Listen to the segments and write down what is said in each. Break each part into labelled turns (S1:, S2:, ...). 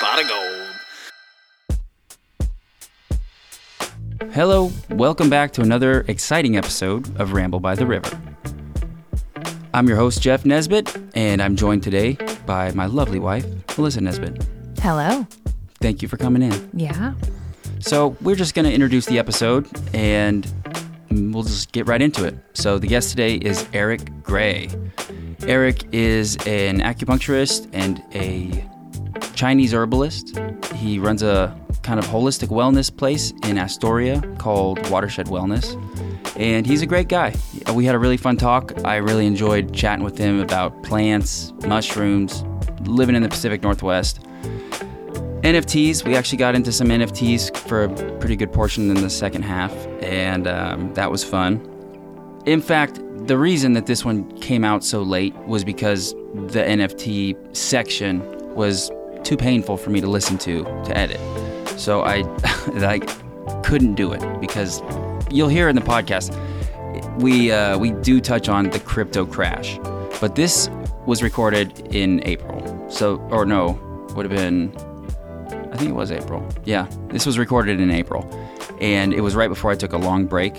S1: Pot of gold.
S2: Hello, welcome back to another exciting episode of Ramble by the River. I'm your host, Jeff Nesbitt, and I'm joined today by my lovely wife, Melissa Nesbitt.
S3: Hello.
S2: Thank you for coming in.
S3: Yeah.
S2: So, we're just going to introduce the episode and we'll just get right into it. So, the guest today is Eric Gray. Eric is an acupuncturist and a Chinese herbalist. He runs a kind of holistic wellness place in Astoria called Watershed Wellness. And he's a great guy. We had a really fun talk. I really enjoyed chatting with him about plants, mushrooms, living in the Pacific Northwest. NFTs, we actually got into some NFTs for a pretty good portion in the second half, and um, that was fun. In fact, the reason that this one came out so late was because the NFT section was too painful for me to listen to to edit. So I like couldn't do it because you'll hear in the podcast we uh, we do touch on the crypto crash, but this was recorded in April. So or no, would have been I think it was April. Yeah, this was recorded in April, and it was right before I took a long break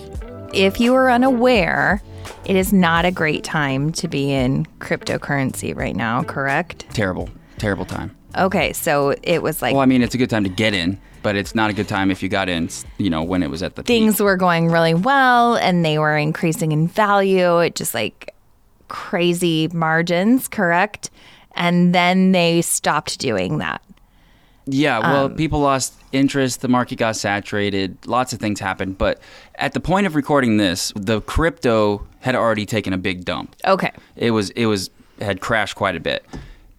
S3: If you are unaware, it is not a great time to be in cryptocurrency right now, correct?
S2: terrible, terrible time.
S3: Okay, so it was like
S2: Well, I mean, it's a good time to get in, but it's not a good time if you got in, you know, when it was at the peak.
S3: things were going really well and they were increasing in value at just like crazy margins, correct? And then they stopped doing that.
S2: Yeah, well, people lost interest, the market got saturated, lots of things happened, but at the point of recording this, the crypto had already taken a big dump.
S3: Okay.
S2: It was it was had crashed quite a bit.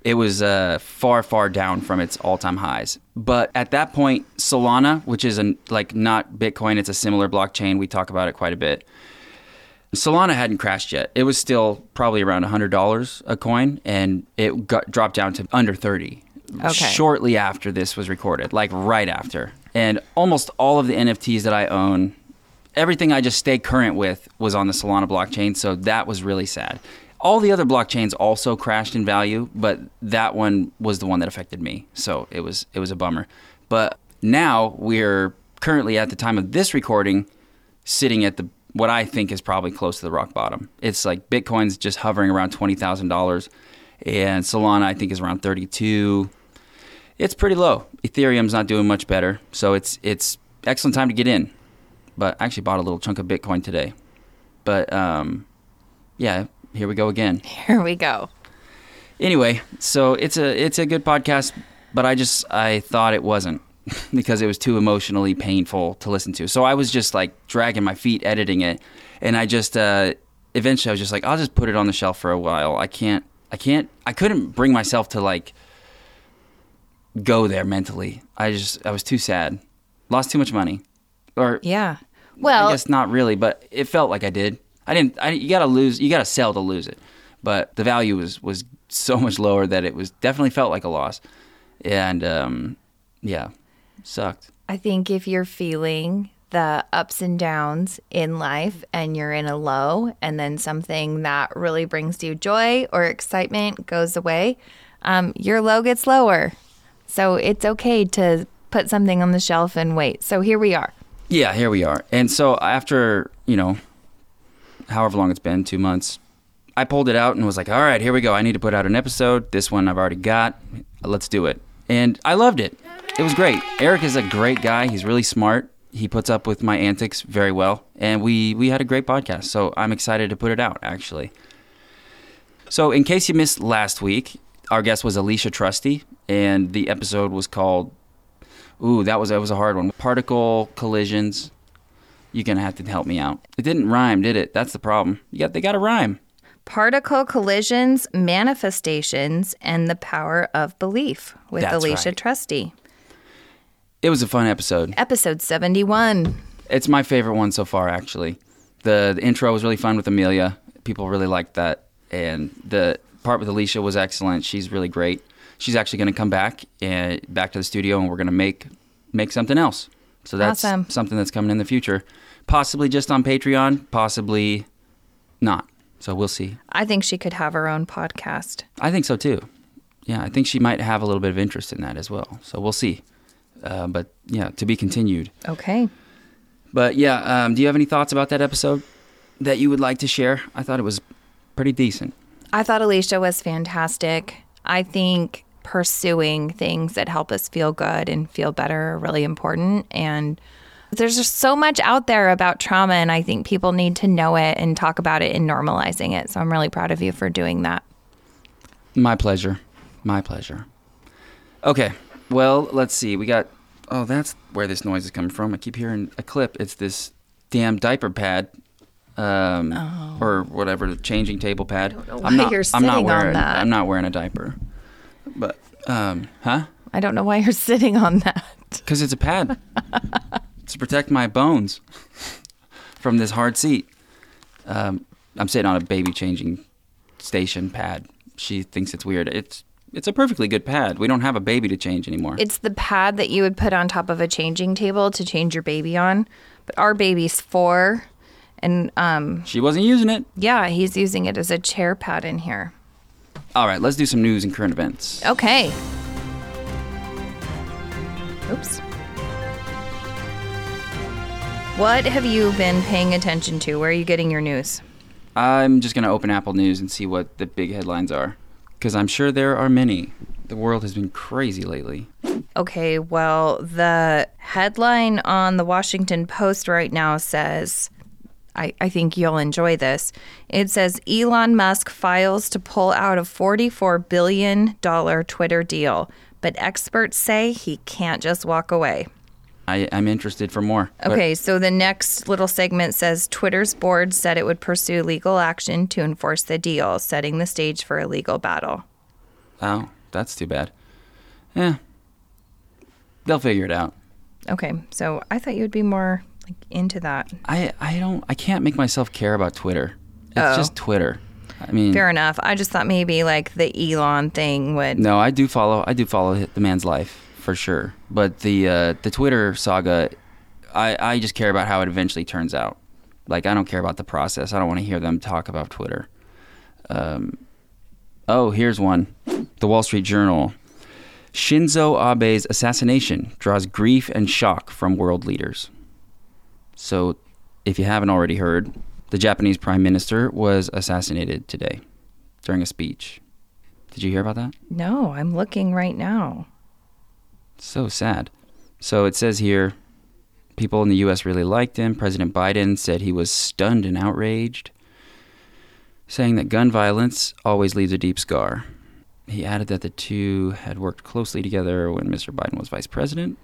S2: It was uh, far far down from its all time highs. But at that point, Solana, which is an, like not Bitcoin, it's a similar blockchain. We talk about it quite a bit. Solana hadn't crashed yet. It was still probably around hundred dollars a coin, and it got dropped down to under thirty.
S3: Okay.
S2: Shortly after this was recorded, like right after, and almost all of the NFTs that I own, everything I just stay current with was on the Solana blockchain. So that was really sad. All the other blockchains also crashed in value, but that one was the one that affected me. So it was it was a bummer. But now we're currently at the time of this recording, sitting at the what I think is probably close to the rock bottom. It's like Bitcoin's just hovering around twenty thousand dollars, and Solana I think is around thirty two. It's pretty low. Ethereum's not doing much better, so it's it's excellent time to get in. But I actually bought a little chunk of Bitcoin today. But um, yeah, here we go again.
S3: Here we go.
S2: Anyway, so it's a it's a good podcast, but I just I thought it wasn't because it was too emotionally painful to listen to. So I was just like dragging my feet editing it, and I just uh, eventually I was just like I'll just put it on the shelf for a while. I can't I can't I couldn't bring myself to like go there mentally. I just I was too sad, lost too much money, or
S3: Yeah. Well,
S2: I guess not really, but it felt like I did. I didn't. I, you gotta lose. You gotta sell to lose it. But the value was was so much lower that it was definitely felt like a loss, and um, yeah, sucked.
S3: I think if you're feeling the ups and downs in life and you're in a low, and then something that really brings you joy or excitement goes away, um, your low gets lower. So it's okay to put something on the shelf and wait. So here we are.
S2: Yeah, here we are. And so after you know, however long it's been, two months, I pulled it out and was like, all right, here we go. I need to put out an episode. This one I've already got. Let's do it. And I loved it. It was great. Eric is a great guy. He's really smart. He puts up with my antics very well. And we, we had a great podcast. So I'm excited to put it out, actually. So, in case you missed last week, our guest was Alicia Trusty, and the episode was called Ooh, that was that was a hard one. Particle collisions. You're gonna have to help me out. It didn't rhyme, did it? That's the problem. You got they got to rhyme.
S3: Particle collisions, manifestations, and the power of belief with
S2: That's
S3: Alicia
S2: right.
S3: Trusty.
S2: It was a fun episode.
S3: Episode 71.
S2: It's my favorite one so far, actually. The, the intro was really fun with Amelia. People really liked that, and the part with Alicia was excellent. She's really great. She's actually gonna come back and back to the studio, and we're gonna make make something else. So that's
S3: Awesome.
S2: something that's coming in the future, possibly just on Patreon, possibly not. So we'll see.
S3: I think she could have her own podcast.
S2: I think so too. yeah, I think she might have a little bit of interest in that as well. So we'll see. Uh, but yeah, to be continued.
S3: Okay.
S2: But yeah, um, do you have any thoughts about that episode that you would like to share? I thought it was pretty decent.
S3: I thought Alicia was fantastic. I think pursuing things that help us feel good and feel better are really important. And there's just so much out there about trauma, and I think people need to know it and talk about it and normalizing it. So I'm really proud of you for doing that.
S2: My pleasure. My pleasure. Okay. Well, let's see. We got. Oh, that's where this noise is coming from. I keep hearing a clip. It's this damn diaper pad, um,
S3: Oh.
S2: or whatever the changing table pad.
S3: why you're sitting on
S2: wearing.
S3: that.
S2: I'm not wearing a diaper. But um, huh?
S3: I don't know why you're sitting on that.
S2: Because it's a pad to protect my bones from this hard seat. Um, I'm sitting on a baby changing station pad. She thinks it's weird. It's it's a perfectly good pad. We don't have a baby to change anymore.
S3: It's the pad that you would put on top of a changing table to change your baby on. But our baby's four, and um,
S2: she wasn't using it.
S3: yeah, he's using it as a chair pad in here.
S2: All right, let's do some news and current events.
S3: Okay. Oops. What have you been paying attention to? Where are you getting your news?
S2: I'm just going to open Apple News and see what the big headlines are because I'm sure there are many. The world has been crazy lately.
S3: Okay, well, the headline on the Washington Post right now says, I, I think you'll enjoy this. It says Elon Musk files to pull out a $44 billion Twitter deal, but experts say he can't just walk away.
S2: I, I'm interested for more. but
S3: Okay, so the next little segment says Twitter's board said it would pursue legal action to enforce the deal, setting the stage for a legal battle.
S2: Oh, that's too bad. Yeah. They'll figure it out.
S3: Okay, so I thought you would be more like into that.
S2: I, I don't I can't make myself care about Twitter. It's
S3: Oh.
S2: just Twitter. I mean,
S3: Fair enough. I just thought maybe like the Elon thing would.
S2: no, I do follow I do follow the man's life for sure. But the uh, the Twitter saga, I I just care about how it eventually turns out. Like I don't care about the process. I don't want to hear them talk about Twitter. Um, oh, here's one. The Wall Street Journal. Shinzo Abe's assassination draws grief and shock from world leaders. So, if you haven't already heard, the Japanese prime minister was assassinated today during a speech. Did you hear about that?
S3: No, I'm looking right now.
S2: So sad. So it says here people in the US really liked him. President Biden said he was stunned and outraged, saying that gun violence always leaves a deep scar. He added that the two had worked closely together when Mr. Biden was vice president.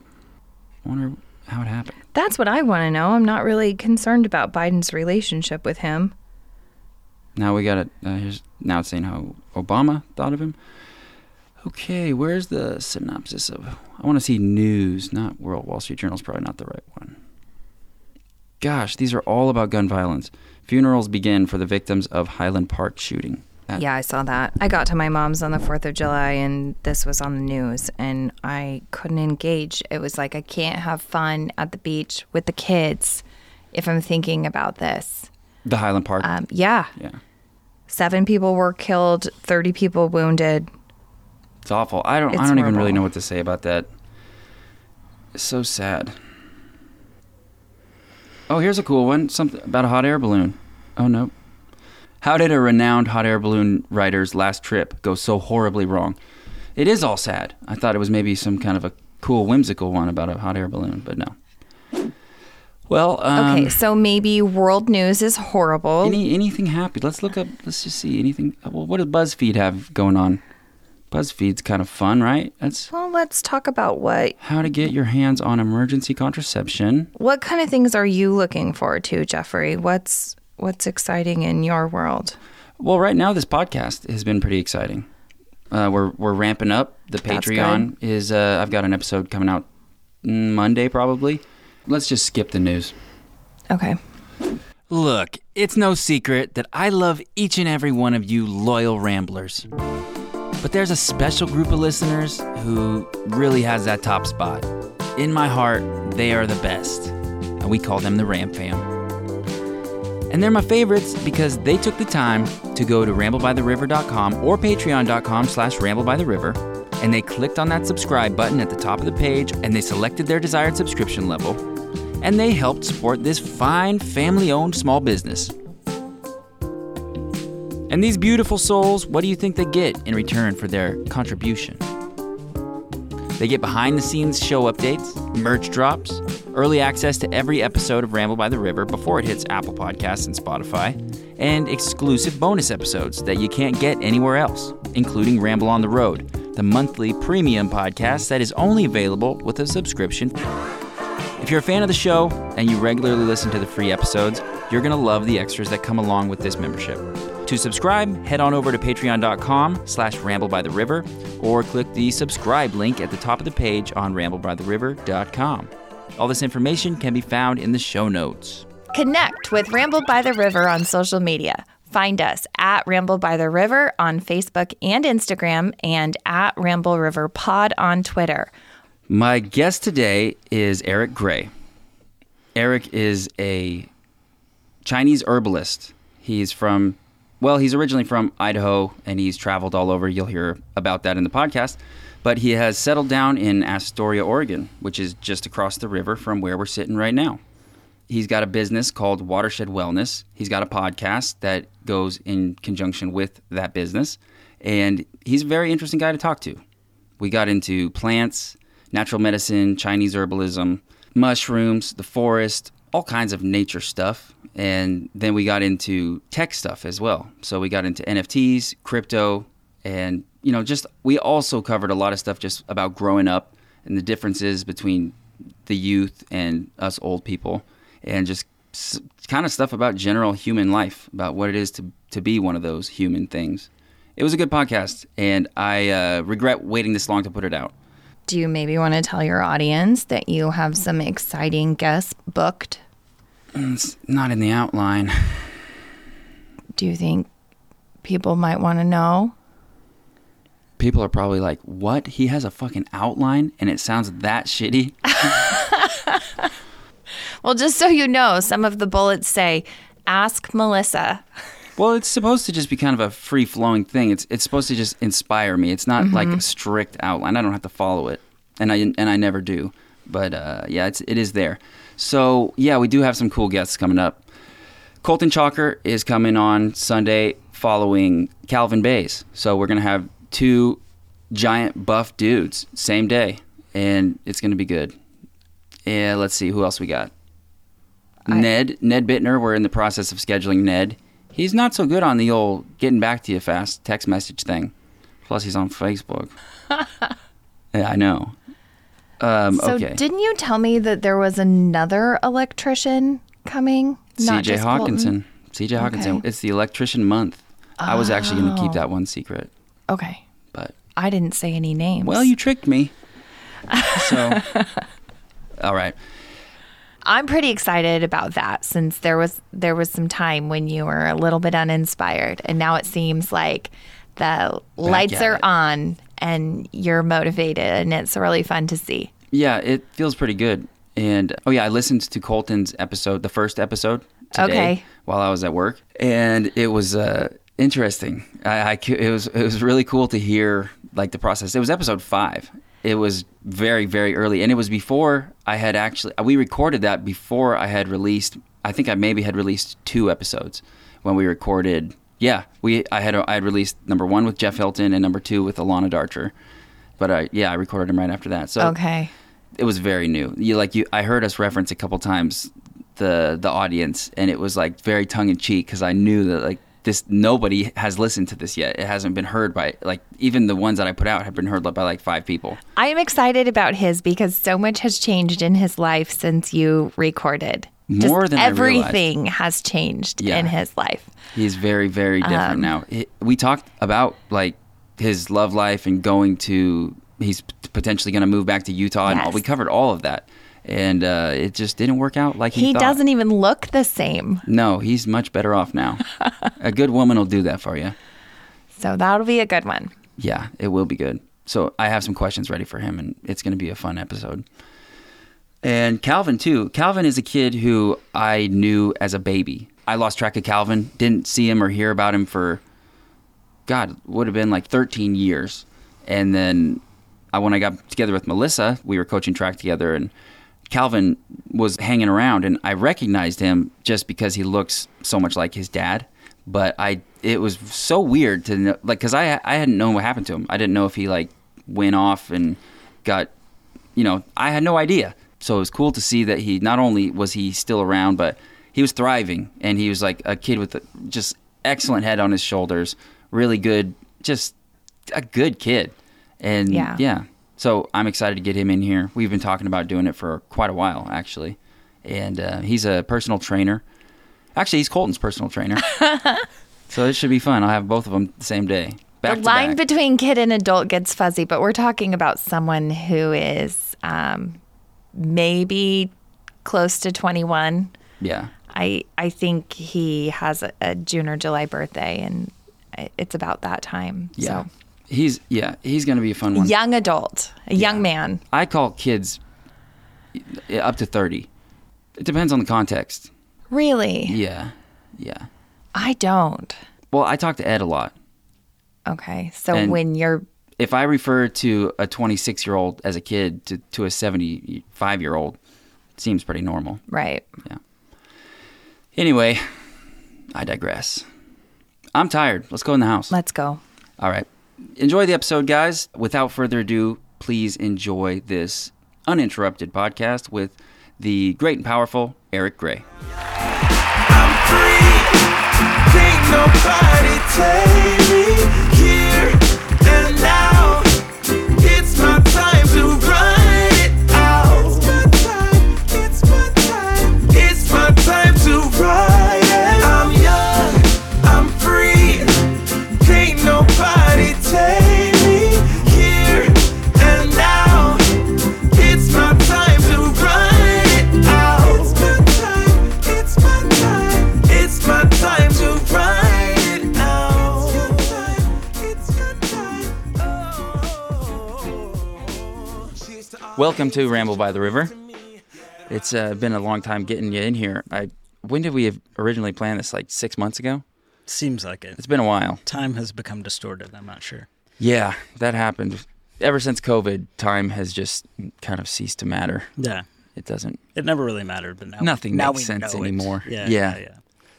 S2: I wonder how it happened.
S3: That's what I want to know. I'm not really concerned about Biden's relationship with him.
S2: Now we got it. Uh, here's now it's saying how Obama thought of him. Okay, where's the synopsis of? I want to see news, not World Wall Street Journal's probably not the right one. Gosh, these are all about gun violence. Funerals begin for the victims of Highland Park shooting. That-
S3: Yeah, I saw that. I got to my mom's on the 4th of July and this was on the news and I couldn't engage. It was like I can't have fun at the beach with the kids if I'm thinking about this.
S2: The Highland Park.
S3: Um, yeah,
S2: yeah,
S3: seven people were killed, 30 people wounded.
S2: it's awful. I don't. I
S3: it's
S2: don't even really
S3: horrible.
S2: know what to say about that. It's so sad. Oh, here's a cool one. Something about a hot air balloon. Oh no. How did a renowned hot air balloon rider's last trip go so horribly wrong? It is all sad. I thought it was maybe some kind of a cool whimsical one about a hot air balloon, but no. Well, um,
S3: Okay, so maybe world news is horrible.
S2: any anything happy? Let's look up. Let's just see anything. uh, Well, what does BuzzFeed have going on? BuzzFeed's kind of fun, right? That's
S3: well, let's talk about what
S2: how to get your hands on emergency contraception.
S3: what kind of things are you looking forward to, Jeffrey? What's what's exciting in your world?
S2: Well, right now this podcast has been pretty exciting. Uh, we're we're ramping up. The
S3: That's
S2: Patreon is. Uh, I've got an episode coming out Monday probably. Let's just skip the news.
S3: Okay.
S2: Look, it's no secret that I love each and every one of you loyal ramblers. But there's a special group of listeners who really has that top spot. In my heart, they are the best, and we call them the Ram Fam. And they're my favorites because they took the time to go to ramblebytheriver.com or patreon.com slash ramblebytheriver, and they clicked on that subscribe button at the top of the page, and they selected their desired subscription level, and they helped support this fine family-owned small business. And these beautiful souls, what do you think they get in return for their contribution? They get behind the scenes show updates, merch drops, early access to every episode of Ramble by the River before it hits Apple Podcasts and Spotify, and exclusive bonus episodes that you can't get anywhere else, including Ramble on the Road, the monthly premium podcast that is only available with a subscription. If you're a fan of the show and you regularly listen to the free episodes, you're going to love the extras that come along with this membership. To subscribe, head on over to patreon.com slash ramblebytheriver or click the subscribe link at the top of the page on ramblebytheriver.com. All this information can be found in the show notes.
S3: Connect with Ramble by the River on social media. Find us at Ramble by the River on Facebook and Instagram and at Ramble River Pod on Twitter.
S2: My guest today is Eric Gray. Eric is a Chinese herbalist. He's from, well, he's originally from Idaho and he's traveled all over. You'll hear about that in the podcast. But he has settled down in Astoria, Oregon, which is just across the river from where we're sitting right now. He's got a business called Watershed Wellness. He's got a podcast that goes in conjunction with that business. And he's a very interesting guy to talk to. We got into plants, natural medicine, Chinese herbalism, mushrooms, the forest, all kinds of nature stuff. And then we got into tech stuff as well. So we got into NFTs, crypto, and you know, just we also covered a lot of stuff just about growing up and the differences between the youth and us old people and just s- kind of stuff about general human life, about what it is to, to be one of those human things. It was a good podcast, and I uh, regret waiting this long to put it out.
S3: Do you maybe want to tell your audience that you have some exciting guests booked?
S2: Mm, It's not in the outline.
S3: Do you think people might want to know?
S2: People are probably like, what? He has a fucking outline and it sounds that shitty?
S3: Well, just so you know, some of the bullets say, Ask Melissa.
S2: Well, it's supposed to just be kind of a free flowing thing. It's it's supposed to just inspire me. It's not like a strict outline. I don't have to follow it, and I and I never do. But uh, yeah, it's it is there. So yeah, we do have some cool guests coming up. Colton Chalker is coming on Sunday following Calvin Bays. So we're gonna have two giant buff dudes same day, and it's gonna be good. Yeah, let's see who else we got. Ned, Ned Bittner, we're in the process of scheduling Ned. He's not so good on the old getting back to you fast text message thing. Plus, he's on Facebook. yeah, I know. Um,
S3: So,
S2: okay.
S3: didn't you tell me that there was another electrician coming? Not
S2: CJ
S3: just Colton?
S2: Hawkinson. CJ Hawkinson.
S3: Okay.
S2: It's the electrician month. I was actually going to keep
S3: Oh.
S2: that one secret,
S3: Okay.
S2: but
S3: I didn't say any names.
S2: well, you tricked me. So, all right.
S3: I'm pretty excited about that since there was there was some time when you were a little bit uninspired and now it seems like the lights
S2: at
S3: are
S2: it.
S3: on and you're motivated and it's really fun to see.
S2: Yeah, it feels pretty good. And oh yeah, I listened to Colton's episode, the first episode today
S3: Okay.
S2: while I was at work, and it was uh, interesting. I, I cou- it was it was really cool to hear like the process. It was episode five. It was very very early, and it was before I had actually uh, we recorded that before I had released. I think I maybe had released two episodes when we recorded. Yeah, we I had I had released number one with Jeff Hilton and number two with Alana Darcher, but I, yeah, I recorded them right after that. So
S3: Okay.
S2: it was very new. You like you I heard us reference a couple times the the audience and it was like very tongue in cheek cuz I knew that like this nobody has listened to this yet. It hasn't been heard by like even the ones that I put out have been heard by like five people.
S3: I am excited about his because so much has changed in his life since you recorded. Just
S2: More than I realized.
S3: everything has changed
S2: Yeah.
S3: in his life.
S2: He's very very
S3: Um,
S2: different now. He- we talked about like his love life and going to he's p- potentially going to move back to Utah and all.
S3: Yes.
S2: We covered all of that. And uh, it just didn't work out like he,
S3: He
S2: thought.
S3: doesn't even look the same.
S2: No, he's much better off now. a good woman will do that for you.
S3: So that'll be a good one.
S2: Yeah, it will be good. So I have some questions ready for him, and it's going to be a fun episode. And Calvin, too. Calvin is a kid who I knew as a baby. I lost track of Calvin. Didn't see him or hear about him for, God, would have been like 13 years. And then I, when I got together with Melissa, we were coaching track together, and Calvin was hanging around, and I recognized him just because he looks so much like his dad. But I, it was so weird to know, like, because I, I hadn't known what happened to him. I didn't know if he like went off and got, you know, I had no idea. So it was cool to see that he not only was he still around, but he was thriving, and he was like a kid with a, just excellent head on his shoulders, really good, just a good kid. And
S3: Yeah.
S2: yeah. So I'm excited to get him in here. We've been talking about doing it for quite a while, actually. And uh, he's a personal trainer. Actually, he's Colton's personal trainer. so it should be fun. I'll have both of them the same day. Back
S3: the
S2: to
S3: line
S2: back.
S3: between kid and adult gets fuzzy, but we're talking about someone who is um, maybe close to 21.
S2: yeah.
S3: I I think he has a, a June or July birthday, and i- it's about that time.
S2: Yeah. He's yeah, he's going to be a fun
S3: So
S2: one.
S3: young adult, a young man.
S2: I call kids uh, up to 30. It depends on the context.
S3: Really,
S2: Yeah. Yeah.
S3: I don't.
S2: Well, I talk to Ed a lot.
S3: Okay, so
S2: And-
S3: when you're
S2: if I refer to a 26 year old as a kid to, to a 75 year old, it seems pretty normal.
S3: right,
S2: Anyway, I digress. I'm tired. Let's go in the house.
S3: let's go.
S2: All right. Enjoy the episode, guys. Without further ado, please enjoy this uninterrupted podcast with the great and powerful Eric Gray.
S1: I'm free. Can't nobody take me here and now. It's my time to run it out. It's my time. It's my time. It's my time to ride it. I'm young. I'm free. Can't nobody take me here and now. It's my time to run it out. It's my time. It's my time. It's my time to run it out. It's your time. It's your time. Oh. Cheers to all
S2: Welcome to
S1: things
S2: Ramble by the River.
S1: to me.
S2: It's uh, been a long time getting you in here. I when did we originally plan this? Like six months ago?
S4: Seems like it.
S2: It's been a while.
S4: Time has become distorted. I'm not sure.
S2: Yeah, that happened. Ever since COVID, time has just kind of ceased to matter.
S4: Yeah.
S2: It doesn't.
S4: It never really mattered, but now
S2: Nothing
S4: now
S2: makes
S4: we
S2: sense
S4: know it.
S2: anymore.
S4: Yeah,
S2: Yeah.
S4: yeah, yeah.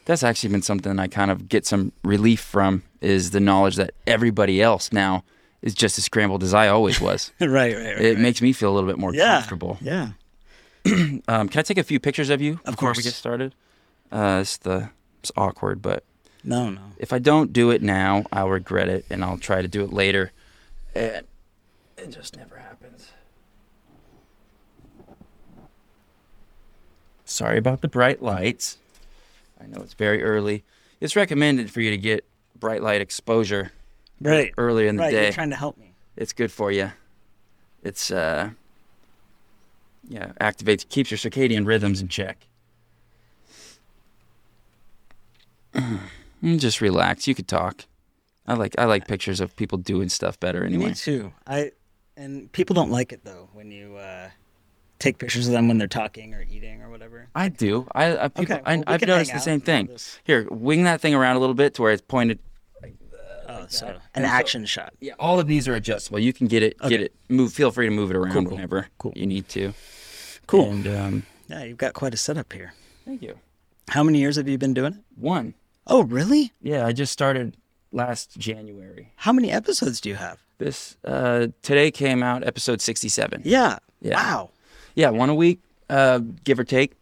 S2: That's actually been something I kind of get some relief from is the knowledge that everybody else now is just as scrambled as I always was.
S4: right, right, right.
S2: it
S4: right.
S2: makes me feel a little bit more
S4: yeah,
S2: comfortable.
S4: Yeah,
S2: Um, can I take a few pictures of you?
S4: of
S2: before
S4: course.
S2: we get started. Uh, it's the it's awkward, but
S4: no, no.
S2: if I don't do it now, I'll regret it, and I'll try to do it later. And it just never happens. Sorry about the bright lights. I know it's very early. It's recommended for you to get bright light exposure
S4: Right,
S2: earlier in the
S4: right.
S2: day.
S4: You're trying to help me.
S2: it's good for you. It's uh, yeah, activates keeps your circadian rhythms in check. Mm, Just relax. You could talk. I like I like pictures of people doing stuff better anyway.
S4: Me too. I and people don't like it though when you uh, take pictures of them when they're talking or eating or whatever.
S2: I do. I, I people,
S4: Okay,
S2: I,
S4: well, we
S2: I've
S4: can
S2: noticed
S4: hang
S2: the
S4: out
S2: same
S4: and do
S2: thing.
S4: this.
S2: Here, wing that thing around a little bit to where it's pointed.
S4: Oh, so an action shot.
S2: Yeah, all of these are adjustable. You can get it, get it, move. Feel free to move it around
S4: cool.
S2: whenever
S4: Cool.
S2: you need to.
S4: Cool.
S2: And um,
S4: yeah, you've got quite a setup here.
S2: thank you.
S4: How many years have you been doing it?
S2: One.
S4: Oh, really?
S2: Yeah, I just started last January.
S4: How many episodes do you have?
S2: This uh, today came out episode sixty-seven.
S4: Yeah.
S2: Yeah.
S4: Wow.
S2: Yeah, one a week, uh, give or take,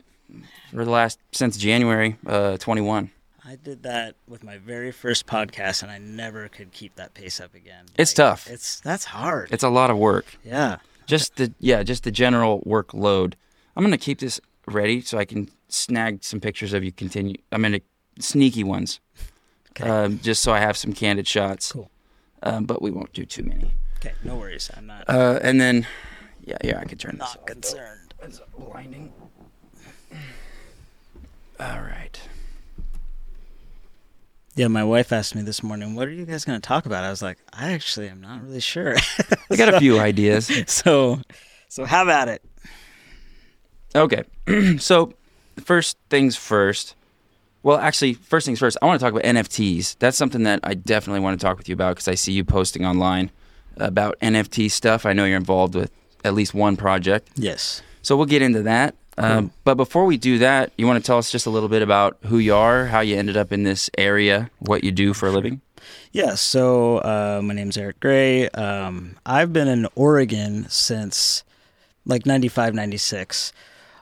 S2: for the last since January uh, twenty-one.
S4: I did that with my very first podcast, and I never could keep that pace up again.
S2: It's tough.
S4: It's that's hard.
S2: It's a lot of work.
S4: yeah,
S2: Just the yeah, just the general workload. I'm gonna keep this ready so I can snag some pictures of you. Continue. I'm gonna sneaky ones,
S4: Okay.
S2: um, just so I have some candid shots.
S4: Cool.
S2: Um, but we won't do too many.
S4: okay, no worries. I'm not
S2: Uh, and then, yeah, yeah, I could turn this.
S4: not concerned.
S2: It's blinding. All right.
S4: Yeah, my wife asked me this morning, "What are you guys going to talk about?" I was like, "I actually am not really sure."
S2: I got a few ideas.
S4: so, so have at it.
S2: Okay. so, first things first, Well, actually, first things first, I want to talk about NFTs. That's something that I definitely want to talk with you about because I see you posting online about NFT stuff. I know you're involved with at least one project.
S4: Yes.
S2: So we'll get into that. Um, but before we do that, you want to tell us just a little bit about who you are, how you ended up in this area, what you do for a living?
S4: Yeah, so uh, my name's Eric Gray. Um, I've been in Oregon since like 95, 96.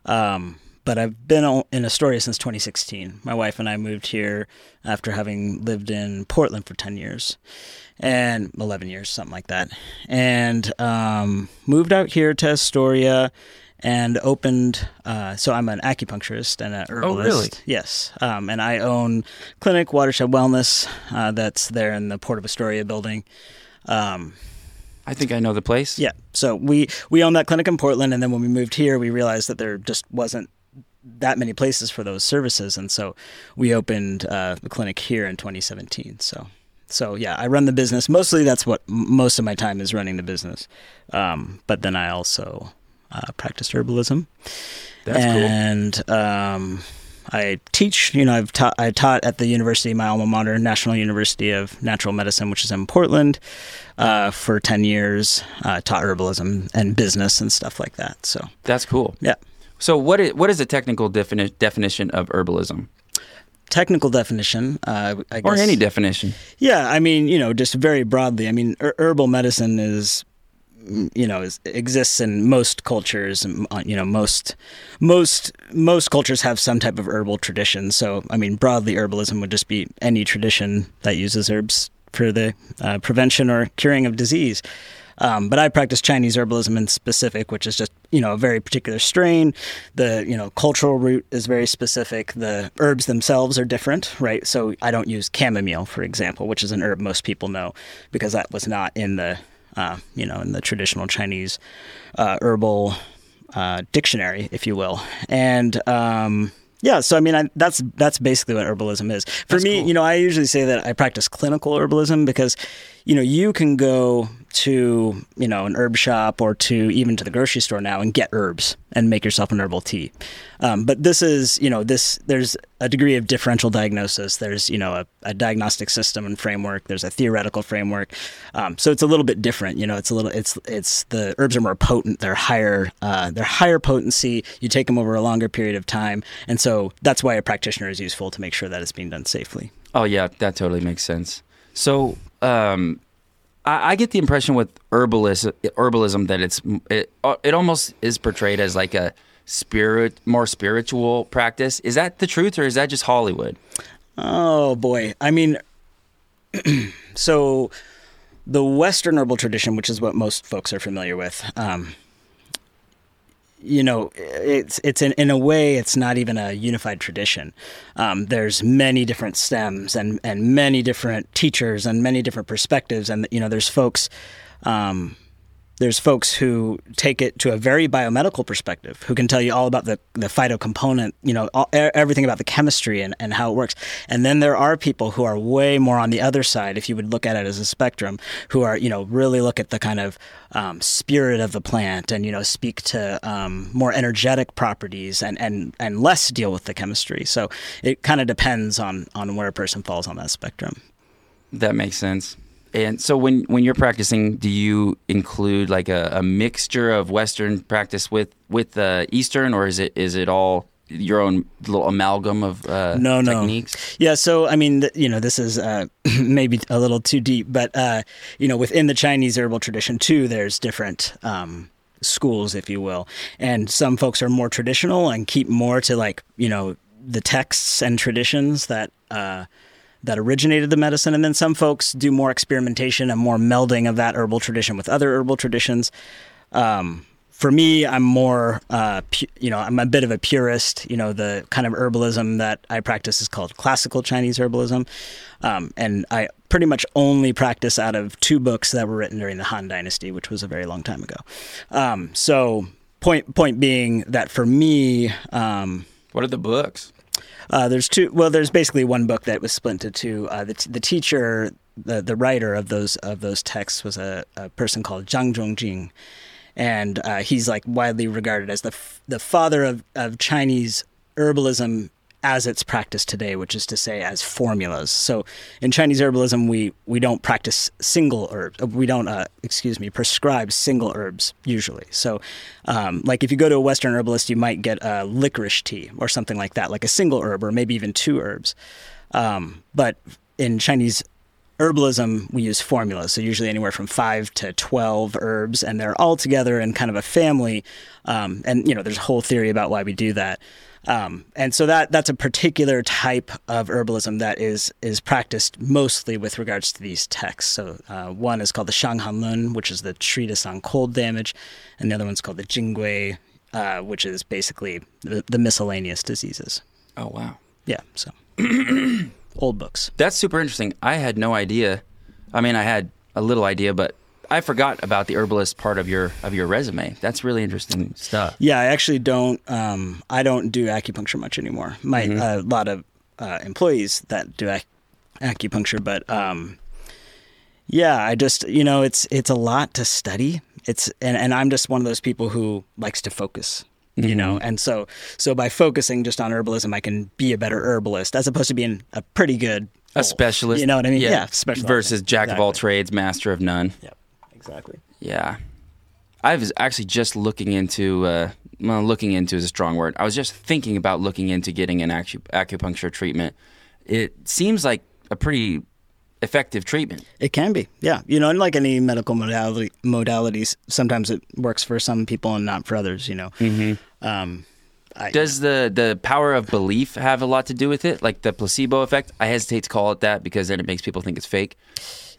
S4: Um, but I've been o- in Astoria since 2016. My wife and I moved here after having lived in Portland for 10 years and 11 years, something like that. And um, moved out here to Astoria and opened. Uh, so I'm an acupuncturist and an herbalist. Yes, um, and I own Clinic Watershed Wellness. Uh, that's there in the Port of Astoria building. Um,
S2: I think I know the place.
S4: yeah, so we we own that clinic in Portland, and then when we moved here, we realized that there just wasn't that many places for those services, and so we opened uh, the clinic here in 2017. So. So yeah, I run the business. Mostly, that's what m- most of my time is running the business. Um, but then I also uh, practice herbalism
S2: That's cool.
S4: and um, I teach. You know, I've taught. I taught at the university, my alma mater, National University of Natural Medicine, which is in Portland, uh, for ten years. Uh, taught herbalism and business and stuff like that. So
S2: That's cool.
S4: yeah,
S2: So what is what is the technical defini- definition of herbalism
S4: technical definition. Uh, I guess,
S2: or any definition?
S4: Yeah, I mean, you know, just very broadly. I mean, her- herbal medicine is, mm, you know, is, exists in most cultures. and, uh, You know, most most most cultures have some type of herbal tradition. So, I mean, broadly, herbalism would just be any tradition that uses herbs for the uh, prevention or curing of disease. Um, but I practice Chinese herbalism in specific, which is just you know a very particular strain. The you know cultural root is very specific. The herbs themselves are different, right? So I don't use chamomile, for example, which is an herb most people know, because that was not in the uh, you know in the traditional Chinese uh, herbal uh, dictionary, if you will, and. Um, yeah, so I mean, I, that's that's basically what herbalism is for me. You know, I usually say that I practice clinical herbalism because, you know, you can go to you know an herb shop or to even to the grocery store now and get herbs and make yourself an herbal tea. Um, but this is you know this there's a degree of differential diagnosis. There's you know a, a diagnostic system and framework. There's a theoretical framework. Um, so it's a little bit different. You know, it's a little it's it's the herbs are more potent. They're higher uh, they're higher potency. You take them over a longer period of time, and so that's why a practitioner is useful to make sure that it's being done safely.
S2: Oh yeah, that totally makes sense. So um, I, I get the impression with herbalist herbalism that it's it, it almost is portrayed as like a spirit more spiritual practice. Is that the truth or is that just Hollywood?
S4: Oh boy. I mean so the Western herbal tradition, which is what most folks are familiar with, um, you know, it's it's in, in a way it's not even a unified tradition. Um, there's many different stems and and many different teachers and many different perspectives, and you know, there's folks. Um, there's folks who take it to a very biomedical perspective who can tell you all about the, the phyto component you know all, e- everything about the chemistry and, and how it works and then there are people who are way more on the other side if you would look at it as a spectrum who are you know really look at the kind of um, spirit of the plant and you know speak to um, more energetic properties and, and and less deal with the chemistry so it kind of depends on on where a person falls on that spectrum
S2: That makes sense. And so when when you're practicing, do you include like a, a mixture of Western practice with with uh, Eastern, or is it is it all your own little amalgam of uh,
S4: no, no.
S2: techniques?
S4: Yeah, so I mean, th- you know, this is uh, maybe a little too deep, but uh, you know, within the Chinese herbal tradition too, there's different um, schools, if you will, and some folks are more traditional and keep more to like you know the texts and traditions that. Uh, that originated the medicine, and then some folks do more experimentation and more melding of that herbal tradition with other herbal traditions um, for me, I'm more, uh, pu- you know, I'm a bit of a purist. You know, the kind of herbalism that I practice is called classical Chinese herbalism, um, and I pretty much only practice out of two books that were written during the Han Dynasty, which was a very long time ago. Um, so, point point being that for me, um,
S2: What are the books?
S4: uh, there's two. Well, there's basically one book that was split into two. Uh, the, t- the teacher, the, the writer of those of those texts was a, a person called Zhang Zhongjing, and uh, he's like widely regarded as the f- the father of of Chinese herbalism as it's practiced today, which is to say as formulas. So in Chinese herbalism, we, we don't practice single herbs. We don't, uh, excuse me, prescribe single herbs usually. So um, like if you go to a Western herbalist, you might get a licorice tea or something like that, like a single herb or maybe even two herbs. Um, but in Chinese herbalism, we use formulas. So usually anywhere from five to 12 herbs, and they're all together in kind of a family. Um, and, you know, there's a whole theory about why we do that. Um, and so that that's a particular type of herbalism that is is practiced mostly with regards to these texts. So uh, one is called the Shanghan Lun, which is the treatise on cold damage, and the other one's called the Jingwei, uh, which is basically the, the miscellaneous diseases.
S2: Oh wow,
S4: Yeah, so old books.
S2: that's super interesting. I had no idea. I mean, I had a little idea, but I forgot about the herbalist part of your of your resume. That's really interesting stuff.
S4: Yeah, I actually don't. Um, I don't do acupuncture much anymore. My
S2: Mm-hmm.
S4: a lot of uh, employees that do ac- acupuncture, but um, yeah, I just you know it's it's a lot to study. It's and, and I'm just one of those people who likes to focus. You know,
S2: Mm-hmm.
S4: and so so by focusing just on herbalism, I can be a better herbalist as opposed to being a pretty good
S2: A
S4: full-
S2: specialist,
S4: You know what I mean? Yeah, specialist
S2: versus jack of all trades, master of none.
S4: Yep, exactly.
S2: Yeah. I was actually just looking into, uh, well, looking into is a strong word. I was just thinking about looking into getting an acu- acupuncture treatment. It seems like a pretty effective treatment.
S4: It can be, yeah. You know, and like any medical modality, modalities, sometimes it works for some people and not for others. You know, mm-hmm. um, I,
S2: Does the, the power of belief have a lot to do with it? Like the placebo effect? I hesitate to call it that because then it makes people think it's fake.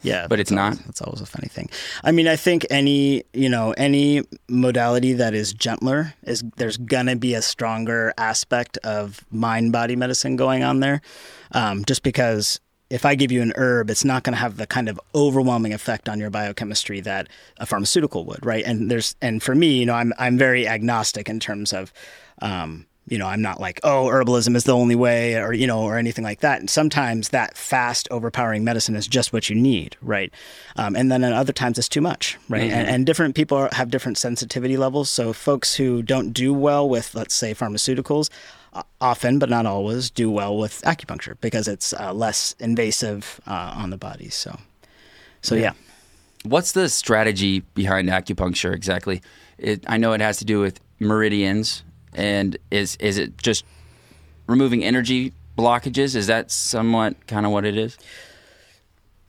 S4: yeah,
S2: but it's
S4: that's always-
S2: not?
S4: That's always a funny thing. I mean, I think any you know any modality that is gentler is there's gonna be a stronger aspect of mind body medicine going on there, um, just because. If I give you an herb, it's not going to have the kind of overwhelming effect on your biochemistry that a pharmaceutical would, right? And there's and for me, you know, I'm I'm very agnostic in terms of um, you know, I'm not like, oh, herbalism is the only way or, you know, or anything like that. And sometimes that fast, overpowering medicine is just what you need, right? Um, and then at other times it's too much, right? And, and different people are, have different sensitivity levels. So folks who don't do well with, let's say, pharmaceuticals, uh, often, but not always, do well with acupuncture because it's uh, less invasive uh, on the body. So, so yeah.
S2: What's the strategy behind acupuncture exactly? It, I know it has to do with meridians, and is is it just removing energy blockages? Is that somewhat kind of what it is?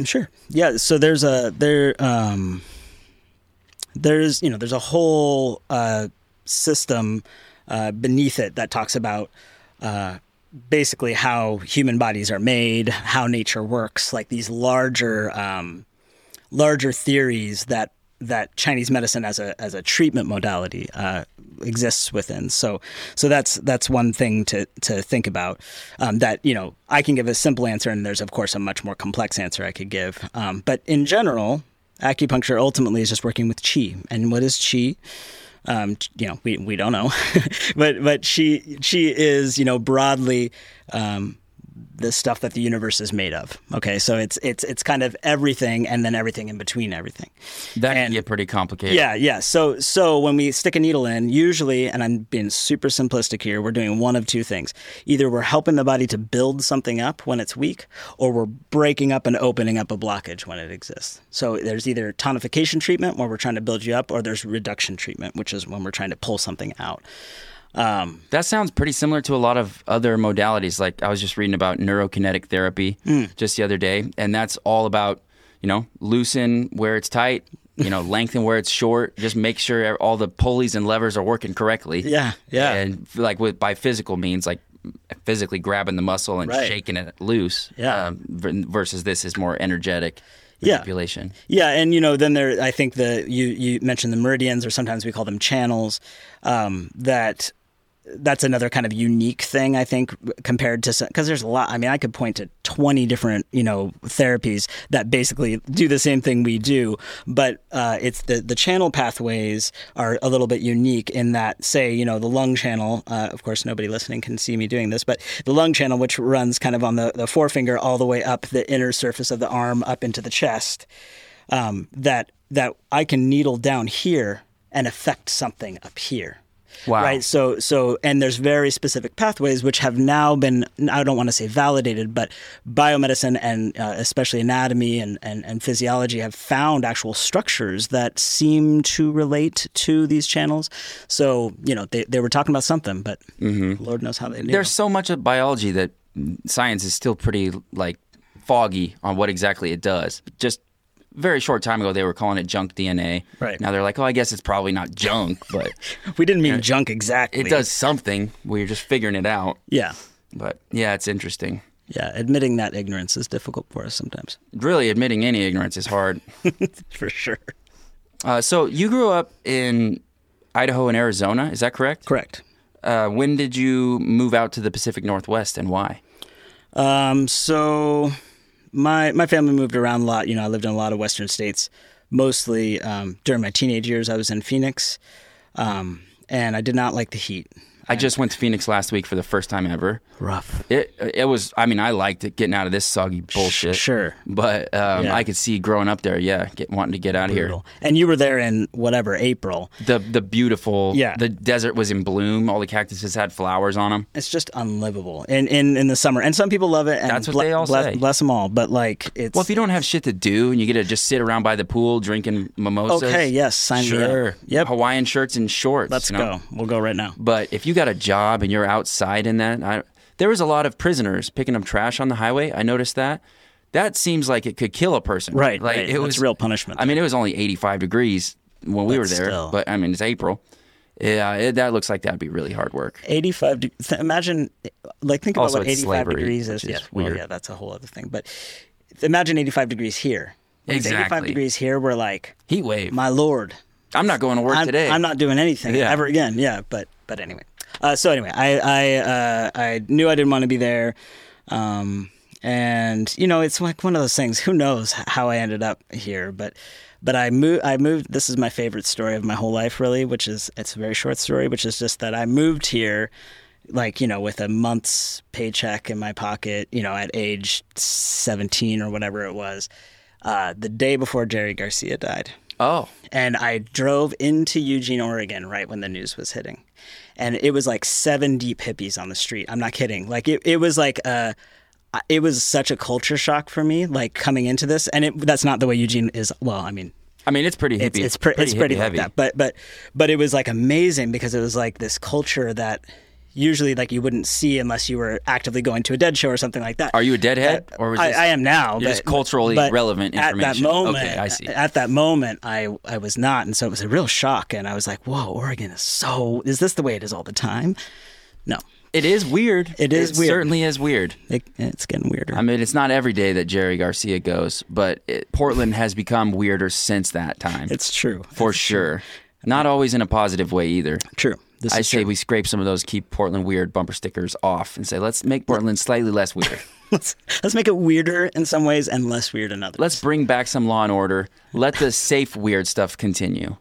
S4: Sure. Yeah. So there's a there um there's you know there's a whole uh, system uh, beneath it that talks about uh, basically how human bodies are made, how nature works, like these larger um, larger theories that that Chinese medicine as a as a treatment modality uh, exists within. So so that's that's one thing to to think about. Um, that you know I can give a simple answer, and there's of course a much more complex answer I could give. Um, but in general, acupuncture ultimately is just working with qi. And what is qi? um, ch- you know, we, we don't know, but but she she is you know broadly um, the stuff that the universe is made of. Okay, so it's it's it's kind of everything, and then everything in between everything.
S2: That can
S4: And-
S2: get pretty complicated.
S4: Yeah, yeah. So so when we stick a needle in, usually, and I'm being super simplistic here, we're doing one of two things. Either we're helping the body to build something up when it's weak, or we're breaking up and opening up a blockage when it exists. So there's either tonification treatment where we're trying to build you up, or there's reduction treatment, which is when we're trying to pull something out.
S2: That sounds pretty similar to a lot of other modalities. Like I was just reading about neurokinetic therapy
S4: Hmm.
S2: just the other day, and that's all about, you know, loosen where it's tight, you know, lengthen where it's short, just make sure all the pulleys and levers are working correctly.
S4: Yeah, yeah.
S2: And like with by physical means like physically grabbing the muscle and
S4: Right.
S2: shaking it loose.
S4: Yeah.
S2: um, ver- versus this is more energetic
S4: Yeah.
S2: manipulation.
S4: Yeah, and you know, then there. I think the you you mentioned the meridians, or sometimes we call them channels. Um, that that's another kind of unique thing I think compared to because there's a lot. I mean, I could point to twenty different you know therapies that basically do the same thing we do, but uh, it's the the channel pathways are a little bit unique in that say you know the lung channel. Uh, of course, nobody listening can see me doing this, but the lung channel, which runs kind of on the, the forefinger all the way up the inner surface of the arm up into the chest um, that that I can needle down here and affect something up here.
S2: Wow.
S4: Right. So so and there's very specific pathways which have now been I don't want to say validated, but biomedicine and uh, especially anatomy and, and and physiology have found actual structures that seem to relate to these channels. So you know they, they were talking about something, but Lord knows how they knew.
S2: Mm-hmm. There's so much of biology that science is still pretty like foggy on what exactly it does. Just very short time ago, they were calling it junk DNA.
S4: Right.
S2: now, they're like, oh, I guess it's probably not junk, but
S4: we didn't mean junk exactly.
S2: it does something. We're just figuring it out.
S4: Yeah.
S2: But yeah, it's interesting.
S4: Yeah. Admitting that ignorance is difficult for us sometimes,
S2: Really, admitting any ignorance is hard.
S4: for sure.
S2: Uh, so you grew up in Idaho and Arizona, is that correct?
S4: Correct.
S2: Uh, when did you move out to the Pacific Northwest and why?
S4: Um, so my my family moved around a lot. You know, I lived in a lot of Western states. Mostly um, during my teenage years, I was in Phoenix, um, and I did not like the heat.
S2: I just went to Phoenix last week for the first time ever.
S4: Rough.
S2: It it was. I mean, I liked it getting out of this soggy bullshit.
S4: Sure.
S2: But um,
S4: Yeah.
S2: I could see growing up there. Yeah, get, wanting to get out of here.
S4: Brutal. And you were there in whatever April.
S2: The the beautiful.
S4: Yeah.
S2: The desert was in bloom. All the cactuses had flowers on them.
S4: It's just unlivable in in, in the summer. And some people love it. And
S2: That's what they all
S4: bless,
S2: say.
S4: Bless them all. But like, it's
S2: Well, if you don't have shit to do and you get to just sit around by the pool drinking mimosas.
S4: okay. Yes, sign me up.
S2: Sure.
S4: Yep.
S2: Hawaiian shirts and shorts.
S4: Let's
S2: you know?
S4: go. We'll go right now.
S2: But if you got a job and you're outside in that, I, there was a lot of prisoners picking up trash on the highway. I noticed that. That seems like it could kill a person.
S4: Right.
S2: Like
S4: right.
S2: it
S4: That's
S2: was
S4: real punishment.
S2: I mean, it was only 85 degrees when we
S4: But
S2: were there,
S4: still.
S2: but I mean, it's April. Yeah, it, that looks like that'd be really hard work.
S4: 85 de- th- imagine like think about
S2: Also,
S4: what
S2: it's
S4: 85
S2: slavery,
S4: degrees
S2: which
S4: is,
S2: is
S4: yeah, well,
S2: weird.
S4: yeah that's a whole other thing but imagine 85 degrees here When it's 85
S2: Exactly.
S4: degrees here we're like
S2: Heat wave.
S4: my lord
S2: I'm not going to work
S4: I'm,
S2: today.
S4: I'm not doing anything
S2: Yeah.
S4: ever again yeah but but anyway uh, so anyway I I uh, I knew I didn't want to be there um, and you know it's like one of those things who knows h- how I ended up here but but I moved I moved this is my favorite story of my whole life really which is it's a very short story which is just that I moved here like you know with a month's paycheck in my pocket you know at age 17 or whatever it was uh, the day before Jerry Garcia died
S2: Oh,
S4: and I drove into Eugene, Oregon, right when the news was hitting. And it was like seven deep hippies on the street. I'm not kidding. Like it, it was like a, it was such a culture shock for me, like coming into this. And it, that's not the way Eugene is. Well, I mean,
S2: I mean, it's pretty hippie.
S4: it's it's, pre- it's pretty
S2: hippie
S4: like
S2: heavy.
S4: that. But but but it was like amazing because it was like this culture that usually like you wouldn't see unless you were actively going to a dead show or something like that.
S2: Are you a deadhead,
S4: Uh,
S2: or was
S4: I,
S2: this-
S4: I am now?
S2: You're
S4: but,
S2: just culturally
S4: but
S2: relevant
S4: At that
S2: information.
S4: moment,
S2: Okay, I see.
S4: At that moment, I I was not, and so it was a real shock, and I was like, "Whoa, Oregon is so. Is this the way it is all the time? No,
S2: It is weird.
S4: It is
S2: It
S4: weird.
S2: certainly is weird.
S4: it, it's getting weirder.
S2: I mean, it's not every day that Jerry Garcia goes, but it, Portland has become weirder since that time,
S4: it's true,
S2: for sure. Not always in a positive way either.
S4: true. This
S2: I
S4: is
S2: say we scrape some of those keep Portland weird bumper stickers off and say let's make Portland slightly less weird.
S4: let's let's make it weirder in some ways and less weird in others.
S2: let's bring back some law and order. Let the safe weird stuff continue.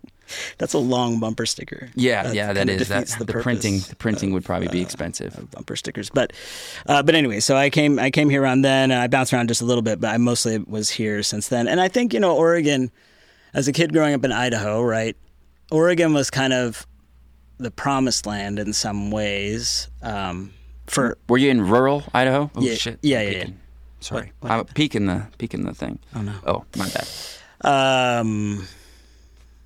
S4: That's a long bumper sticker.
S2: Yeah,
S4: That
S2: yeah, that
S4: kinda
S2: is
S4: defeats
S2: that's the, uh, printing.
S4: purpose.
S2: The printing would probably be expensive.
S4: bumper stickers. But uh, but anyway, so I came I came here around then, and I bounced around just a little bit, but I mostly was here since then. And I think you know Oregon, as a kid growing up in Idaho, right? Oregon was kind of the promised land in some ways. Um, for
S2: Were you in rural Idaho? Oh
S4: Yeah,
S2: shit.
S4: yeah,
S2: I'm
S4: yeah, yeah.
S2: peeking. Sorry.
S4: What- what
S2: I'm peeking the peeking the thing. Oh
S4: no.
S2: Oh, my bad.
S4: um,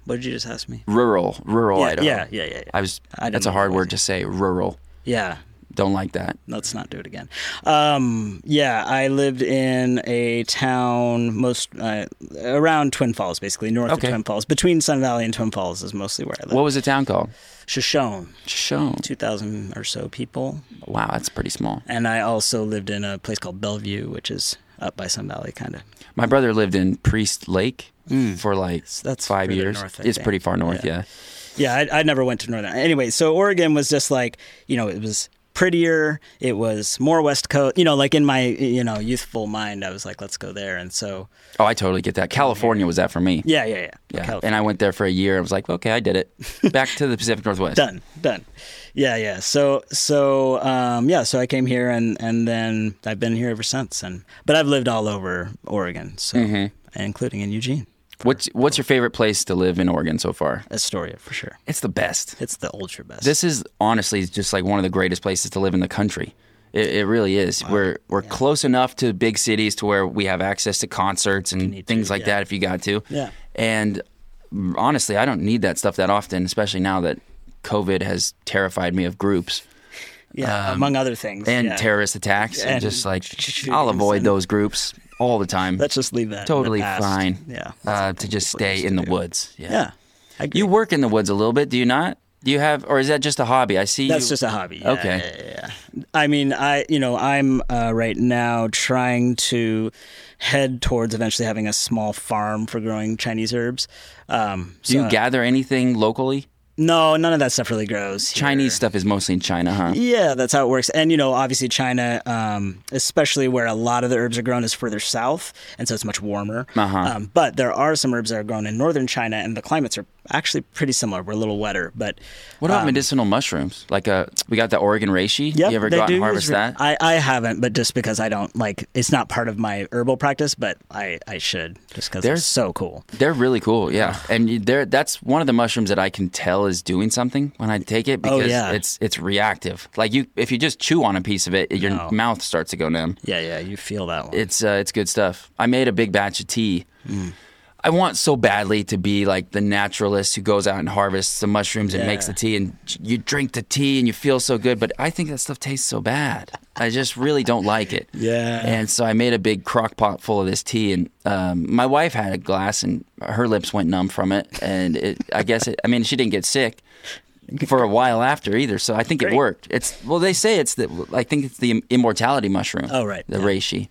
S4: what did you just ask me?
S2: Rural, rural
S4: Yeah,
S2: Idaho.
S4: yeah, yeah, yeah, yeah.
S2: I was
S4: I didn't
S2: that's a
S4: know
S2: hard
S4: what
S2: word to say, rural.
S4: Yeah,
S2: Don't like that.
S4: let's not do it again. Um, yeah, I lived in a town most uh, around Twin Falls, basically north
S2: Okay.
S4: of Twin Falls, between Sun Valley and Twin Falls is mostly where I live.
S2: What was the town called?
S4: Shoshone,
S2: Shoshone.
S4: two thousand or so people,
S2: Wow, that's pretty small.
S4: and I also lived in a place called Bellevue, which is up by Sun Valley, kind of.
S2: My brother lived in Priest Lake for like
S4: Mm. that's
S2: five
S4: further
S2: years.
S4: north, I
S2: it's
S4: think.
S2: pretty far north, yeah.
S4: Yeah, I, I never went to Northern. Anyway, so Oregon was just like you know it was prettier, it was more West Coast. You know, like in my you know youthful mind, I was like, let's go there, and so
S2: Oh, I totally get that. California was that for me.
S4: yeah, yeah, yeah,
S2: Yeah.
S4: California.
S2: And I went there for a year. I was like, okay, I did it. Back to the Pacific Northwest.
S4: done done yeah yeah so so um yeah so i came here and and then
S2: Mm-hmm.
S4: i've been here ever since and but i've lived all over oregon so including in eugene
S2: What's what's your favorite place to live in Oregon so far?
S4: Astoria for sure.
S2: It's the best.
S4: It's the ultra best.
S2: This is honestly just like one of the greatest places to live in the country. It, it really is. We're we're close enough to big cities to where we have access to concerts and things like that if you got to.
S4: Yeah.
S2: And honestly, I don't need that stuff that often, especially now that COVID has terrified me of groups
S4: yeah, among other things.
S2: um, and
S4: yeah.
S2: terrorist attacks and,
S4: And
S2: just like
S4: shootings
S2: I'll avoid
S4: and-
S2: those groups all the time.
S4: Let's just leave that. in the
S2: totally
S4: past.
S2: fine.
S4: Yeah.
S2: Uh, to just stay in the woods. Yeah.
S4: yeah. I agree.
S2: You work in the woods a little bit, do you not? Do you have, or is that just a hobby? I see.
S4: That's
S2: you-
S4: just a hobby. Yeah,
S2: Okay.
S4: Yeah, yeah. I mean, I you know I'm uh, right now trying to head towards eventually having a small farm for growing Chinese herbs. Um,
S2: Do you
S4: so-
S2: gather anything locally?
S4: no, none of that stuff really grows. here.
S2: Chinese stuff is mostly in China, huh?
S4: Yeah, that's how it works. And you know, obviously China, um, especially where a lot of the herbs are grown, is further south, and so it's much warmer.
S2: Uh-huh.
S4: Um, but there are some herbs that are grown in northern China, and the climates are actually pretty similar. We're a little wetter, but
S2: What about medicinal mushrooms? Like uh, we got the Oregon reishi.
S4: Um, Yep,
S2: you ever
S4: they
S2: go out
S4: do
S2: and
S4: use
S2: harvest
S4: re-
S2: that?
S4: I, I haven't, but just because I don't like, it's not part of my herbal practice, but I, I should just because they're
S2: There's-
S4: so cool.
S2: They're really cool, yeah. And you- they're, that's one of the mushrooms that I can tell is doing something when I take it
S4: Oh,
S2: because
S4: yeah.
S2: it's it's reactive. Like you, if you just chew on a piece of it, your mouth starts to go numb.
S4: Yeah, yeah, you feel that one.
S2: It's uh, it's good stuff. I made a big batch of tea.
S4: Mm.
S2: I want so badly to be like the naturalist who goes out and harvests the mushrooms and makes the
S4: Yeah.
S2: tea, and you drink the tea and you feel so good. But I think that stuff tastes so bad. I just really don't like it.
S4: Yeah.
S2: And so I made a big crock pot full of this tea, and um, my wife had a glass, and her lips went numb from it. And it, I guess it, I mean she didn't get sick for a while after either. So I think it
S4: Great.
S2: worked. It's well, they say it's the I think it's the immortality mushroom.
S4: Oh, right.
S2: the
S4: Yeah.
S2: reishi.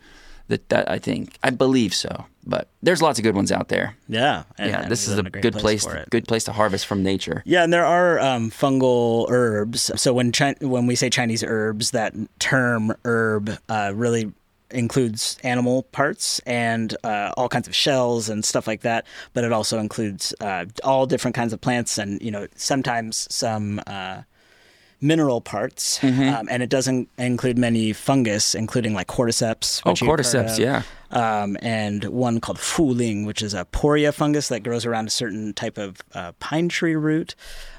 S2: That, that I think I believe so, but there's lots of good ones out there.
S4: yeah, and-
S2: yeah,
S4: and
S2: this
S4: we
S2: is a,
S4: live in great
S2: good place.
S4: for it.
S2: good place to harvest from nature.
S4: Yeah, and there are um, fungal herbs. So when Chi- when we say Chinese herbs, that term herb uh, really includes animal parts and uh, all kinds of shells and stuff like that. But it also includes uh, all different kinds of plants and you know sometimes some. Uh, Mineral parts,
S2: Mm-hmm.
S4: um, and it doesn't include many fungus, including like cordyceps.
S2: Oh,
S4: which you've heard
S2: cordyceps,
S4: of
S2: yeah.
S4: um, and one called fuling, which is a poria fungus that grows around a certain type of uh, pine tree root.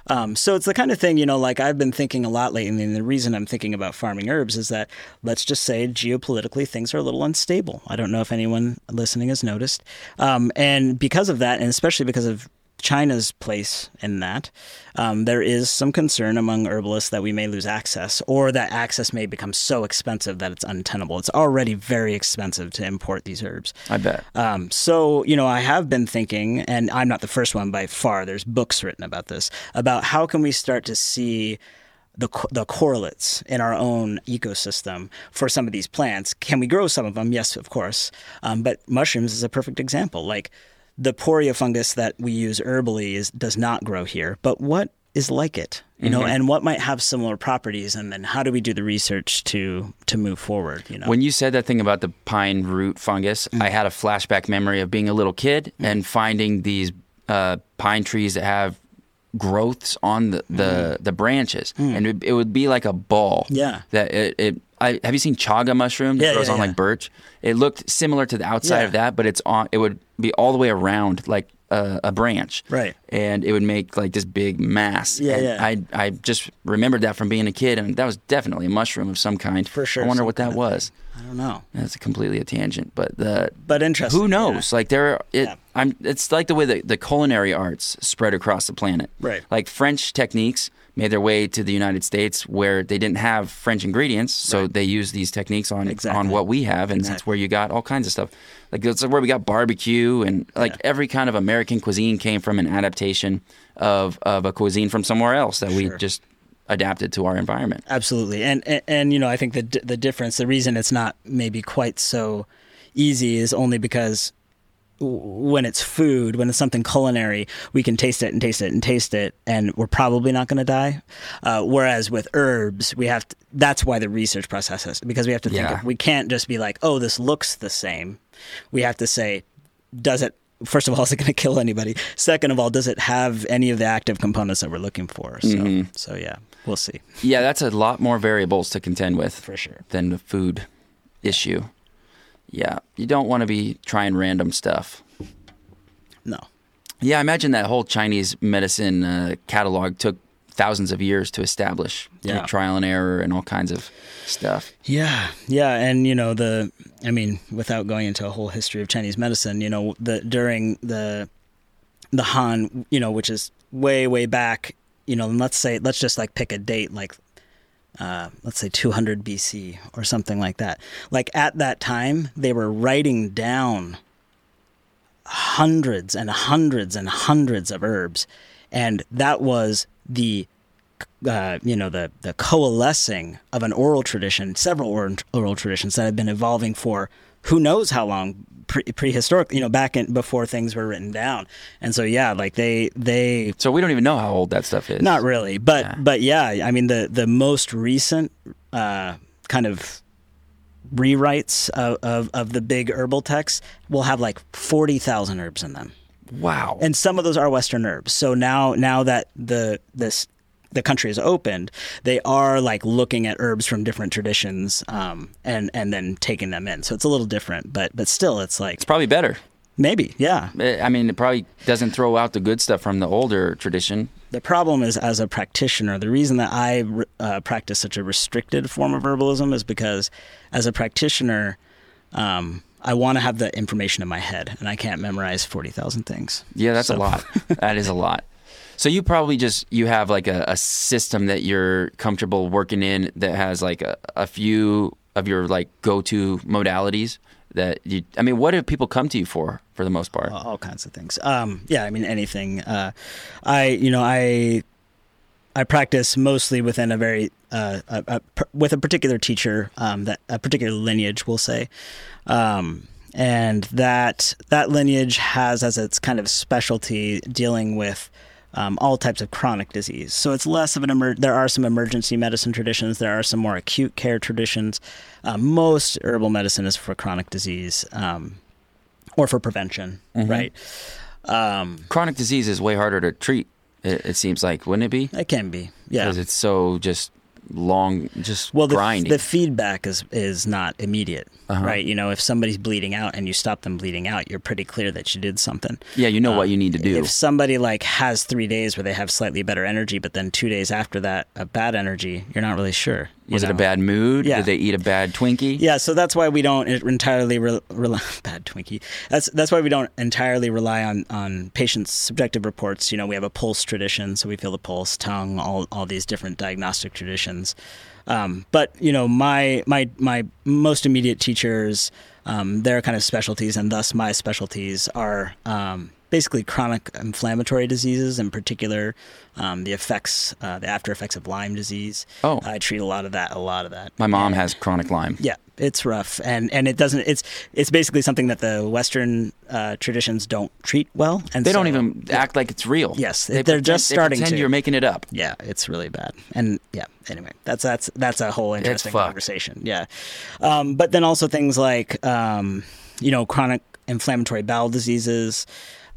S4: Um, so it's the kind of thing, you know, like I've been thinking a lot lately. And the reason I'm thinking about farming herbs is that let's just say geopolitically things are a little unstable. I don't know if anyone listening has noticed. Um, and because of that, and especially because of China's place in that, um, there is some concern among herbalists that we may lose access or that access may become so expensive that it's untenable. It's already very expensive to import these herbs.
S2: I bet.
S4: Um, so, you know, I have been thinking, and I'm not the first one by far, there's books written about this, about how can we start to see the, co- the correlates in our own ecosystem for some of these plants. Can we grow some of them? Yes, of course. Um, but mushrooms is a perfect example. Like the poria fungus that we use herbally is, does not grow here, but what is like it? You
S2: Mm-hmm.
S4: know, and what might have similar properties, and then how do we do the research to to move forward? You know, Mm.
S2: When you said that thing about the pine root fungus, I had a flashback memory of being a little kid and finding these uh, pine trees that have growths on the the, the branches, and it, it would be like a ball.
S4: Mm. Yeah.
S2: That it. it I, have you seen chaga mushroom that
S4: Yeah,
S2: grows
S4: yeah,
S2: on
S4: yeah.
S2: like birch? It looked similar to the outside of
S4: Yeah.
S2: that, but it's on. It would be all the way around like a, a branch,
S4: Right.
S2: And it would make like this big mass.
S4: Yeah,
S2: And
S4: yeah.
S2: I I just remembered that from being a kid, and that was definitely a mushroom of some kind.
S4: For sure,
S2: I wonder
S4: some
S2: what that was.
S4: I don't know,
S2: That's completely a tangent, but the
S4: but interesting.
S2: who
S4: yeah.
S2: knows? Like there, are, it,
S4: Yeah.
S2: I'm. It's like the way that the culinary arts spread across the planet.
S4: Right.
S2: Like French techniques made their way to the United States, where they didn't have French ingredients, so they used these techniques on on
S4: Exactly.
S2: what we have, and that's
S4: Exactly.
S2: where you got all kinds of stuff. Like that's where we got barbecue, and like every kind of American cuisine came from an adaptation of of a cuisine from somewhere else that we just adapted to our environment.
S4: Absolutely, and, and and you know, I think the di- the difference, the reason it's not maybe quite so easy, is only because w- when it's food, when it's something culinary, we can taste it and taste it and taste it, and we're probably not going to die. Uh, whereas with herbs, we have to, that's why the research process is because we have to think
S2: Yeah.
S4: of, we can't just be like, oh, this looks the same. We have to say, does it? First of all, is it going to kill anybody? Second of all, does it have any of the active components that we're looking for? So, so yeah, we'll see.
S2: Yeah, that's a lot more variables to contend with
S4: For sure.
S2: than the food issue. Yeah, you don't want to be trying random stuff.
S4: no.
S2: Yeah, I imagine that whole Chinese medicine uh, catalog took thousands of years to establish through
S4: Yeah.
S2: trial and error and all kinds of stuff.
S4: Yeah, yeah, and you know the, I mean, without going into a whole history of Chinese medicine, you know, the during the, the Han, you know, which is way way back, you know, and let's say let's just like pick a date, like, uh, let's say 200 BC or something like that. Like at that time, they were writing down hundreds and hundreds and hundreds of herbs, and that was the uh, you know the the coalescing of an oral tradition, several oral, oral traditions that have been evolving for who knows how long pre, prehistoric, you know, back in before things were written down. And so yeah, like they they
S2: So we don't even know how old that stuff is.
S4: not really, but but yeah, I mean the the most recent uh, kind of rewrites of, of of the big herbal texts will have like forty thousand herbs in them
S2: Wow.
S4: and some of those are Western herbs. So now, now that the this the country is opened, they are like looking at herbs from different traditions, um, and and then taking them in. So it's a little different, but but still, it's like
S2: it's probably better.
S4: maybe, yeah.
S2: Eh, I mean, it probably doesn't throw out the good stuff from the older tradition.
S4: The problem is, as a practitioner, the reason that I uh, practice such a restricted form of herbalism is because, as a practitioner, um, I want to have the information in my head, and I can't memorize forty thousand things.
S2: Yeah, that's a
S4: So-
S2: lot. That is a lot. So you probably just you have like a, a system that you're comfortable working in that has like a, a few of your like go to modalities that you. I mean, what do people come to you for for the most part?
S4: all, all kinds of things. Um, yeah, I mean anything. Uh, I you know I I practice mostly within a very uh, a, a, per- with a particular teacher um, that a particular lineage, we'll say, um, and that that lineage has as its kind of specialty dealing with. Um, all types of chronic disease. So it's less of an emer- there are some emergency medicine traditions, there are some more acute care traditions. Uh, most herbal medicine is for chronic disease um, or for prevention,
S2: Mm-hmm.
S4: right? Um,
S2: Chronic disease is way harder to treat. It, it seems like, wouldn't it be?
S4: it can be, yeah.
S2: Because it's so just long, just
S4: Well, the,
S2: grinding. Uh-huh.
S4: the feedback is is not immediate, right? You know, if somebody's bleeding out and you stop them bleeding out, you're pretty clear that you did something.
S2: yeah, you know what you need to do.
S4: uh, If somebody like has three days where they have slightly better energy, but then two days after that, a bad energy, you're not really sure. you
S2: Was it a
S4: know?
S2: bad mood?
S4: Yeah.
S2: Did they eat a bad Twinkie?
S4: Yeah, so that's why we don't entirely re- rely bad Twinkie. That's that's why we don't entirely rely on on patients' subjective reports. You know, we have a pulse tradition, so we feel the pulse, tongue, all all these different diagnostic traditions. Um, but you know, my my my most immediate teachers, um, their kind of specialties, and thus my specialties are. Um, Basically, chronic inflammatory diseases, in particular, um, the effects, uh, the after effects of Lyme disease.
S2: Oh.
S4: I treat a lot of that. A lot of that.
S2: My mom has chronic Lyme.
S4: Yeah, it's rough, and and it doesn't. It's it's basically something that the Western uh, traditions don't treat well, and
S2: They don't
S4: so-
S2: even act like it's real.
S4: Yes,
S2: they
S4: they're
S2: pretend-
S4: just starting
S2: They pretend
S4: to.
S2: you're making it up.
S4: Yeah, it's really bad, and yeah. Anyway, that's that's that's a whole interesting
S2: fucked.
S4: conversation. Yeah, um, but then also things like um, you know chronic inflammatory bowel diseases.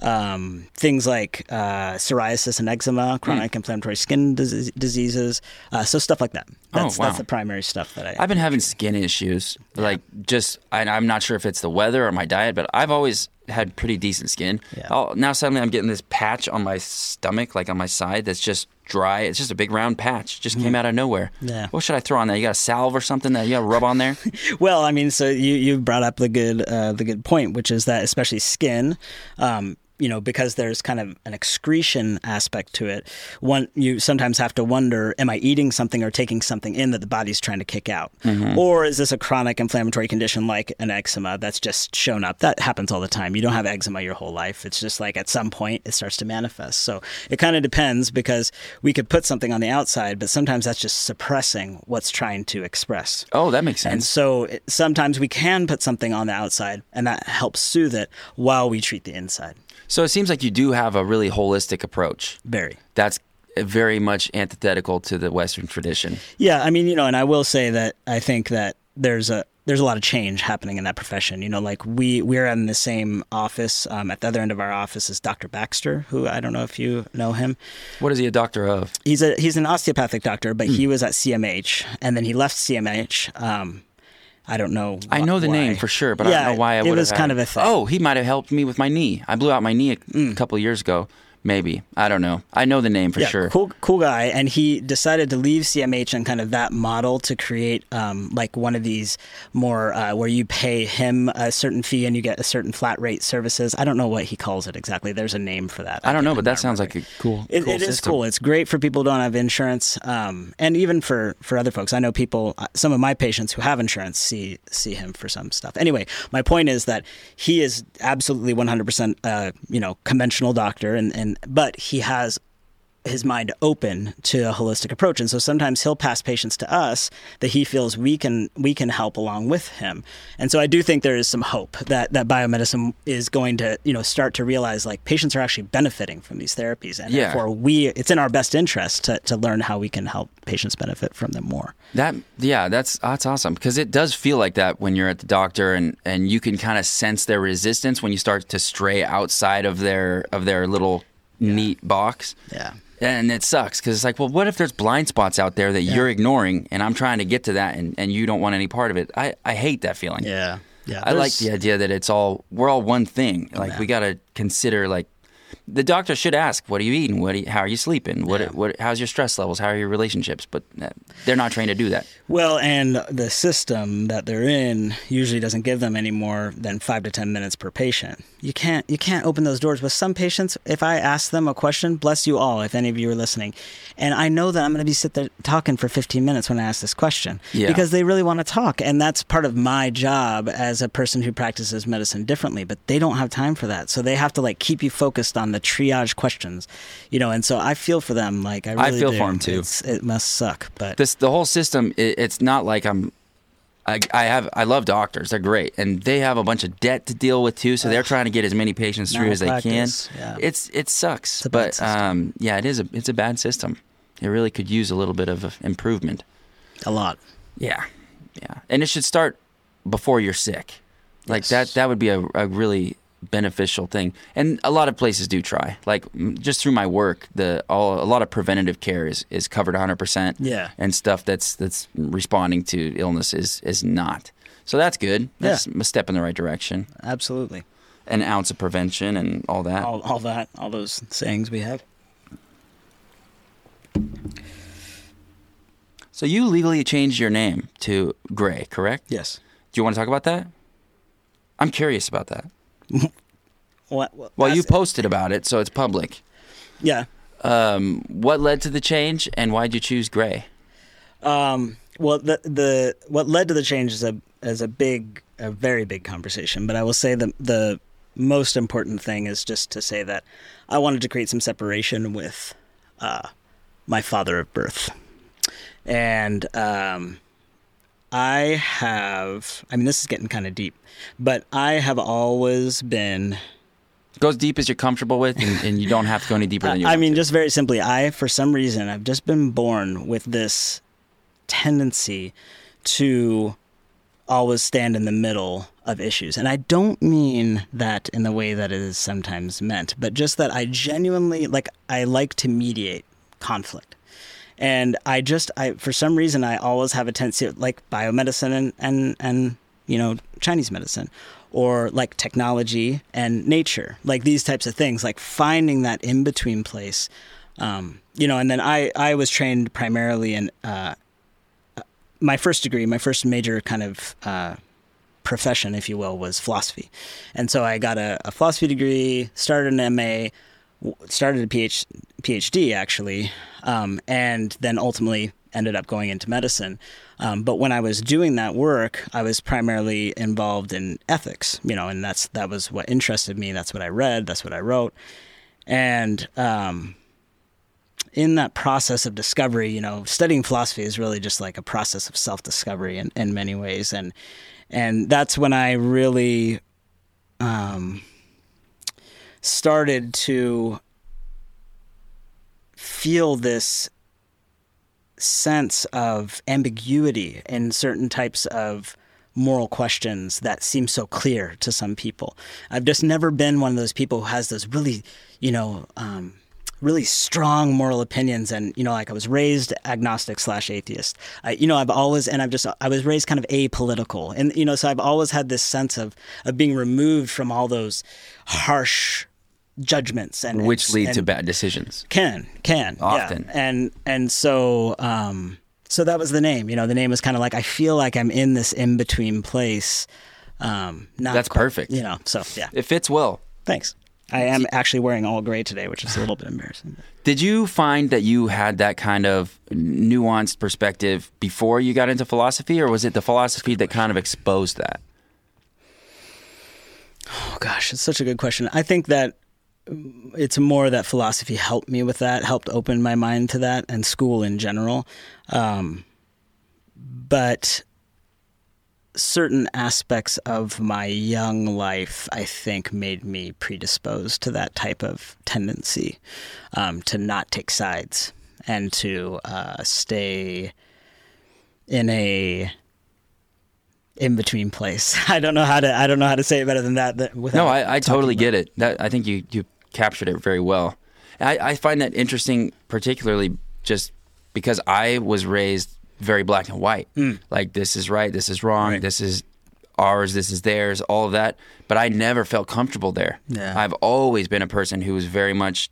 S4: Um, things like uh, psoriasis and eczema,
S2: Hmm.
S4: chronic inflammatory skin dis- diseases, uh, so stuff like that. That's,
S2: Oh, wow.
S4: that's the primary stuff that I.
S2: I've been having skin issues, like just, and I'm not sure if it's the weather or my diet, but I've always had pretty decent skin.
S4: Yeah.
S2: Oh, now suddenly I'm getting this patch on my stomach, like on my side, that's just dry. It's just a big round patch, just came out of nowhere.
S4: Yeah.
S2: What should I throw on there? You got a salve or something that you got to rub on there?
S4: Well, I mean, so you you brought up the good uh, the good point, which is that especially skin, um, you know, because there's kind of an excretion aspect to it. One, you sometimes have to wonder, am I eating something or taking something in that the body's trying to kick out, or is this a chronic inflammatory condition like an eczema that's just shown up? That happens all the time. You don't have eczema your whole life. It's just like at some point it starts to manifest. So it kind of depends because we could put something on the outside, but sometimes that's just suppressing what's trying to express.
S2: oh, that makes
S4: And
S2: sense.
S4: so it, sometimes we can put something on the outside, and that helps soothe it while we treat the inside.
S2: So it seems like you do have a really holistic approach.
S4: Very.
S2: That's very much antithetical to the Western tradition.
S4: Yeah, I mean, you know, and I will say that I think that there's a there's a lot of change happening in that profession. You know, like we we're in the same office um, at the other end of our office is Dr. Baxter, who I don't know if you know him.
S2: What is he a doctor of?
S4: he's
S2: Hmm.
S4: a he's an osteopathic doctor, but he was at CMH and then he left CMH. Um, I don't know.
S2: I
S4: wh-
S2: know the name
S4: why.
S2: for sure, but I
S4: Yeah,
S2: don't know why I
S4: it
S2: would
S4: was
S2: have
S4: kind
S2: had-
S4: of a thing. Mm.
S2: Oh, he might have helped me with my knee. I blew out my knee a couple of years ago, maybe. I don't know. I know the name for
S4: yeah,
S2: sure.
S4: Cool, cool guy. And he decided to leave CMH and kind of that model to create um, like one of these more uh, where you pay him a certain fee and you get a certain flat rate services. I don't know what he calls it exactly. There's a name for that.
S2: I don't know,
S4: can't
S2: but that
S4: remember.
S2: sounds like a cool.
S4: It,
S2: cool
S4: it is
S2: system.
S4: cool. It's great for people who don't have insurance, um, and even for, for other folks. I know people. uh, Some of my patients who have insurance see see him for some stuff. Anyway, my point is that he is absolutely one hundred percent, uh, you know, conventional doctor, and, and but he has his mind open to a holistic approach and so sometimes he'll pass patients to us that he feels we can we can help along with him and so i do think there is some hope that that biomedicine is going to you know start to realize like patients are actually benefiting from these therapies and
S2: Yeah.
S4: therefore we it's in our best interest to, to learn how we can help patients benefit from them more
S2: That yeah, that's that's awesome because it does feel like that when you're at the doctor and and you can kind of sense their resistance when you start to stray outside of their of their little neat box.
S4: Yeah.
S2: And it sucks because it's like, well, what if there's blind spots out there that you're ignoring and I'm trying to get to that and, and you don't want any part of it? I, I hate that feeling.
S4: yeah yeah
S2: I like
S4: There's- Oh,
S2: the idea that it's all we're all one thing. Like we got to consider like the doctor should ask, "What are you eating? What are you, how are you sleeping? What what how's your stress levels? How are your relationships?" But uh, they're not trained to do that.
S4: Well, and the system that they're in usually doesn't give them any more than five to ten minutes per patient. You can't you can't open those doors. With some patients, if I ask them a question, bless you all, if any of you are listening, and I know that I'm going to be sit there talking for 15 minutes when I ask this question
S2: Yeah.
S4: because they really want to talk, and that's part of my job as a person who practices medicine differently. But they don't have time for that, so they have to like keep you focused on the triage questions, you know. And so I feel for them. Like I,
S2: I
S4: really
S2: feel
S4: do.
S2: for 'em, too.
S4: It's, it must suck, but
S2: This the whole system. It, it's not like I'm. I, I have I love doctors. They're great, and they have a bunch of debt to deal with too. So they're trying to get as many patients through as they can.
S4: malpractice, yeah.
S2: It's it sucks,
S4: a bad
S2: but
S4: system.
S2: um, yeah, it is a it's a bad system. It really could use a little bit of uh, improvement.
S4: a lot.
S2: Yeah, yeah, and it should start before you're sick. Like that, that would be a, a really beneficial thing. And a lot of places do try. Like m- just through my work, the all a lot of preventative care is is covered 100. percent
S4: Yeah.
S2: and stuff that's that's responding to illness is is not. So that's good. That's a step in the right direction.
S4: Absolutely.
S2: An ounce of prevention and all that.
S4: All, all that, all those sayings we have.
S2: So you legally changed your name to Gray, correct?
S4: Yes.
S2: Do you want to talk about that? I'm curious about that.
S4: What?
S2: Well, you
S4: that's-
S2: posted about it, so it's public.
S4: yeah.
S2: Um, what led to the change, and why'd you choose gray?
S4: Um, well, the the what led to the change is a is a big, a very big conversation. But I will say the the most important thing is just to say that I wanted to create some separation with uh, my father of birth, and um, I have. I mean, this is getting kind of deep, but I have always been
S2: Go as deep as you're comfortable with, and, and you don't have to go any deeper than you.
S4: I
S2: want
S4: mean,
S2: to.
S4: just very simply, I, for some reason, I've just been born with this tendency to always stand in the middle of issues. And I don't mean that in the way that it is sometimes meant, but just that I genuinely, like, I like to mediate conflict. And I just, I, for some reason, I always have a tendency, like biomedicine and, and, and, you know, Chinese medicine or like technology and nature, like these types of things, like finding that in between place. Um, you know, and then I, I was trained primarily in, uh, my first degree, my first major kind of uh, profession, if you will, was philosophy. And so I got a, a philosophy degree, started an MA, w- started a PH, PhD actually, um, and then ultimately ended up going into medicine. Um, but when I was doing that work, I was primarily involved in ethics, you know, and that's that was what interested me. That's what I read. That's what I wrote. And um, in that process of discovery, you know, studying philosophy is really just like a process of self-discovery in, in many ways, and and that's when I really um, started to feel this sense of ambiguity in certain types of moral questions that seem so clear to some people. I've just never been one of those people who has those really, you know, um, really strong moral opinions and you know like i was raised agnostic slash atheist I, you know i've always and i've just i was raised kind of apolitical and you know so i've always had this sense of of being removed from all those harsh judgments and
S2: which
S4: and-
S2: lead to
S4: and-
S2: bad decisions.
S4: can can yeah.
S2: Often.
S4: and and so um so that was the name you know the name was kind of like i feel like i'm in this in-between place um not
S2: That's
S4: quite-
S2: perfect.
S4: you know so yeah
S2: It fits well.
S4: thanks i am actually wearing all gray today which is a little bit embarrassing
S2: Did you find that you had that kind of nuanced perspective before you got into philosophy, or was it the philosophy that kind of exposed that?
S4: Oh gosh, it's such a good question. I think that um, it's more that philosophy helped me with that, helped open my mind to that, and school in general. Um, but certain aspects of my young life, I think, made me predisposed to that type of tendency um, to not take sides and to uh, stay in a in between place. I don't know how to I don't know how to say it better than that. that without
S2: No, I, I totally
S4: talking
S2: get it. That I think you you captured it very well. I, I find that interesting, particularly just because I was raised very black and white.
S4: Mm.
S2: Like this is right, this is wrong, this is ours, this is theirs, all of that. But I never felt comfortable there.
S4: Yeah.
S2: I've always been a person who was very much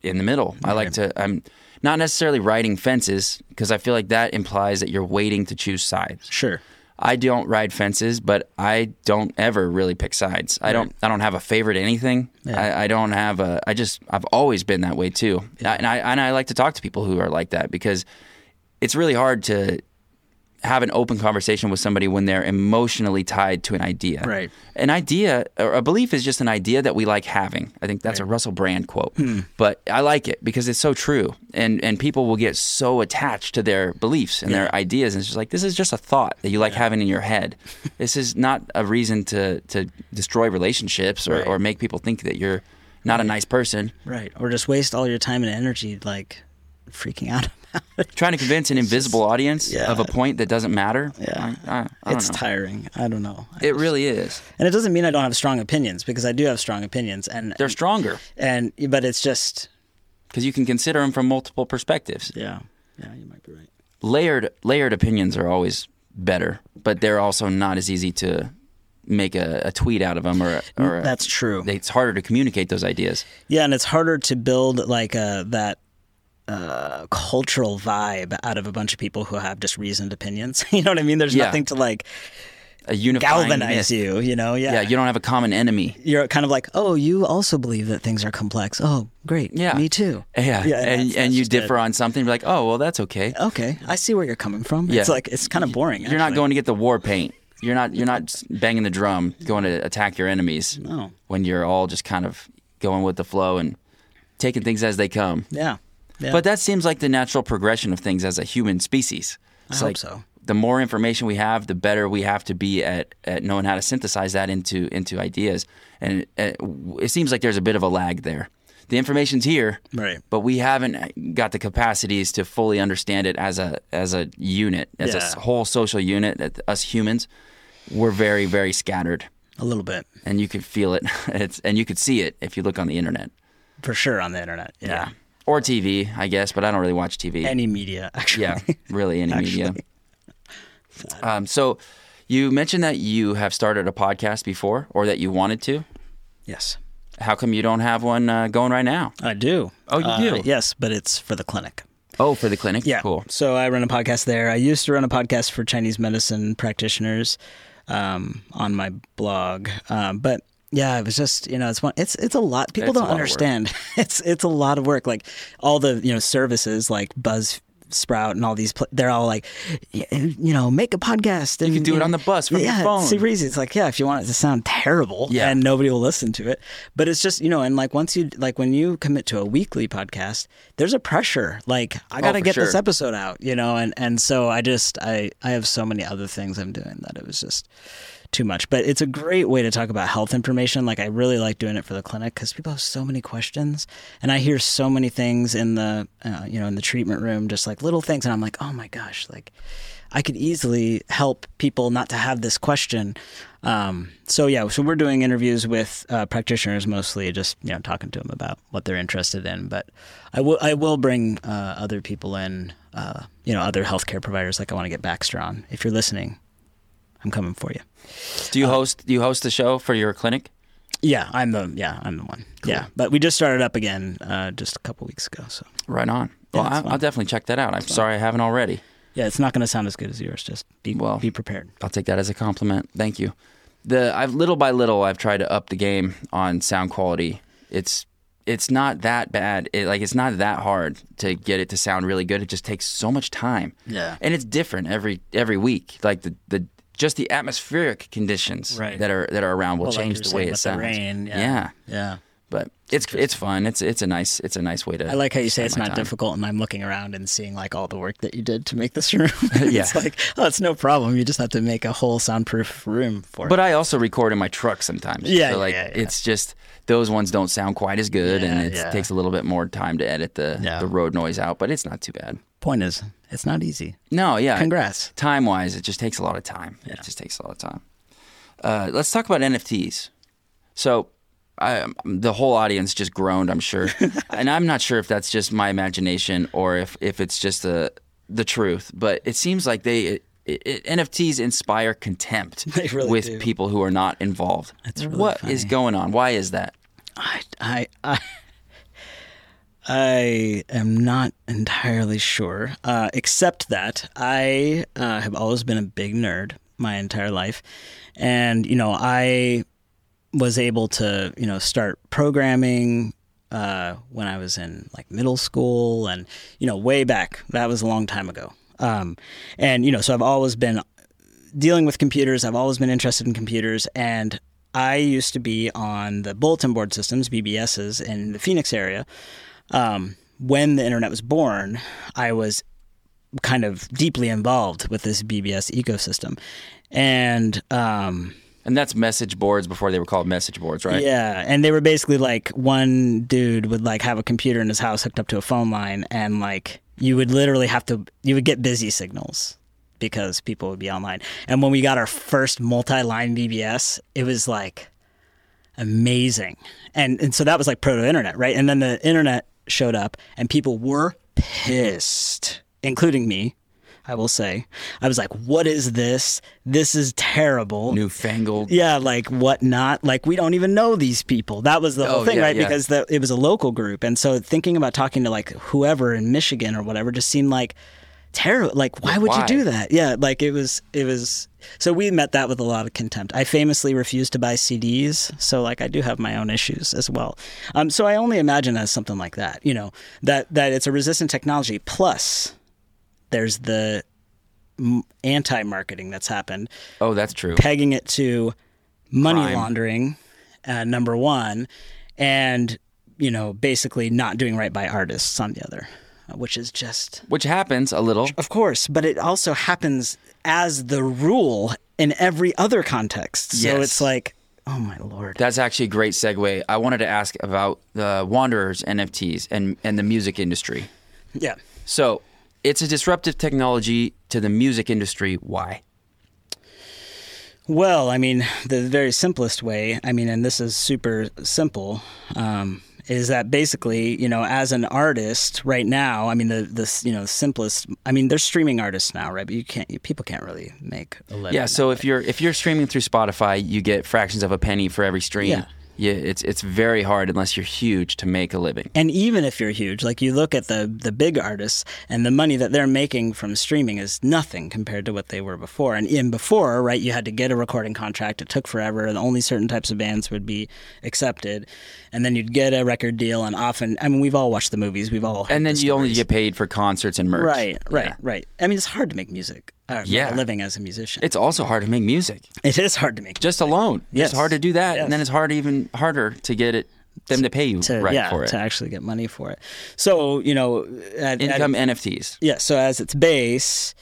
S2: in the middle. I like to. I'm not necessarily riding fences because I feel like that implies that you're waiting to choose sides.
S4: Sure.
S2: I don't ride fences, but I don't ever really pick sides. I don't. I don't have a favorite anything. I, I don't have a. I just. I've always been that way too, I- and I and I like to talk to people who are like that because it's really hard to have an open conversation with somebody when they're emotionally tied to an idea.
S4: Right.
S2: An idea or a belief is just an idea that we like having. I think that's a Russell Brand quote.
S4: Hmm.
S2: But I like it because it's so true. And and people will get so attached to their beliefs and their ideas and it's just like this is just a thought that you like having in your head. this is not a reason to to destroy relationships or,
S4: Right.
S2: or make people think that you're not a nice person.
S4: Right. Or just waste all your time and energy like freaking out about it.
S2: Trying to convince an invisible audience
S4: yeah.
S2: of a point that doesn't matter.
S4: Yeah.
S2: I, I, I don't
S4: it's
S2: know.
S4: tiring. I don't know. I
S2: It
S4: just-
S2: really is.
S4: and it doesn't mean I don't have strong opinions because I do have strong opinions and
S2: They're stronger.
S4: and but it's just
S2: because you can consider them from multiple perspectives.
S4: yeah. Yeah, you might be right.
S2: Layered layered opinions are always better, but they're also not as easy to make a, a tweet out of them or, a- or a-
S4: Mm, That's true.
S2: they- It's harder to communicate those ideas.
S4: Yeah, and it's harder to build like uh, that uh, cultural vibe out of a bunch of people who have just reasoned opinions. you know what I mean? There's
S2: Yeah.
S4: nothing to like
S2: A unifying
S4: galvanize
S2: myth.
S4: you. You know? Yeah.
S2: Yeah, you don't have a common enemy.
S4: You're kind of like, oh, you also believe that things are complex. Oh, great.
S2: Yeah,
S4: Me too.
S2: Yeah,
S4: Yeah,
S2: and
S4: that's-
S2: and
S4: that's
S2: you
S4: just it.
S2: differ on something. You're like, oh well, that's okay.
S4: okay, I see where you're coming from. It's
S2: Yeah.
S4: like it's kind of boring.
S2: You're not going to get the war paint. You're not you're not banging the drum, going to attack your enemies.
S4: No.
S2: when you're all just kind of going with the flow and taking things as they come.
S4: Yeah. yeah.
S2: But that seems like the natural progression of things as a human species. It's
S4: hope
S2: like
S4: so.
S2: The more information we have, the better we have to be at, at knowing how to synthesize that into into ideas. And it, it seems like there's a bit of a lag there. The information's here,
S4: Right.
S2: But we haven't uh, got the capacities to fully understand it as a as a unit, as a
S4: Yeah.
S2: s- whole social unit. that Us humans, we're very very scattered,
S4: a little bit
S2: and you could feel it. It's and you could see it if you look on the internet.
S4: for sure on the internet. Yeah.
S2: Or TV, I guess, but I don't really watch TV.
S4: Any media actually.
S2: Yeah, really any media.
S4: Actually.
S2: Um, so you mentioned that you have started a podcast before or that you wanted to.
S4: yes.
S2: How come you don't have one uh, going right now?
S4: I do. Uh,
S2: Oh, you do?
S4: Yes, but it's for the clinic.
S2: Oh, for the clinic?
S4: Yeah.
S2: Cool.
S4: So I run a podcast there. I used to run a podcast for Chinese medicine practitioners um, on my blog, um, but yeah, it was just you know it's one it's it's a lot. People
S2: It's a
S4: don't
S2: lot of work.
S4: understand. it's it's a lot of work. Like all the you know services like Buzz. Sprout and all these, pla they're all like, y- you know, make a podcast. And,
S2: can do it
S4: and-
S2: on the bus from your
S4: yeah,
S2: phone.
S4: it's super easy. It's like, yeah, if you want it to sound terrible,
S2: Yeah.
S4: and nobody will listen to it. But it's just you know, and like once you like when you commit to a weekly podcast, there's a pressure. Like I got to
S2: Oh, for
S4: get this
S2: sure.
S4: episode out, you know, and and so I just I I have so many other things I'm doing that it was just too much. But it's a great way to talk about health information. Like I really like doing it for the clinic because people have so many questions, and I hear so many things in the uh, you know in the treatment room, just like little things, and I'm like, oh my gosh, like. I could easily help people not to have this question. Um, so yeah, so we're doing interviews with uh, practitioners mostly, just you know, talking to them about what they're interested in. But I will I will bring uh, other people in, uh, you know, other healthcare providers. Like I want to get Baxter on. If you're listening, I'm coming for you.
S2: Do you host? Do you host the show for your clinic?
S4: Yeah, I'm the yeah I'm the one. Yeah, but we just started up again uh, just a couple weeks ago. So
S2: Right on. Well,
S4: that's
S2: I,
S4: fun.
S2: I'll definitely check that out. I'm sorry I haven't already.
S4: yeah, it's not going to sound as good as yours. Just be
S2: Well,
S4: be prepared.
S2: I'll take that as a compliment. Thank you. The I've little by little I've tried to up the game on sound quality. It's it's not that bad. It, like it's not that hard to get it to sound really good. It just takes so much time.
S4: Yeah.
S2: And it's different every every week. Like the the just the atmospheric conditions
S4: Right.
S2: that are that are around will
S4: Well, like
S2: change
S4: you were
S2: the way
S4: saying
S2: it
S4: with the
S2: sounds.
S4: rain, yeah.
S2: yeah.
S4: Yeah.
S2: But it's it's fun. It's it's a nice it's a nice way to
S4: I like how you say it's
S2: my
S4: not
S2: time.
S4: difficult, and I'm looking around and seeing like all the work that you did to make this room.
S2: Yeah.
S4: it's like oh, it's no problem. You just have to make a whole soundproof room for
S2: But
S4: it.
S2: I also record in my truck sometimes.
S4: Yeah,
S2: so
S4: yeah,
S2: like
S4: yeah, yeah.
S2: it's just those ones don't sound quite as good,
S4: Yeah,
S2: and it
S4: yeah.
S2: takes a little bit more time to edit the
S4: Yeah.
S2: the road noise out. But it's not too bad.
S4: Point is, it's not easy.
S2: No, yeah.
S4: Congrats.
S2: Time wise, it just takes a lot of time. It just takes a lot of time. Uh, let's talk about NFTs. So, I, the whole audience just groaned, I'm sure, and I'm not sure if that's just my imagination or if if it's just the the truth. But it seems like they it, it, NFTs inspire contempt
S4: They really
S2: with
S4: do.
S2: people who are not involved. What is
S4: really funny.
S2: going on? Why is that?
S4: I I I, I am not entirely sure, uh, except that I uh, have always been a big nerd my entire life, and you know I was able to you know start programming uh, when I was in like middle school and you know way back that was a long time ago um, and you know so I've always been dealing with computers I've always been interested in computers and I used to be on the bulletin board systems BBSs in the Phoenix area um, when the internet was born I was kind of deeply involved with this BBS ecosystem and um,
S2: And that's message boards before they were called message boards, right?
S4: yeah, and they were basically like one dude would like have a computer in his house hooked up to a phone line, and like you would literally have to you would get busy signals because people would be online. And when we got our first multi-line BBS, it was like amazing, and and so that was like proto-internet, right? And then the internet showed up, and people were pissed, including me. I will say, I was like, "What is this? This is terrible."
S2: Newfangled.
S4: Yeah, like whatnot. Like we don't even know these people. That was the
S2: Oh,
S4: whole thing,
S2: yeah,
S4: right?
S2: yeah.
S4: Because the, it was a local group, and so thinking about talking to like whoever in Michigan or whatever just seemed like terrible. Like why would
S2: Why?
S4: you do that? Yeah, like it was it was. So we met that with a lot of contempt. I famously refused to buy CDs, so like I do have my own issues as well. Um, so I only imagine as something like that. You know that that it's a resistant technology. Plus, there's the m- anti-marketing that's happened
S2: Oh, that's true.
S4: pegging it to money
S2: Crime.
S4: laundering, uh, number one, and you know basically not doing right by artists on the other, uh, which is just
S2: Which happens a little.
S4: of course, but it also happens as the rule in every other context. So
S2: Yes.
S4: it's like, oh my lord,
S2: That's actually a great segue. I wanted to ask about the Wanderers NFTs and, and the music industry.
S4: yeah.
S2: So it's a disruptive technology to the music industry. Why?
S4: Well, I mean, the very simplest way, I mean, and this is super simple, um, is that basically, you know, as an artist right now, I mean, the the you know simplest. I mean, they're streaming artists now, right? But you can't, you, people can't really make a living.
S2: Yeah. So if you're if you're streaming through Spotify, you get fractions of a penny for every stream.
S4: Yeah.
S2: Yeah, it's it's very hard unless you're huge to make a living.
S4: and even if you're huge, like you look at the the big artists and the money that they're making from streaming is nothing compared to what they were before. And in before, right, you had to get a recording contract. It took forever, and only certain types of bands would be accepted. And then you'd get a record deal, and often, I mean, we've all watched the movies, we've all heard
S2: And then
S4: the
S2: you only
S4: stories.
S2: get paid for concerts and merch.
S4: right, right,
S2: Yeah.
S4: right. I mean, it's hard to make music, uh, make
S2: Yeah.
S4: a living as a musician.
S2: It's also hard to make music
S4: it is hard to make
S2: just alone.
S4: Yes.
S2: It's hard to do that,
S4: Yes.
S2: and then it's hard even harder to get it them to pay you
S4: to,
S2: right
S4: yeah,
S2: for it.
S4: to actually get money for it. So you know, at, at-
S2: Income NFTs.
S4: yeah so as its base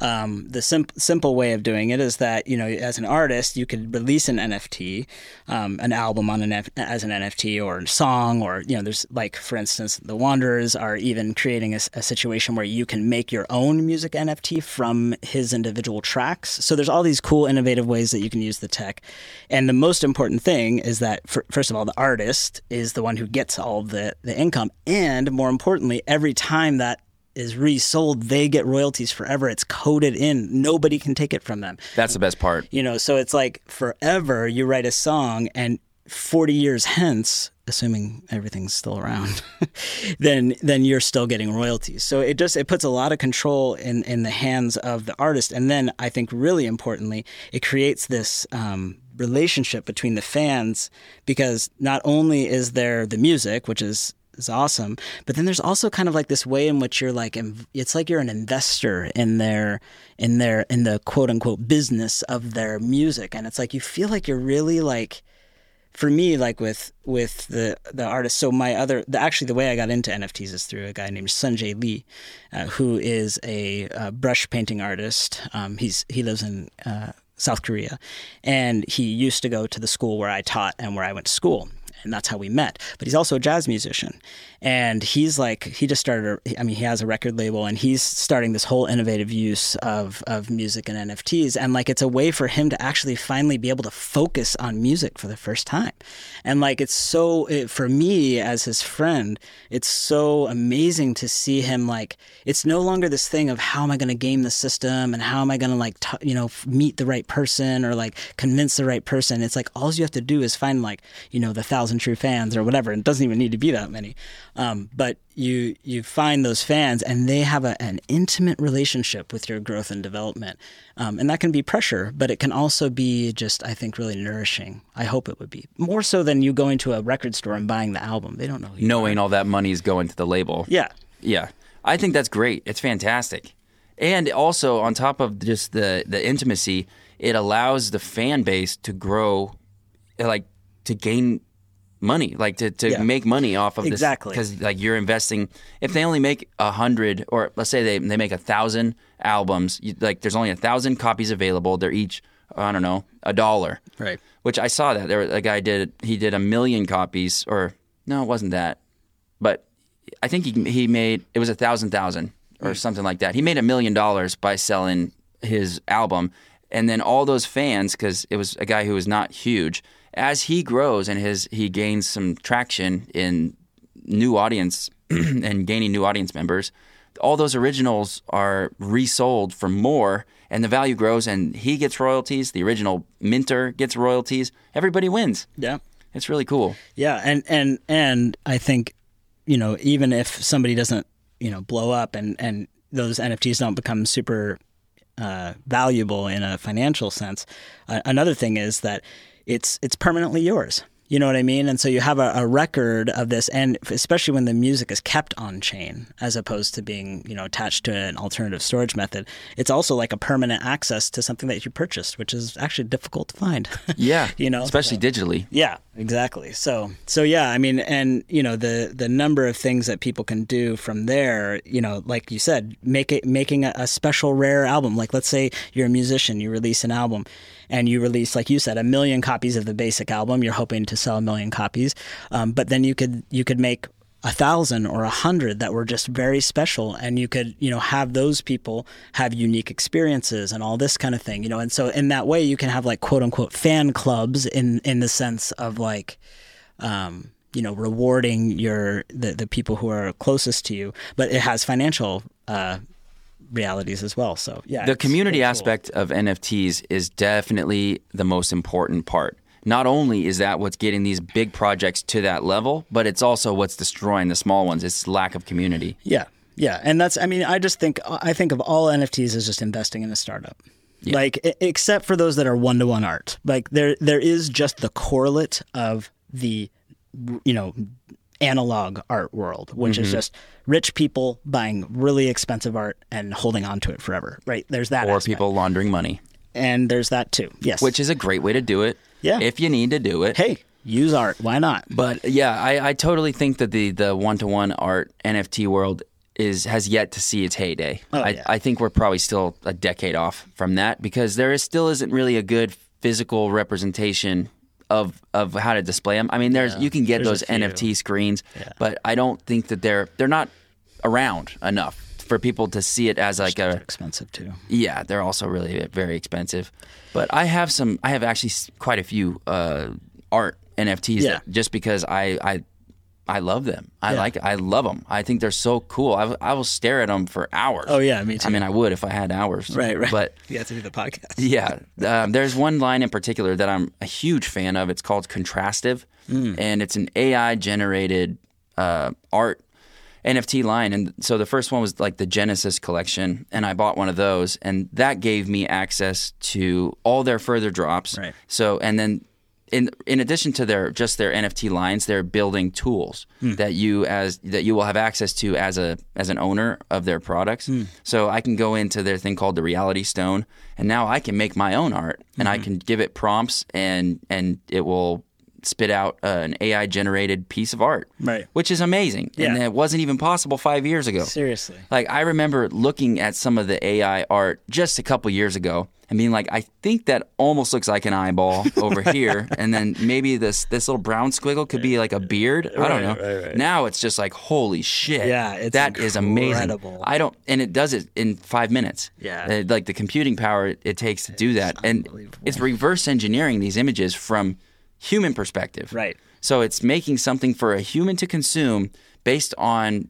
S4: Um, the sim- simple way of doing it is that you know, as an artist, you could release an NFT, um, an album on an F- as an NFT or a song, or you know, there's like for instance, the Wanderers are even creating a, s- a situation where you can make your own music NFT from his individual tracks. So there's all these cool, innovative ways that you can use the tech. And the most important thing is that fir- first of all, the artist is the one who gets all the the income, and more importantly, every time that is resold, they get royalties forever. It's coded in. Nobody can take it from them.
S2: That's the best part.
S4: You know, so it's like forever you write a song and 40 years hence, assuming everything's still around, then then you're still getting royalties. So it just it puts a lot of control in in the hands of the artist and then I think really importantly, it creates this um relationship between the fans because not only is there the music, which is is awesome, but then there's also kind of like this way in which you're like inv- it's like you're an investor in their in their in the quote unquote business of their music, and it's like you feel like you're really like for me like with with the the artist so my other the, actually the way i got into nfts is through a guy named sanjay lee uh, who is a uh, brush painting artist um, he's he lives in uh, south korea and he used to go to the school where i taught and where i went to school and that's how we met. But he's also a jazz musician, and he's like he just started. A, I mean, he has a record label, and he's starting this whole innovative use of of music and NFTs, and like it's a way for him to actually finally be able to focus on music for the first time, and like it's so it, for me as his friend, it's so amazing to see him like it's no longer this thing of how am I going to game the system and how am I going to like t- you know f- meet the right person or like convince the right person. It's like all you have to do is find like you know the thousand true fans or whatever. It doesn't even need to be that many, um, but you you find those fans and they have a, an intimate relationship with your growth and development, um, and that can be pressure, but it can also be just I think really nourishing. I hope it would be more so than you going to a record store and buying the album. They don't know. who you-
S2: Knowing all that money is going to the label.
S4: Yeah.
S2: Yeah. I think that's great. It's fantastic. And also on top of just the the intimacy, it allows the fan base to grow like to gain money, like to, to
S4: Yeah.
S2: make money off of
S4: Exactly.
S2: Because like you're investing if they only make a hundred or let's say they, they make a thousand albums, you, like there's only a thousand copies available. They're each I don't know, a dollar.
S4: Right.
S2: Which I saw that. There was a guy did he did a million copies or no, it wasn't that. But I think he he made it was a thousand thousand or something like that. He made a million dollars by selling his album, and then all those fans because it was a guy who was not huge. As he grows and his he gains some traction in new audience and gaining new audience members, all those originals are resold for more, and the value grows, and he gets royalties. The original minter gets royalties. Everybody wins.
S4: Yeah.
S2: It's really cool.
S4: Yeah, and and and I think, you know, even if somebody doesn't, you know, blow up and and those NFTs don't become super uh, valuable in a financial sense, uh, another thing is that it's it's permanently yours. You know what I mean? And so you have a, a record of this, and especially when the music is kept on chain as opposed to being, you know, attached to an alternative storage method, it's also like a permanent access to something that you purchased, which is actually difficult to find.
S2: Yeah,
S4: you know,
S2: especially digitally.
S4: Yeah, exactly. So, so yeah, I mean, and you know, the the number of things that people can do from there, you know, like you said, make it making a, a special rare album. Like, let's say you're a musician, you release an album, and you release, like you said, a million copies of the basic album. You're hoping to sell a million copies, um, but then you could you could make a thousand or a hundred that were just very special and you could you know have those people have unique experiences and all this kind of thing you know and so in that way you can have like quote unquote fan clubs in in the sense of like um you know rewarding your the, the people who are closest to you but it has financial uh realities as well so yeah
S2: the
S4: it's-
S2: community
S4: it's cool.
S2: aspect of NFTs is definitely the most important part. Not only is that what's getting these big projects to that level, but it's also what's destroying the small ones. It's lack of community.
S4: Yeah, yeah, and that's. I mean, I just think I think of all NFTs as just investing in a startup. Like, e- except for those that are one to one art. Like, there there is just the correlate of the, you know, analog art world, which
S2: Mm-hmm.
S4: is just rich people buying really expensive art and holding on to it forever. Right? There's that.
S2: Or
S4: aspect.
S2: people laundering money,
S4: And there's that too. Yes.
S2: which is a great way to do it.
S4: Yeah.
S2: If you need to do it.
S4: hey, use art. Why not?
S2: But yeah, I, I totally think that the the one to one art NFT world is has yet to see its heyday.
S4: Oh,
S2: I,
S4: yeah.
S2: I think we're probably still a decade off from that because there is still isn't really a good physical representation of of how to display them. I mean, there's you can get
S5: There's a
S2: those
S5: few.
S2: NFT screens, but I don't think that they're they're not around enough for people to see it as like a
S4: expensive too.
S2: yeah, they're also really very expensive. But I have some. I have actually s- quite a few uh, art NFTs.
S4: Yeah.
S2: That, just because I I I love them. I like. I love them. I think they're so cool. I, w- I will stare at them for hours.
S4: Oh, yeah, me too.
S2: I mean, I would if I had hours.
S4: Right, right.
S2: But
S4: you have to do the podcast.
S2: yeah, um, there's one line in particular that I'm a huge fan of. It's called contrastive, and it's an AI generated uh, art NFT line. And so the first one was like the Genesis collection, and I bought one of those, and that gave me access to all their further drops.
S4: Right.
S2: So and then. In, in addition to their just their NFT lines, they're building tools
S4: Hmm.
S2: that you as that you will have access to as a as an owner of their products.
S4: Hmm.
S2: So I can go into their thing called the Reality Stone, and now I can make my own art, and
S4: Hmm.
S2: I can give it prompts, and and it will spit out uh, an AI generated piece of art,
S4: Right.
S2: Which is amazing,
S4: Yeah.
S2: and that wasn't even possible five years ago.
S4: Seriously.
S2: Like I remember looking at some of the AI art just a couple years ago and being like, I think that almost looks like an eyeball over here, and then maybe this this little brown squiggle could be like a beard. I don't know.
S5: right, right.
S2: Now it's just like, holy shit,
S4: Yeah, it's
S2: that is amazing.
S4: incredible.
S2: I don't, and it does it in five minutes.
S4: Yeah.
S2: Uh, like the computing power it, it takes to do that, and it's reverse engineering these images from human perspective.
S4: Right.
S2: So it's making something for a human to consume based on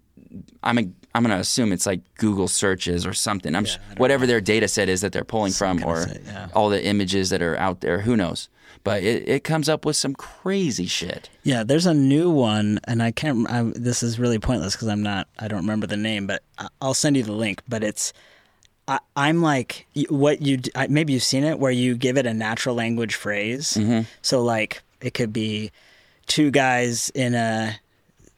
S2: I'm a, I'm gonna assume it's like Google searches or something. I'm sh- whatever their data set is that they're pulling from, or all the images that are out there. Who knows? But it, it comes up with some crazy shit.
S4: Yeah, there's a new one, and I can't. i this is really pointless because I'm not. I don't remember the name, but I- I'll send you the link. But it's, I, I'm like, y- what you d- I- maybe you've seen it where you give it a natural language phrase.
S2: Mm-hmm.
S4: So like, it could be two guys in a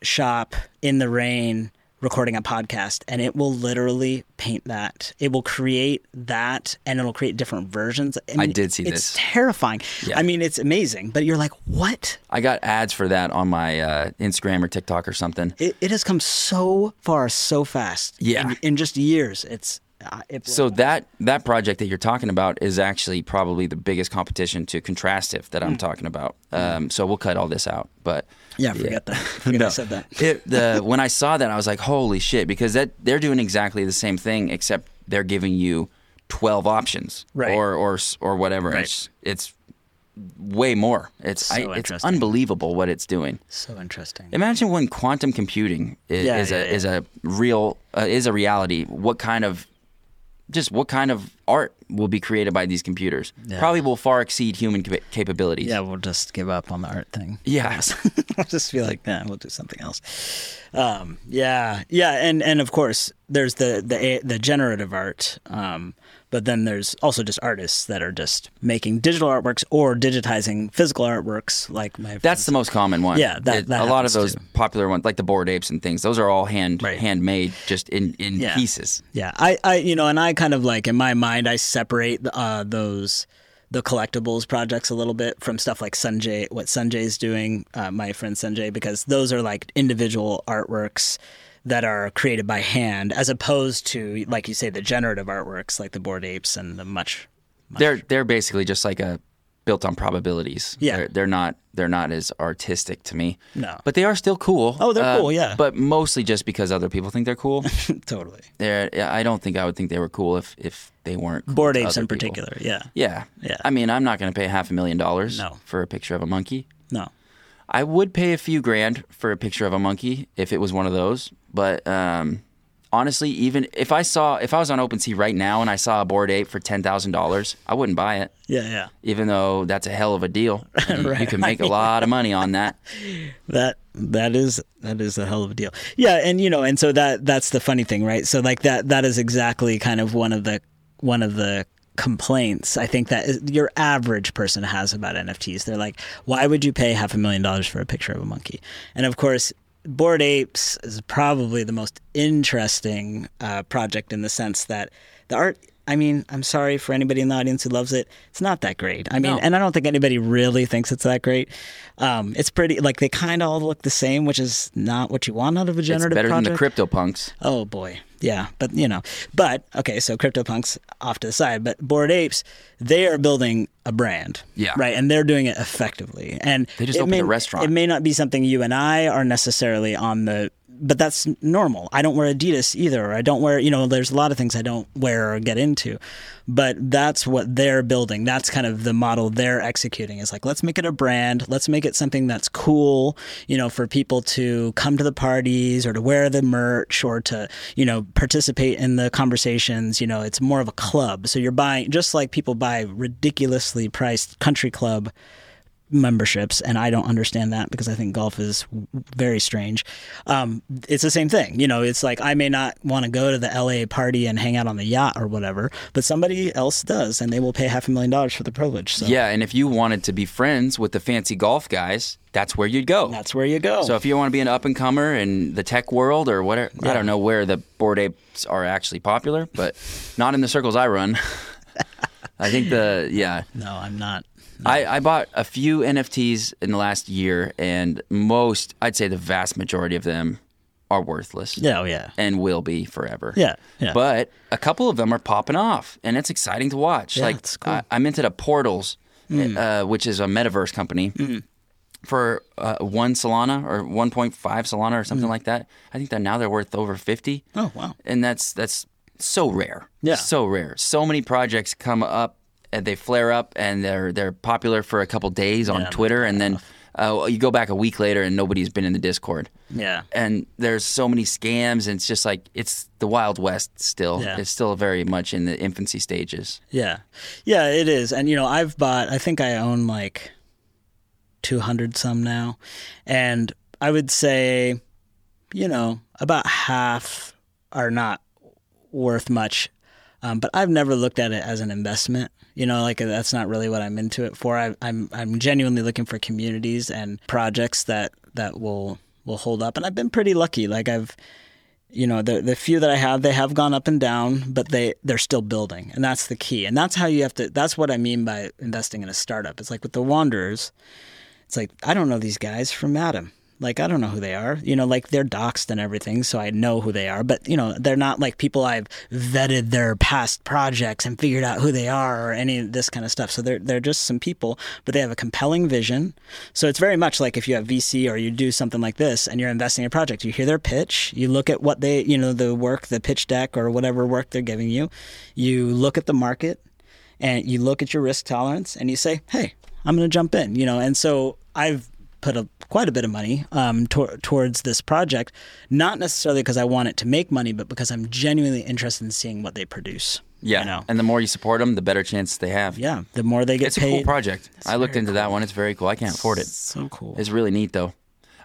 S4: shop in the rain recording a podcast and it will literally paint that it will create that and it'll create different versions i, mean,
S2: did see this.
S4: it's terrifying i mean it's amazing but you're like what
S2: I got ads for that on my uh, Instagram or TikTok or something.
S4: it, it has come so far so fast
S2: Yeah.
S4: in, in just years it's uh, it
S2: So that that project that you're talking about is actually probably the biggest competition to Contrastive that I'm talking about. Um, so we'll cut all this out, but
S4: yeah forget that forget i said that
S2: It, the when I saw that, I was like, "Holy shit!" Because that they're doing exactly the same thing, except they're giving you twelve options,
S4: Right.
S2: Or or s- or whatever.
S4: Right.
S2: It's it's way more. It's I, it's
S4: interesting.
S2: unbelievable what it's doing.
S4: so interesting
S2: Imagine when quantum computing is,
S4: Yeah,
S2: is a
S4: yeah, yeah.
S2: is a real uh, is a reality. What kind of just what kind of art will be created by these computers? Probably will far exceed human cap- capabilities.
S4: yeah we'll just give up on the art thing
S2: Yeah.
S4: I'll just feel like, nah, we'll do something else. Um, yeah, yeah, and and of course, there's the the the generative art, um, but then there's also just artists that are just making digital artworks or digitizing physical artworks, like my
S2: That's the most common one.
S4: Yeah, that- that
S2: a lot of
S4: happens
S2: those
S4: too.
S2: popular ones, like the board apes and things. Those are all hand
S4: Right.
S2: handmade, just in in
S4: Yeah.
S2: pieces.
S4: Yeah, I, I, you know, and I kind of like in my mind, I separate uh, those the collectibles projects a little bit from stuff like Sanjay, what Sanjay's doing, uh, my friend Sanjay, because those are like individual artworks that are created by hand, as opposed to like you say the generative artworks like the Bored Apes and the much.
S2: They're they're basically just like a built on probabilities.
S4: Yeah.
S2: they're, they're not they're not as artistic to me.
S4: No.
S2: but they are still cool. Uh,
S4: Oh, they're cool, yeah.
S2: but mostly just because other people think they're cool.
S4: Totally,
S2: they're, I don't think I would think they were cool if if they weren't cool
S4: Bored
S2: to
S4: Apes
S2: other
S4: in
S2: people.
S4: particular. Yeah,
S2: Yeah,
S4: Yeah.
S2: I mean, I'm not going to pay half a million dollars
S4: No.
S2: for a picture of a monkey.
S4: no,
S2: I would pay a few grand for a picture of a monkey if it was one of those. But um, honestly, even if I saw if I was on OpenSea right now and I saw a board ape for ten thousand dollars, I wouldn't buy it.
S4: yeah, yeah.
S2: Even though that's a hell of a deal, You- you can make a lot of money on that.
S4: that that is that is a hell of a deal yeah and you know and so that that's the funny thing right so like that that is exactly kind of one of the one of the complaints i think that is, your average person has about nfts they're like why would you pay half a million dollars for a picture of a monkey and of course Bored Apes is probably the most interesting uh, project in the sense that the art I mean, I'm sorry for anybody in the audience who loves it. It's not that great. I mean,
S2: No.
S4: and I don't think anybody really thinks it's that great. Um, it's pretty like they kind of all look the same, which is not what you want out of a
S2: It's
S4: generative
S2: better than
S4: project.
S2: the CryptoPunks.
S4: Oh boy. Yeah, but you know, but okay, so CryptoPunks off to the side, but Bored Apes, they are building a brand,
S2: Yeah.
S4: right, and they're doing it effectively. And
S2: They just
S4: it
S2: opened
S4: may-
S2: a restaurant.
S4: It may not be something you and I are necessarily on the, but that's normal. I don't wear Adidas either, or I don't wear, you know, there's a lot of things I don't wear or get into, but that's what they're building. That's kind of the model they're executing. Is like let's make it a brand, let's make it something that's cool, you know, for people to come to the parties or to wear the merch or to, you know, participate in the conversations. You know, it's more of a club. So you're buying just like people buy ridiculously priced country club memberships, and I don't understand that because I think golf is w- very strange. Um, it's the same thing, you know. It's like I may not want to go to the LA party and hang out on the yacht or whatever, but somebody else does, and they will pay half a million dollars for the privilege. So
S2: Yeah, and if you wanted to be friends with the fancy golf guys, that's where you'd go.
S4: that's where you go.
S2: So if you want to be an up and comer in the tech world or whatever, I don't know where the board apes are actually popular, but not in the circles I run. I think the yeah,
S4: no, I'm not.
S2: I, I bought a few NFTs in the last year, and most, I'd say the vast majority of them are worthless
S4: Yeah, oh yeah,
S2: and will be forever.
S4: Yeah, yeah.
S2: But a couple of them are popping off, and it's exciting to watch. like
S4: it's cool. Mm.
S2: I, I'm into the Portals, uh, which is a metaverse company.
S4: Mm-hmm.
S2: For uh, one Solana or 1.5 Solana or something like that, I think that now they're worth over 50.
S4: Mm. Oh, wow.
S2: And that's that's so rare.
S4: Yeah.
S2: so rare. So many projects come up and they flare up and they're they're popular for a couple days on Twitter, and then uh, you go back a week later and nobody's been in the Discord
S4: yeah.
S2: and there's so many scams and it's just like it's the wild west still
S4: Yeah.
S2: it's still very much in the infancy stages
S4: Yeah. Yeah, it is. And, you know, I've bought, I think I own like 200 some now. And I would say, you know, about half are not worth much. Um, but I've never looked at it as an investment. You know, like that's not really what I'm into it for. I, I'm I'm genuinely looking for communities and projects that that will will hold up. And I've been pretty lucky. Like I've you know the the few that I have, they have gone up and down, but they they're still building, and that's the key. And that's how you have to. That's what I mean by investing in a startup. It's like with the Wanderers, it's like I don't know these guys from Adam. Like I don't know who they are. You know, like they're doxxed and everything, so I know who they are. But you know, they're not like people I've vetted their past projects and figured out who they are or any of this kind of stuff. So they're they're just some people, but they have a compelling vision. So it's very much like if you have VC or you do something like this and you're investing in a project, you hear their pitch, you look at what they you know, the work, the pitch deck or whatever work they're giving you, you look at the market and you look at your risk tolerance and you say, "Hey, I'm going to jump in," you know. And so I've put a quite a bit of money um, tor- towards this project, not necessarily because I want it to make money, but because I'm genuinely interested in seeing what they produce. you know.
S2: and the more you support them the better chance they have
S4: yeah, the more they get
S2: it's
S4: paid,
S2: a cool project i looked into that one it's very cool i can't afford it
S4: so cool.
S2: it's really neat though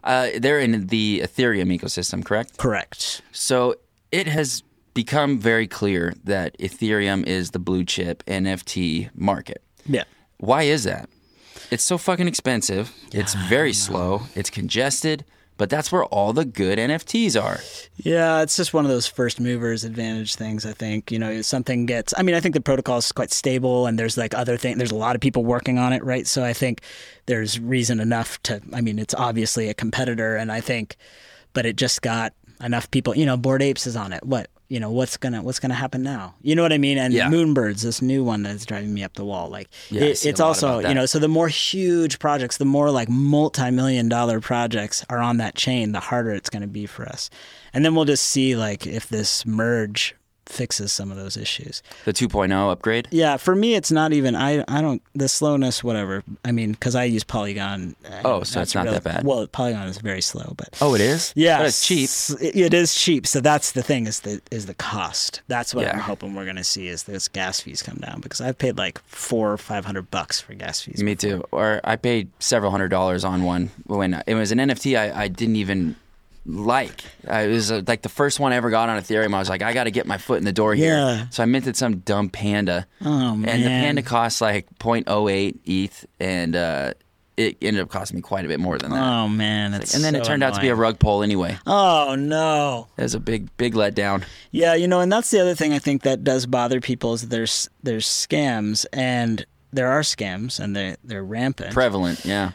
S2: uh, they're in the ethereum ecosystem correct
S4: Correct.
S2: So it has become very clear that Ethereum is the blue chip NFT market.
S4: Yeah.
S2: Why is that? It's so fucking expensive. It's very slow. It's congested, but that's where all the good NFTs are.
S4: Yeah, it's just one of those first movers advantage things. I think you know if something gets. I mean, I think the protocol is quite stable, and there's like other thing. There's a lot of people working on it, right? So I think there's reason enough to. I mean, it's obviously a competitor, and I think, but it just got enough people. You know, Bored Apes is on it. What you know, what's gonna what's gonna happen now? You know what I mean? And
S2: Yeah.
S4: Moonbirds, this new one that's driving me up the wall. Like
S2: Yeah, I
S4: it-
S2: see a
S4: it's
S2: lot
S4: also
S2: about that.
S4: you know Uh, so the more huge projects the more like multi-million dollar projects are on that chain the harder it's going to be for us and then we'll just see like if this merge fixes some of those issues
S2: The 2.0 upgrade.
S4: yeah for me it's not even i i don't the slowness whatever i mean because i use polygon and
S2: Oh, so it's
S4: that's
S2: not
S4: really-
S2: that bad.
S4: well polygon is very slow but
S2: Oh, it is?
S4: yeah,
S2: But it's cheap.
S4: s- It, it is cheap. So that's the thing is the is the cost. That's what I'm
S2: Yeah.
S4: hoping we're gonna see is those gas fees come down because I've paid like four or five hundred bucks for gas fees.
S2: Me too. Or I paid several hundred dollars on one when it was an NFT I, I didn't even like. I, it was uh like the first one I ever got on Ethereum. I was like, I got to get my foot in the door here.
S4: Yeah.
S2: So I minted some dumb panda.
S4: Oh
S2: And the
S4: man.
S2: oh panda costs like 0.08 ETH, E and uh, it ended up costing me quite a bit more than that.
S4: Oh man, that's
S2: and then it
S4: so
S2: turned out to be a
S4: annoying.
S2: rug pull anyway.
S4: Oh no.
S2: That was a big, big letdown.
S4: Yeah, you know, and that's the other thing I think that does bother people is that there's there's scams and there are scams and they they're rampant.
S2: Prevalent, yeah.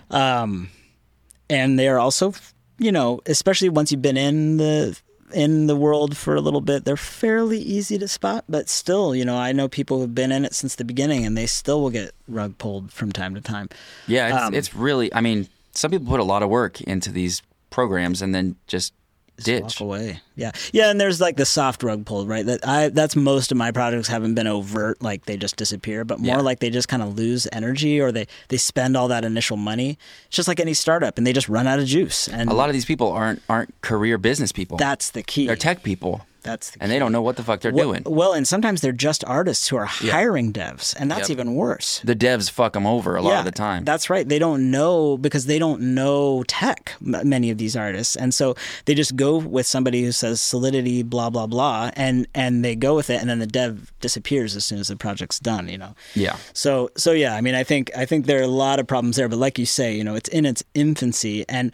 S4: and they are also, you know, especially once you've been in the in the world for a little bit, they're fairly easy to spot. But still, you know, I know people who've been in it since the beginning, and they still will get rug pulled from time to time.
S2: Yeah, it's,
S4: Um,
S2: it's really. I mean, some people put a lot of work into these programs and then just ditch.
S4: Walk away. Yeah, yeah, and there's like the soft rug pull, right? That I that's most of my projects haven't been overt, like they just disappear, but more
S2: Yeah.
S4: like they just kind of lose energy or they they spend all that initial money. It's just like any startup, and they just run out of juice. And
S2: A lot of these people aren't aren't career business people.
S4: that's the key.
S2: they're tech people,
S4: that's the
S2: and they don't know what the fuck they're
S4: Well-
S2: doing.
S4: Well, and sometimes they're just artists who are
S2: Yeah.
S4: hiring devs, and that's
S2: Yep.
S4: even worse.
S2: The devs fuck them over a lot
S4: yeah,
S2: of the time.
S4: That's right. They don't know because they don't know tech, m- many of these artists. And so they just go with somebody who says solidity, blah, blah, blah, and, and they go with it. And then the dev disappears as soon as the project's done, you know?
S2: yeah,
S4: So so yeah, I mean, I think I think there are a lot of problems there, but like you say, you know, it's in its infancy and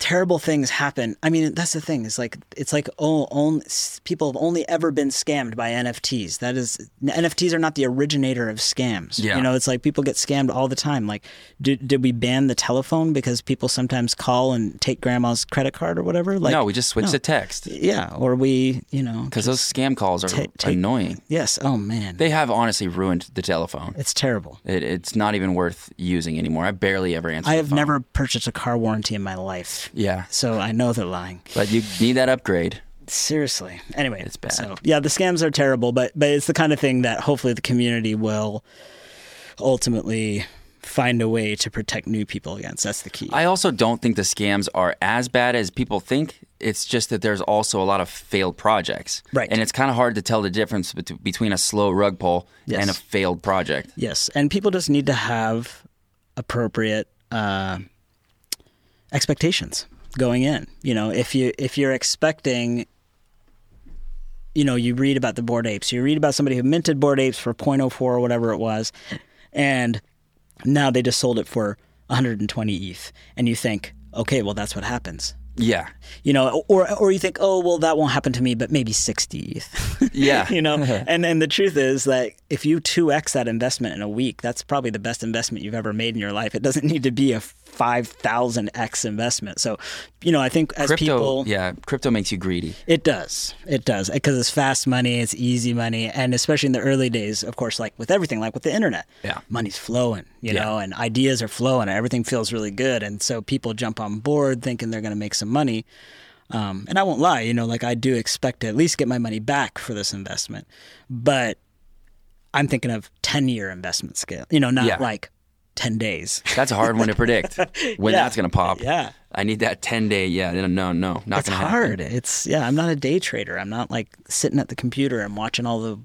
S4: terrible things happen. I mean, that's the thing. It's like it's like oh, only, people have only ever been scammed by NFTs. That is NFTs are not the originator of scams.
S2: Yeah.
S4: You know, it's like people get scammed all the time. Like did did we ban the telephone because people sometimes call and take grandma's credit card or whatever? Like
S2: no, we just switch to text
S4: Yeah, or we, you know,
S2: because those scam calls are
S4: Ta- take-
S2: annoying.
S4: yes, oh man.
S2: They have honestly ruined the telephone.
S4: it's terrible.
S2: It, it's not even worth using anymore. I barely ever answer.
S4: I
S2: the
S4: have
S2: phone.
S4: never purchased a car warranty in my life.
S2: Yeah,
S4: So I know they're lying.
S2: but you need that upgrade.
S4: Seriously. Anyway,
S2: It's bad.
S4: So, yeah, the scams are terrible, but but it's the kind of thing that hopefully the community will ultimately find a way to protect new people against. That's the key.
S2: I also don't think the scams are as bad as people think. It's just that there's also a lot of failed projects.
S4: Right.
S2: And it's kind of hard to tell the difference bet- between a slow rug pull
S4: Yes.
S2: and a failed project.
S4: yes, and people just need to have appropriate uh, expectations going in. You know, if you if you're expecting you know, you read about the board apes. You read about somebody who minted board apes for 0.04 or whatever it was, and now they just sold it for 120 ETH. E And you think, okay, well that's what happens.
S2: Yeah.
S4: You know, or or you think, oh well, that won't happen to me, but maybe 60 ETH.
S2: Yeah.
S4: you know, and and the truth is that if you 2x that investment in a week, that's probably the best investment you've ever made in your life. It doesn't need to be a 5,000x investment. So, you know, I think as
S2: Crypto.
S4: people,
S2: Yeah. Crypto makes you greedy.
S4: it does. It does. Because it's fast money, it's easy money. And especially in the early days, of course, like with everything, like with the internet,
S2: Yeah.
S4: money's flowing, you
S2: Yeah.
S4: know, and ideas are flowing. and Everything feels really good. And so people jump on board thinking they're going to make some money. Um, and I won't lie, you know, like I do expect to at least get my money back for this investment. But I'm thinking of 10 year investment scale, you know, not
S2: Yeah.
S4: like 10 days.
S2: That's a hard one to predict when
S4: Yeah.
S2: that's going to pop.
S4: Yeah.
S2: I need that 10 day. Yeah. No, no, no. Not
S4: it's
S2: gonna happen.
S4: hard. It's yeah. I'm not a day trader. I'm not like sitting at the computer and watching all the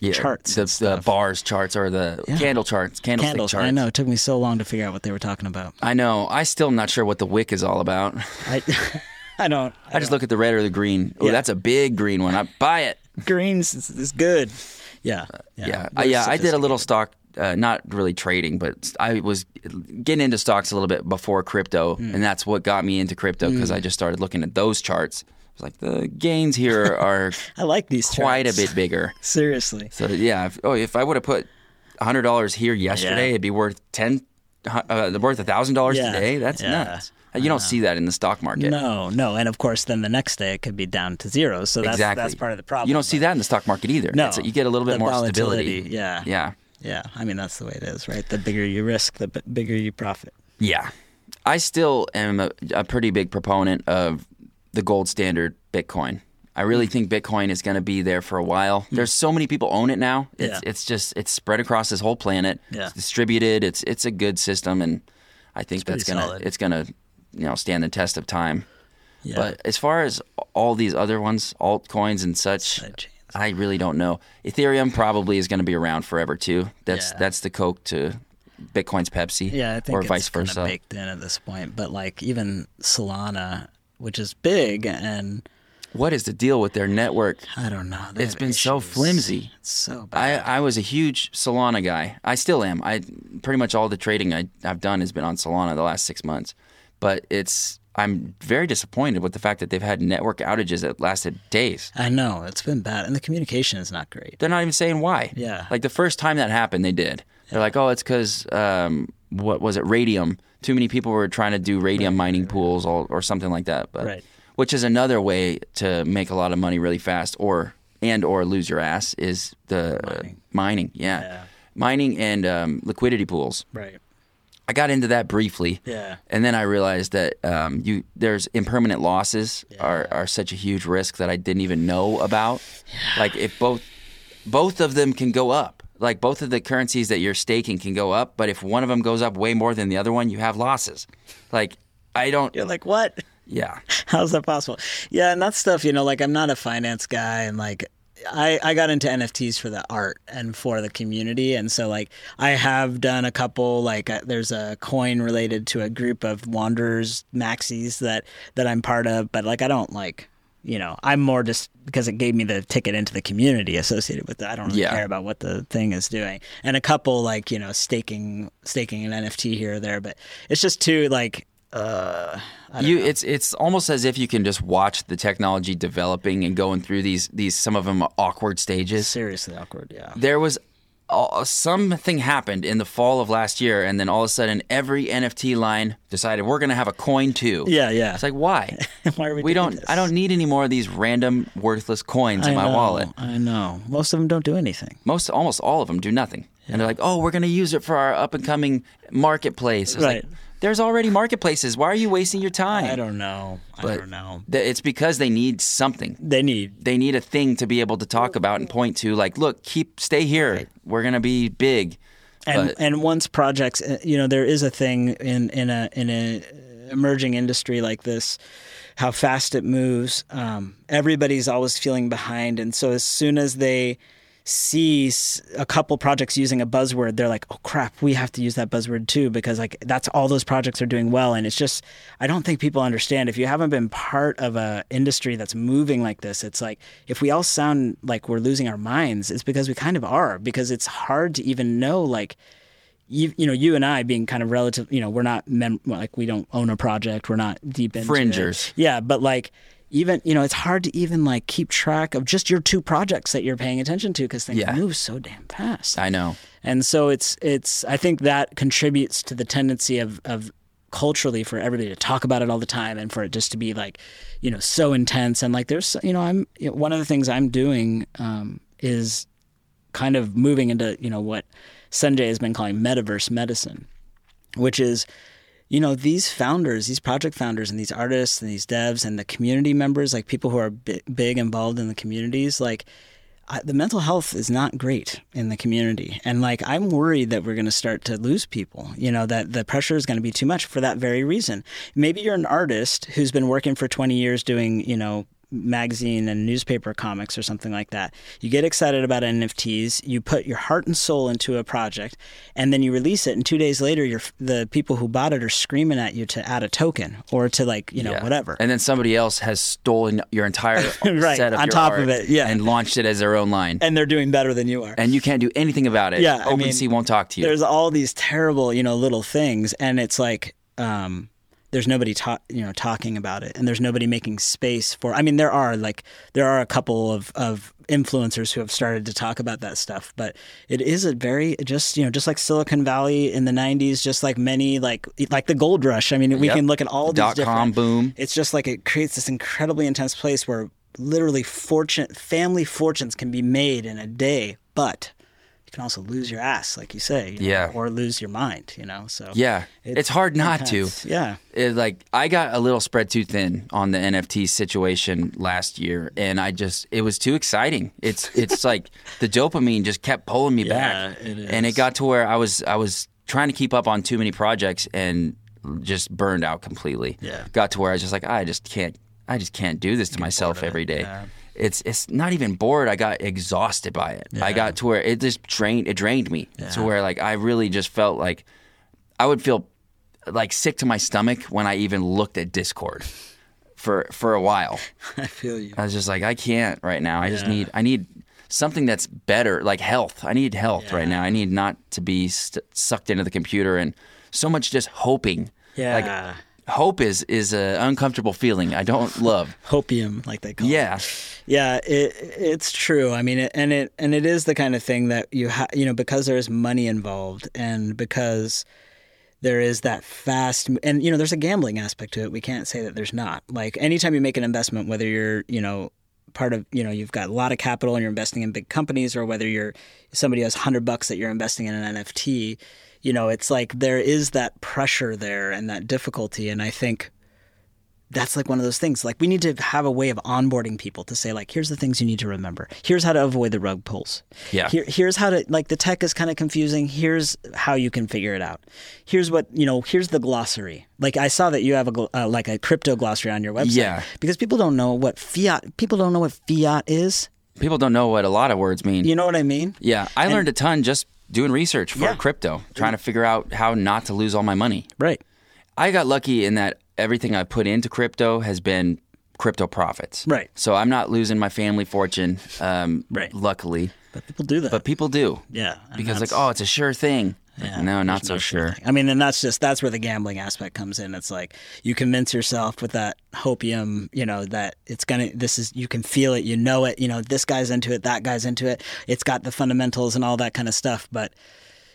S2: Yeah.
S4: Charts
S2: The,
S4: and
S2: the
S4: stuff.
S2: bars charts or the candle charts, candlestick
S4: candles.
S2: charts.
S4: I know it took me so long to figure out what they were talking about.
S2: I know. I still am not sure what the wick is all about.
S4: I, I don't. I,
S2: I just look at the red or the green. Oh,
S4: Yeah.
S2: that's a big green one. I buy it.
S4: don't- greens is, is good. Yeah.
S2: Uh, Yeah, I,
S4: Very
S2: yeah. I did a
S4: sophisticated.
S2: little stock, uh, not really trading, but s- I was getting into stocks a little bit before crypto,
S4: Hmm.
S2: and that's what got me into crypto because I just started looking at those charts. I was like, the gains here are
S4: I like these.
S2: quite a
S4: charts.
S2: bit bigger.
S4: Seriously.
S2: So yeah, if, oh, if I would have put hundred dollars here yesterday,
S4: Yeah.
S2: it'd be worth ten, uh, worth a thousand dollars
S4: Yeah.
S2: today. That's
S4: Yeah.
S2: nuts. You don't see that in the stock market.
S4: No, no, and of course, then the next day it could be down to zero. So that's
S2: exactly.
S4: that's part of the problem.
S2: You don't see
S4: but-
S2: that in the stock market either.
S4: No.
S2: It's- you get a little bit
S4: The
S2: more
S4: volatility,
S2: stability.
S4: yeah.
S2: yeah.
S4: Yeah, I mean that's the way it is, right? The bigger you risk, the b- bigger you profit.
S2: Yeah. I still am a, a pretty big proponent of the gold standard Bitcoin. I
S4: Mm.
S2: really think Bitcoin is going to be there for a while. There's so many people own it now. It's
S4: Yeah.
S2: it's just it's spread across this whole planet.
S4: Yeah.
S2: It's distributed. It's it's a good system and I think that's
S4: pretty
S2: going
S4: solid.
S2: to it's going to you know stand the test of time.
S4: Yeah.
S2: But as far as all these other ones, altcoins and such,
S4: Sidechains.
S2: I really don't know. Ethereum probably is going to be around forever too. That's
S4: Yeah.
S2: that's the Coke to Bitcoin's Pepsi,
S4: Yeah, I think
S2: or
S4: it's
S2: vice
S4: kinda
S2: versa.
S4: baked in at this point. But like even Solana, which is big and
S2: What is the deal with their network?
S4: I don't know. They
S2: It's
S4: have
S2: been so
S4: issues.
S2: flimsy.
S4: It's so bad.
S2: I, I was a huge Solana guy. I still am. I pretty much all the trading I, I've done has been on Solana the last six months. But it's I'm very disappointed with the fact that they've had network outages that lasted days.
S4: I know it's been bad, and the communication is not great.
S2: They're not even saying why.
S4: Yeah.
S2: Like the first time that happened, they did. They're like, oh, it's because um, what was it? Radium. Too many people were trying to do radium mining pools or, or something like that. But
S4: Right.
S2: which is another way to make a lot of money really fast or and or lose your ass is the mining, mining. Yeah.
S4: Yeah.
S2: mining and um, liquidity pools
S4: Right.
S2: i got into that briefly
S4: Yeah.
S2: and then i realized that um, you there's impermanent losses are, are such a huge risk that i didn't even know about like if both both of them can go up like both of the currencies that you're staking can go up but if one of them goes up way more than the other one you have losses like i don't
S4: You're like, what?
S2: yeah
S4: How's that possible? Yeah, and that stuff, you know, like I'm not a finance guy and like I, I got into NFTs for the art and for the community. And so, like, I have done a couple, like, uh, there's a coin related to a group of Wanderers Maxis that, that I'm part of, but like, I don't like, you know, I'm more just because it gave me the ticket into the community associated with it. I don't really
S2: Yeah.
S4: care about what the thing is doing. And a couple, like, you know, staking, staking an NFT here or there, but it's just too, like, uh,
S2: you it's it's almost as if you can just watch the technology developing and going through these these some of them awkward stages
S4: seriously awkward. Yeah.
S2: there was uh, something happened in the fall of last year and then all of a sudden every nft line decided we're going to have a coin too
S4: Yeah, yeah.
S2: it's like why
S4: Why are we?
S2: we
S4: doing
S2: don't
S4: This?
S2: i don't need any more of these random worthless coins in my
S4: know,
S2: wallet
S4: I know. Most of them don't do anything.
S2: most almost all of them do nothing and they're like oh we're going to use it for our up and coming marketplace It's like,
S4: Right.
S2: there's already marketplaces why are you wasting your time
S4: I don't know. I
S2: But
S4: don't know.
S2: th- it's because they need something
S4: They need.
S2: they need a thing to be able to talk about and point to like look keep stay here we're gonna be big
S4: And
S2: but
S4: and once projects, uh, you know, there is a thing in in a in a emerging industry like this, how fast it moves. Um, everybody's always feeling behind, and so as soon as they see s- a couple projects using a buzzword they're like oh crap we have to use that buzzword too because like that's all those projects are doing well and it's just i don't think people understand if you haven't been part of a industry that's moving like this it's like if we all sound like we're losing our minds it's because we kind of are because it's hard to even know like you, you know you and i being kind of relative you know we're not mem- well, like we don't own a project we're not deep into it.
S2: Fringers.
S4: yeah but like even you know it's hard to even like keep track of just your two projects that you're paying attention to because things
S2: Yeah.
S4: move so damn fast
S2: i know
S4: and so it's it's I think that contributes to the tendency of of culturally for everybody to talk about it all the time and for it just to be like, you know, so intense and like there's you know I'm you know, one of the things I'm doing um, is kind of moving into you know what Sanjay has been calling metaverse medicine, which is you know these founders these project founders and these artists and these devs and the community members like people who are bi- big involved in the communities like I, the mental health is not great in the community and like i'm worried that we're going to start to lose people you know that the pressure is going to be too much for that very reason maybe you're an artist who's been working for 20 years doing you know magazine and newspaper comics or something like that. You get excited about NFTs, you put your heart and soul into a project, and then you release it. And two days later, you're, the people who bought it are screaming at you to add a token or to like you know
S2: Yeah.
S4: whatever.
S2: and then somebody else has stolen your entire
S4: Right,
S2: set of
S4: on
S2: your
S4: top of
S2: art
S4: it, yeah.
S2: and launched it as their own line and,
S4: and they're doing better than you are.
S2: you can't do anything about it
S4: Yeah, I mean,
S2: OpenSea won't talk to you
S4: There's all these terrible, you know, little things, and it's like um, there's nobody ta- you know talking about it, and there's nobody making space for. I mean, there are like there are a couple of of influencers who have started to talk about that stuff, but it is a very just you know just like Silicon Valley in the '90s, just like many like like the gold rush. I mean, we
S2: Yep.
S4: can look at all these
S2: dot
S4: different
S2: com boom
S4: it's just like it creates this incredibly intense place where literally fortune family fortunes can be made in a day but you can also lose your ass like you say you know,
S2: Yeah.
S4: or lose your mind you know so
S2: yeah it's,
S4: It's
S2: hard not to
S4: intense. yeah
S2: it, like I got a little spread too thin on the NFT situation last year, and I just it was too exciting. It's it's like the dopamine just kept pulling me back,
S4: it is.
S2: and it got to where I was I was trying to keep up on too many projects and just burned out completely.
S4: Yeah.
S2: got to where I was just like I just can't I just can't do this to myself every day. It's it's not even bored. I got exhausted by it. I got to where it just drained it drained me to where like I really just felt like I would feel like sick to my stomach when I even looked at Discord for for a while.
S4: I feel you.
S2: I was just like, I can't right now. I just
S4: Yeah.
S2: need I need something that's better, like health. I need health right now. I need not to be st- sucked into the computer and so much just hoping.
S4: Yeah.
S2: Like hope is is an uncomfortable feeling. I don't love.
S4: Hopium, like they call it.
S2: Yeah.
S4: Yeah, it it's true. I mean, it, and it and it is the kind of thing that you ha- you know because there is money involved and because there is that fast and you know there's a gambling aspect to it. We can't say that there's not. Like anytime you make an investment whether you're, you know, part of, you know, you've got a lot of capital and you're investing in big companies or whether you're somebody has 100 bucks that you're investing in an NFT, you know, it's like there is that pressure there and that difficulty and I think that's like one of those things. Like we need to have a way of onboarding people to say like, here's the things you need to remember. Here's how to avoid the rug pulls.
S2: Yeah.
S4: Here, here's how to like the tech is kind of confusing. Here's how you can figure it out. Here's what you know. Here's the glossary. Like I saw that you have a gl- uh, like a crypto glossary on your website.
S2: Yeah.
S4: Because people don't know what fiat. People don't know what fiat is.
S2: People don't know what a lot of words mean.
S4: You know what I mean?
S2: yeah. I learned a ton just doing research for
S4: Yeah.
S2: crypto, trying to figure out how not to lose all my money.
S4: Right.
S2: I got lucky in that everything I put into crypto has been crypto profits.
S4: Right.
S2: So I'm not losing my family fortune, um,
S4: Right.
S2: luckily.
S4: But people do that.
S2: But people do.
S4: yeah. and
S2: Because, like,
S4: that's-
S2: oh, it's a sure thing. Like, no, not so sure.
S4: I mean, and that's just that's where the gambling aspect comes in. It's like you convince yourself with that hopium, you know, that it's gonna. This is you can feel it, you know it. You know, this guy's into it, that guy's into it. It's got the fundamentals and all that kind of stuff, but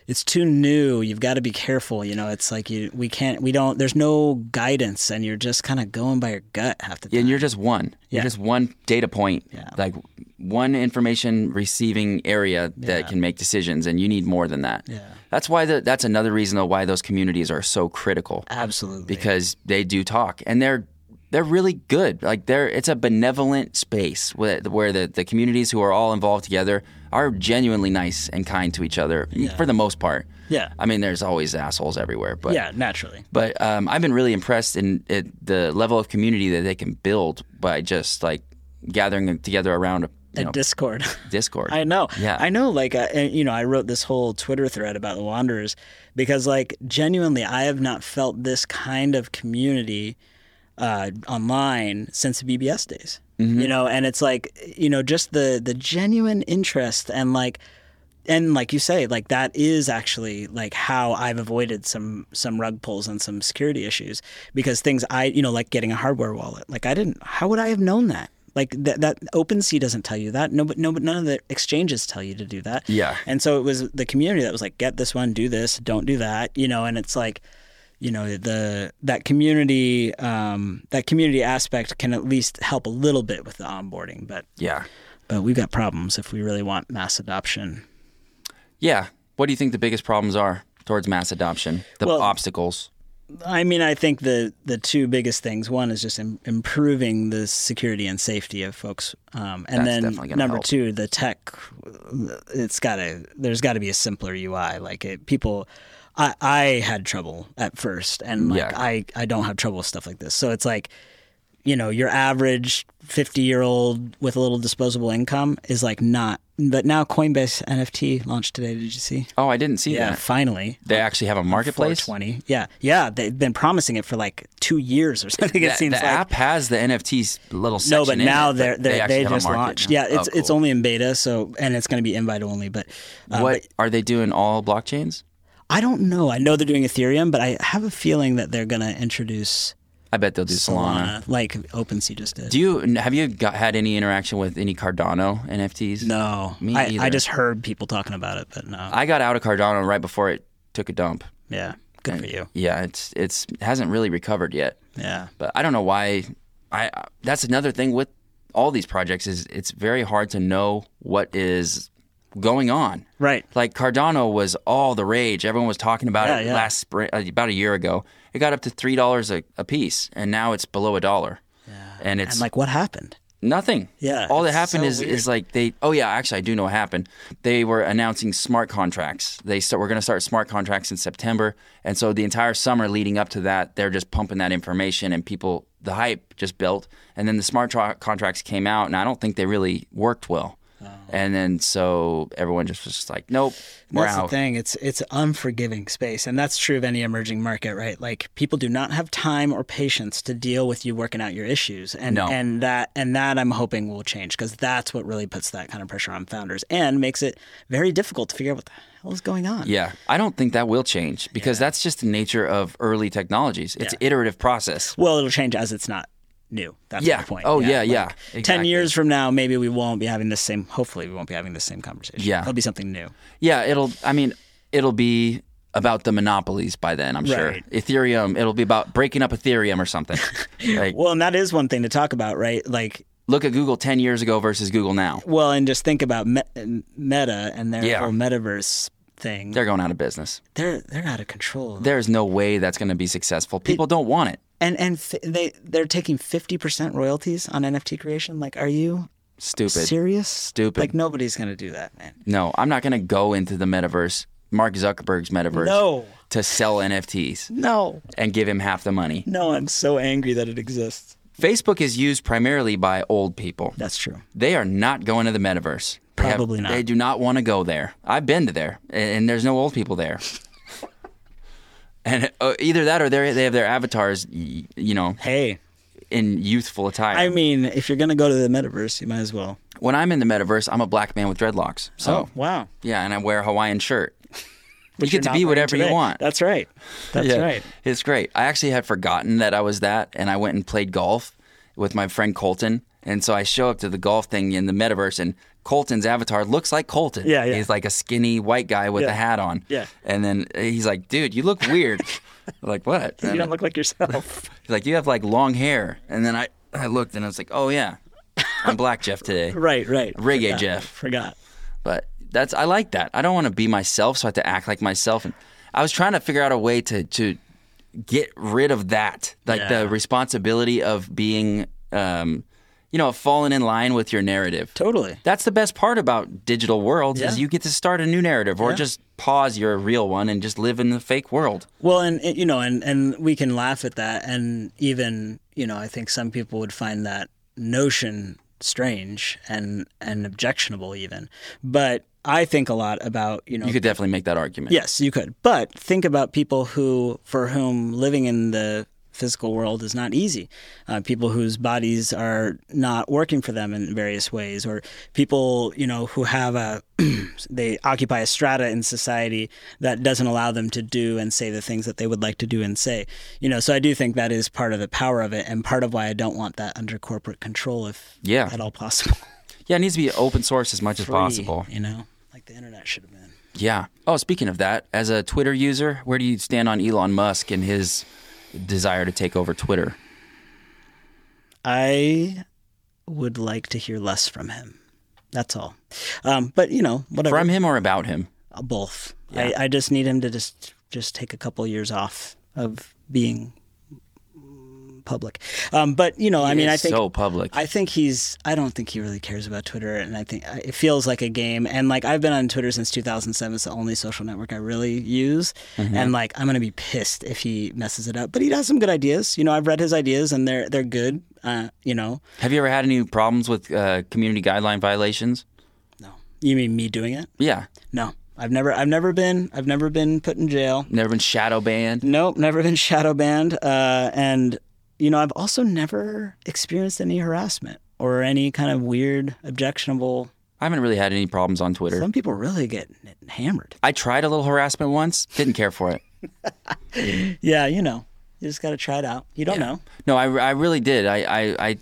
S4: it's too new. You've got to be careful. You know, it's like you we can't we don't. There's no guidance, and you're just kind of going by your gut half the time.
S2: And you're just one.
S4: Yeah.
S2: You're just one data point, like one information receiving area that can make decisions, and you need more than that.
S4: Yeah.
S2: That's why the, that's another reason though why those communities are so critical.
S4: Absolutely.
S2: because they do talk and they're they're really good like they're it's a benevolent space where, where the, the communities who are all involved together are genuinely nice and kind to each other for the most part
S4: Yeah.
S2: i mean there's always assholes everywhere but
S4: yeah, naturally.
S2: but um, i've been really impressed in at the level of community that they can build by just like gathering together around a you
S4: A
S2: know,
S4: discord.
S2: discord
S4: I know.
S2: Yeah.
S4: I know. Like, I, and, you know, I wrote this whole Twitter thread about the Wanderers because, like, genuinely, I have not felt this kind of community uh, online since the BBS days. You know, and it's like, you know, just the the genuine interest and like. And like you say, like that is actually like how I've avoided some some rug pulls and some security issues because things I you know like getting a hardware wallet like I didn't how would I have known that like that that OpenSea doesn't tell you that no but no but none of the exchanges tell you to do that
S2: Yeah.
S4: and so it was the community that was like get this one do this don't do that you know and it's like you know the that community um, that community aspect can at least help a little bit with the onboarding but
S2: yeah
S4: but we've got problems if we really want mass adoption
S2: yeah what do you think the biggest problems are towards mass adoption the
S4: Well-
S2: obstacles
S4: I mean, I think the the two biggest things. One is just Im- improving the security and safety of folks, um, and
S2: That's definitely
S4: then
S2: gonna
S4: number
S2: help.
S4: two, the tech. uh, It's gotta. There's got to be a simpler UI. Like it, people, I I had trouble at first, and like
S2: Yeah.
S4: I I don't have trouble with stuff like this. So it's like, you know, your average fifty year old with a little disposable income is like not. But now Coinbase NFT launched today. Did you see?
S2: oh i didn't see that
S4: finally.
S2: they actually have a marketplace
S4: 420. Yeah, yeah, they've been promising it for like two years or something. It
S2: That-
S4: seems
S2: the
S4: like
S2: app has the NFTs little section.
S4: no, but
S2: in
S4: now
S2: it,
S4: they're,
S2: but
S4: they're
S2: actually
S4: they
S2: have a
S4: just
S2: market
S4: launched.
S2: now.
S4: Yeah, it's
S2: Oh,
S4: it's
S2: cool.
S4: only in beta, so and it's going to be invite only. But uh,
S2: What
S4: but
S2: are they doing? All blockchains?
S4: I don't know. I know they're doing Ethereum, but I have a feeling that they're going to introduce
S2: I bet they'll do Solana.
S4: Solana, like OpenSea just did.
S2: Do you have you got, had any interaction with any Cardano NFTs?
S4: no,
S2: Me
S4: I,
S2: either. Uh,
S4: I just heard people talking about it, but no.
S2: I got out of Cardano right before it took a dump.
S4: yeah, good for you.
S2: Yeah, it's it's it hasn't really recovered yet.
S4: Yeah,
S2: But I don't know why. I that's another thing with all these projects is it's very hard to know what is going on.
S4: right.
S2: Like Cardano was all the rage. Everyone was talking about
S4: Yeah,
S2: it
S4: yeah.
S2: last spring, uh, about a year ago. It got up to three dollars a a piece, and now it's below a dollar. And it's
S4: And like, what happened?
S2: nothing.
S4: Yeah,
S2: all that
S4: it's
S2: happened
S4: so
S2: is
S4: weird.
S2: is like they. Oh yeah, actually, I do know what happened. They were announcing smart contracts. They start. We're going to start smart contracts in September, and so the entire summer leading up to that, they're just pumping that information, and people the hype just built, and then the smart tra- contracts came out, and I don't think they really worked well.
S4: Oh.
S2: And then so everyone just was just like, nope,
S4: And
S2: we're
S4: that's
S2: out.
S4: the thing. It's it's unforgiving space, and that's true of any emerging market, right? Like people do not have time or patience to deal with you working out your issues, and
S2: No.
S4: and that and that I'm hoping will change because that's what really puts that kind of pressure on founders and makes it very difficult to figure out what the hell is going on.
S2: Yeah, I don't think that will change because that's just the nature of early technologies. It's iterative process.
S4: Well, it'll change as it's not new. That's
S2: Yeah.
S4: my point.
S2: Oh, yeah, yeah.
S4: Ten
S2: Exactly.
S4: years from now, maybe we won't be having this same. Hopefully, we won't be having the same conversation.
S2: Yeah.
S4: it'll be something new.
S2: Yeah, it'll. I mean, it'll be about the monopolies by then. I'm sure
S4: Right.
S2: Ethereum. It'll be about breaking up Ethereum or something. like,
S4: Well, and that is one thing to talk about, right? Like
S2: look at Google ten years ago versus Google now.
S4: Well, and just think about me- Meta and their
S2: Yeah.
S4: whole metaverse thing. They're,
S2: They're going out of business.
S4: they're out of control.
S2: There's no way that's going to be successful. People don't want it.
S4: and and f- they they're taking 50% royalties on NFT creation. Like are you
S2: Stupid.
S4: serious?
S2: Stupid.
S4: Like nobody's going to do that, man.
S2: No, I'm not going to go into the metaverse, Mark Zuckerberg's metaverse,
S4: No.
S2: to sell NFTs
S4: No.
S2: and give him half the money.
S4: No, I'm so angry that it exists.
S2: Facebook is used primarily by old people.
S4: That's true.
S2: They are not going to the metaverse. They have-
S4: Probably not.
S2: They do not want to go there. I've been to there, a- and there's no old people there. and uh, either that or they they have their avatars, y- you know,
S4: Hey,
S2: in youthful attire.
S4: I mean, if you're going to go to the metaverse, you might as well.
S2: when I'm in the metaverse, I'm a black man with dreadlocks. So
S4: wow.
S2: yeah, and I wear a Hawaiian shirt. you get
S4: But you're
S2: to
S4: not
S2: be
S4: wearing
S2: whatever you
S4: today.
S2: want.
S4: That's right. That's
S2: Yeah,
S4: right.
S2: It's great. I actually had forgotten that I was that, and I went and played golf with my friend Colton. And so I show up to the golf thing in the metaverse, and Colton's avatar looks like Colton.
S4: Yeah, yeah.
S2: He's like a skinny white guy with
S4: Yeah.
S2: a hat on.
S4: Yeah.
S2: And then he's like, "Dude, you look weird." I'm like what?
S4: You don't look like yourself.
S2: He's like you have like long hair. And then I I looked and I was like, "Oh yeah, I'm black Jeff today."
S4: right, right.
S2: Reggae
S4: Forgot.
S2: Jeff.
S4: Forgot.
S2: But that's I like that. I don't want to be myself, so I have to act like myself. And I was trying to figure out a way to to get rid of that, like
S4: Yeah.
S2: the responsibility of being, um, you know, falling in line with your narrative.
S4: Totally.
S2: That's the best part about digital worlds is
S4: Yeah.
S2: you get to start a new narrative, or just pause your real one and just live in the fake world.
S4: Well, and and, you know, and and we can laugh at that, and even you know, I think some people would find that notion strange and and objectionable, even. But I think a lot about you know.
S2: You could definitely make that argument.
S4: yes, you could, but think about people who, for whom living in the physical world is not easy. Uh, people whose bodies are not working for them in various ways, or people you know who have a they occupy a strata in society that doesn't allow them to do and say the things that they would like to do and say. You know, so I do think that is part of the power of it and part of why I don't want that under corporate control if
S2: Yeah.
S4: at all possible.
S2: Yeah, it needs to be open source as much as possible.
S4: You know, like the internet should have been.
S2: Yeah. Oh, speaking of that, as a Twitter user, where do you stand on Elon Musk and his desire to take over Twitter?
S4: I would like to hear less from him. That's all. Um, but you know, whatever.
S2: From him or about him?
S4: Uh, both. I, I just need him to just just take a couple years off of being mm, public. Um, but you know, I mean, I
S2: It's
S4: think
S2: so public.
S4: I think he's. I don't think he really cares about Twitter, and I think uh, it feels like a game. And like I've been on Twitter since 2007. It's the only social network I really use.
S2: Mm-hmm.
S4: And like I'm gonna be pissed if he messes it up. But he has some good ideas. You know, I've read his ideas, and they're they're good. Uh, you know,
S2: Have you ever had any problems with uh, community guideline violations?
S4: no. You mean me doing it?
S2: Yeah,
S4: No, I've never. I've never been. I've never been put in jail.
S2: never been shadow banned.
S4: Nope, never been shadow banned. Uh, and you know, I've also never experienced any harassment or any kind of weird, objectionable.
S2: I haven't really had any problems on Twitter.
S4: Some people really get hammered.
S2: I tried a little harassment once, didn't care for it.
S4: Yeah, you know, you just got to try it out. You don't know.
S2: No, I, I really did. I, I, I,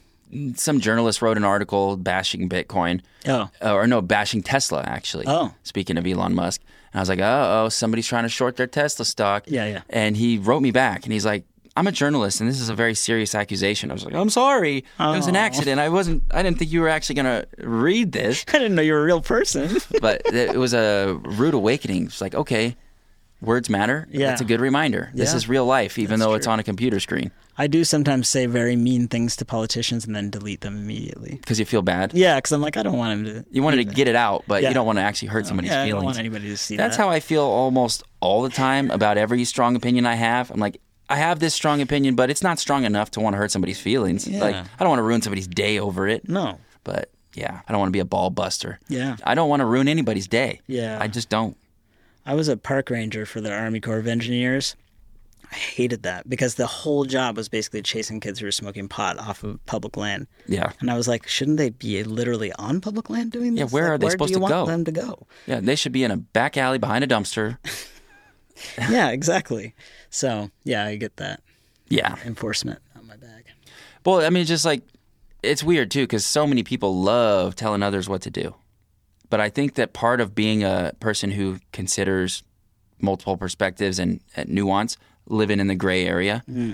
S2: some journalist wrote an article bashing Bitcoin.
S4: Oh,
S2: uh, or no, bashing Tesla actually.
S4: Oh.
S2: speaking of Elon Musk, and I was like, oh, oh, somebody's trying to short their Tesla stock.
S4: Yeah, yeah.
S2: And he wrote me back, and he's like, I'm a journalist, and this is a very serious accusation. I was like, I'm sorry, it
S4: Oh.
S2: was an accident. I wasn't, I didn't think you were actually gonna read this,
S4: I didn't know you were a real person.
S2: but it was a rude awakening. It's like, okay. Words matter.
S4: Yeah.
S2: That's a good reminder. This
S4: Yeah.
S2: is real life, even though it's on a computer screen,
S4: I do sometimes say very mean things to politicians and then delete them immediately.
S2: because you feel bad.
S4: Yeah, because I'm like, I don't want him to.
S2: You wanted to get it out, but
S4: Yeah.
S2: you don't want to actually hurt somebody's
S4: yeah, I
S2: feelings.
S4: don't want anybody to see
S2: That's
S4: that.
S2: how I feel almost all the time about every strong opinion I have. I'm like, I have this strong opinion, but it's not strong enough to want to hurt somebody's feelings. Like, I don't want to ruin somebody's day over it.
S4: No.
S2: But yeah, I don't want to be a ball buster.
S4: Yeah.
S2: I don't want to ruin anybody's day.
S4: Yeah.
S2: I just don't.
S4: I was a park ranger for the Army Corps of Engineers. I hated that because the whole job was basically chasing kids who were smoking pot off of public land.
S2: Yeah.
S4: And I was like, shouldn't they be literally on public land doing this?
S2: Yeah, where
S4: Like,
S2: are they
S4: where
S2: supposed
S4: do you
S2: to go?
S4: want them to go?
S2: Yeah, they should be in a back alley behind a dumpster.
S4: yeah, exactly. So, yeah, I get that.
S2: Yeah.
S4: Enforcement on my bag.
S2: Well, I mean, it's just like it's weird too because so many people love telling others what to do. But I think that part of being a person who considers multiple perspectives and, and nuance, living in the gray area,
S4: Mm-hmm.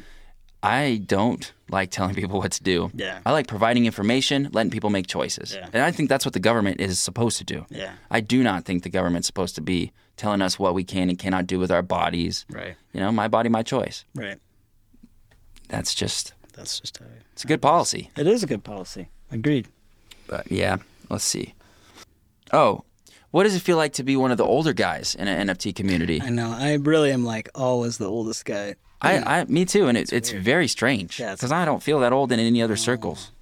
S2: I don't like telling people what to do.
S4: Yeah.
S2: I like providing information, letting people make choices.
S4: Yeah.
S2: And I think that's what the government is supposed to do.
S4: Yeah.
S2: I do not think the government's supposed to be telling us what we can and cannot do with our bodies.
S4: Right.
S2: You know, my body, my choice.
S4: Right.
S2: That's just,
S4: That's just how
S2: it's a good policy.
S4: it is a good policy. Agreed.
S2: But yeah, let's see. Oh, what does it feel like to be one of the older guys in an NFT community?
S4: I know. I really am like always the oldest guy.
S2: I, I me too, and it, it's very strange
S4: Yeah, it's-
S2: because I don't feel that old in any other circles.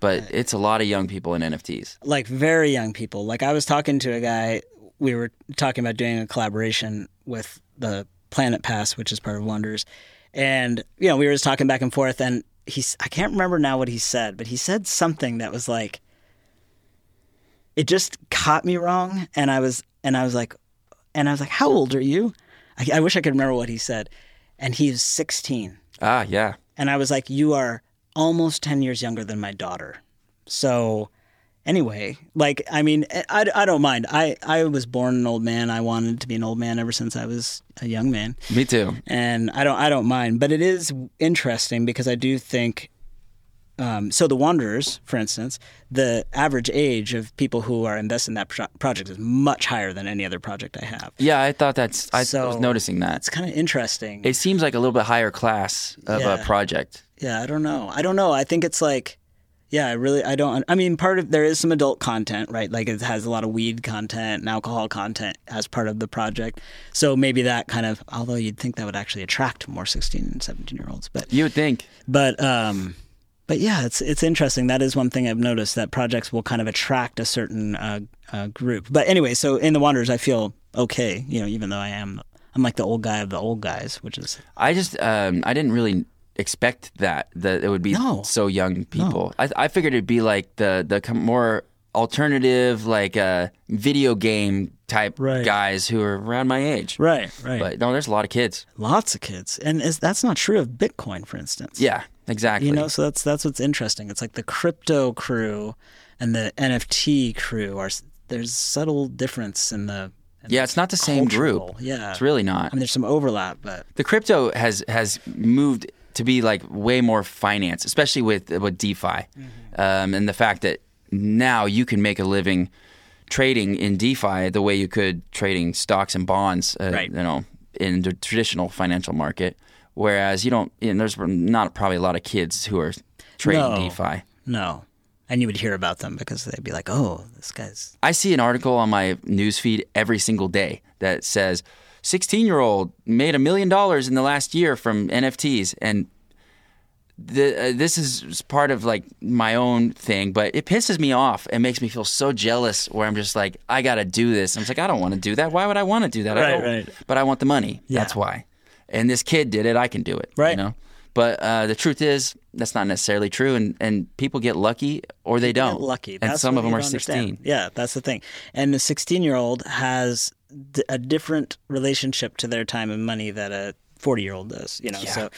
S2: But it's a lot of young people in NFTs.
S4: like very young people. Like I was talking to a guy, we were talking about doing a collaboration with the Planet Pass, which is part of Wonders, and you know we were just talking back and forth, and he's I can't remember now what he said, but he said something that was like, it just caught me wrong, and I was and I was like, and I was like, how old are you? I, I wish I could remember what he said, and he's sixteen.
S2: Ah, yeah,
S4: And I was like, You are almost 10 years younger than my daughter. So, anyway, like, I mean, eh, I, I don't mind. I, I was born an old man. I wanted to be an old man ever since I was a young man.
S2: me too.
S4: And I don't, I don't mind. But it is interesting because I do think. Um, so the Wanderers, for instance, the average age of people who are invested in that pro- project is much higher than any other project I have.
S2: Yeah, I thought that's. I was
S4: So-
S2: noticing that.
S4: It's kind of interesting.
S2: It seems like a little bit higher class of a
S4: Yeah.
S2: project.
S4: Yeah, I don't know. I don't know. I think it's like, yeah, I really, I don't. I mean, part of there is some adult content, right? Like it has a lot of weed content and alcohol content as part of the project. So maybe that kind of, although you'd think that would actually attract more 16 and 17 year olds, but
S2: You would think.
S4: but um but yeah it's it's interesting that is one thing i've noticed that projects will kind of attract a certain uh, uh group but anyway so in the wanderers i feel okay you know even though i am i'm like the old guy of the old guys which is
S2: I just um, I didn't really expect that that it would be
S4: No.
S2: so young people. I, I figured it'd be like the the com- more alternative like uh, video game type
S4: Right.
S2: guys who are around my age.
S4: right right
S2: But no, there's a lot of kids.
S4: lots of kids and is, that's not true of bitcoin for instance
S2: Yeah, exactly.
S4: you know so that's that's what's interesting it's like the crypto crew and the nft crew are s- there's subtle difference in the in
S2: yeah, it's not the same
S4: cultural-
S2: group.
S4: yeah
S2: It's really not.
S4: i mean there's some overlap but
S2: the crypto has has moved to be like way more finance, especially with with DeFi,
S4: Mm-hmm.
S2: um, and the fact that now you can make a living trading in DeFi the way you could trading stocks and bonds, uh,
S4: Right.
S2: you know, in the traditional financial market. Whereas you don't, and there's not probably a lot of kids who are trading
S4: No.
S2: DeFi.
S4: No. And you would hear about them because they'd be like, oh, this guy's.
S2: I see an article on my newsfeed every single day that says 16 year old made a million dollars in the last year from NFTs. And the, uh, this is part of like my own thing, but it pisses me off and makes me feel so jealous where I'm just like, I got to do this. I'm just like, I don't want to do that. Why would I want to do that? I
S4: Right,
S2: don't-
S4: right.
S2: But I want the money. That's why. And this kid did it. I can do it. You
S4: Right.
S2: know? But uh, the truth is, that's not necessarily true, and, and people get lucky or they don't.
S4: Lucky.
S2: and
S4: That's
S2: some
S4: what
S2: of them
S4: you
S2: are
S4: don't understand.
S2: 16.
S4: Yeah, that's the thing. And the 16 year old has d- a different relationship to their time and money that a 40 year old does, you know? So,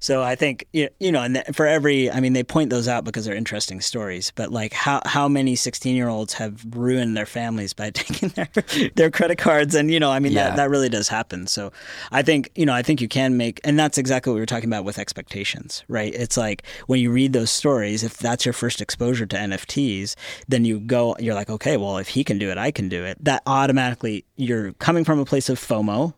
S4: so I think, you you know, and that- for every, I mean, they point those out because they're interesting stories, but like how, how many 16 year olds have ruined their families by taking their, their credit cards? And, you know, I mean,
S2: Yeah.
S4: that, that really does happen. So I think, you know, I think you can make, and that's exactly what we were talking about with expectations, right? It's like when you read those stories, if that's your first exposure to NFTs, then you go, you're like, okay, well, if he can do it, I can do it. That automatically, you're coming from a place of FOMO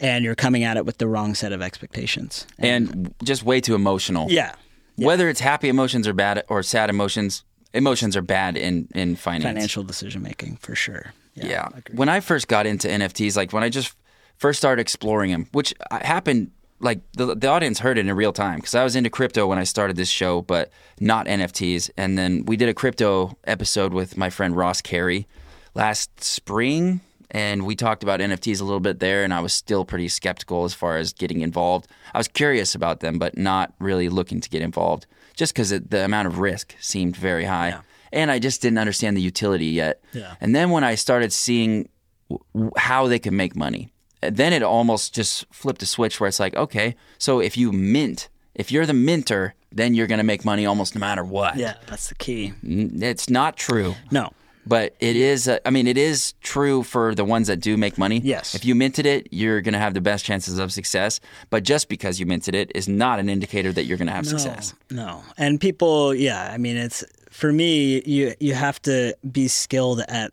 S4: and you're coming at it with the wrong set of expectations.
S2: and just way too emotional.
S4: Yeah.
S2: Whether it's happy emotions or bad or sad emotions, emotions are bad in in finance.
S4: Financial decision making for sure.
S2: Yeah. When I first got into NFTs, like when I just first started exploring them, which I- uh, happened like the, the audience heard it in real time because I was into crypto when I started this show, but not NFTs. And then we did a crypto episode with my friend Ross Carey last spring, and we talked about NFTs a little bit there. And I was still pretty skeptical as far as getting involved. I was curious about them, but not really looking to get involved just because the amount of risk seemed very high. And I just didn't understand the utility yet.
S4: Yeah.
S2: And then when I started seeing w- w- how they can make money. Then it almost just flipped a switch where it's like, okay, so if you mint, if you're the minter, then you're going to make money almost no matter what.
S4: Yeah, that's the key.
S2: N- It's not true.
S4: No.
S2: But it is, uh, I mean, it is true for the ones that do make money.
S4: Yes.
S2: If you minted it, you're going to have the best chances of success. But just because you minted it is not an indicator that you're going to have success.
S4: No, no. And people, yeah, I mean it's for me you you have to be skilled at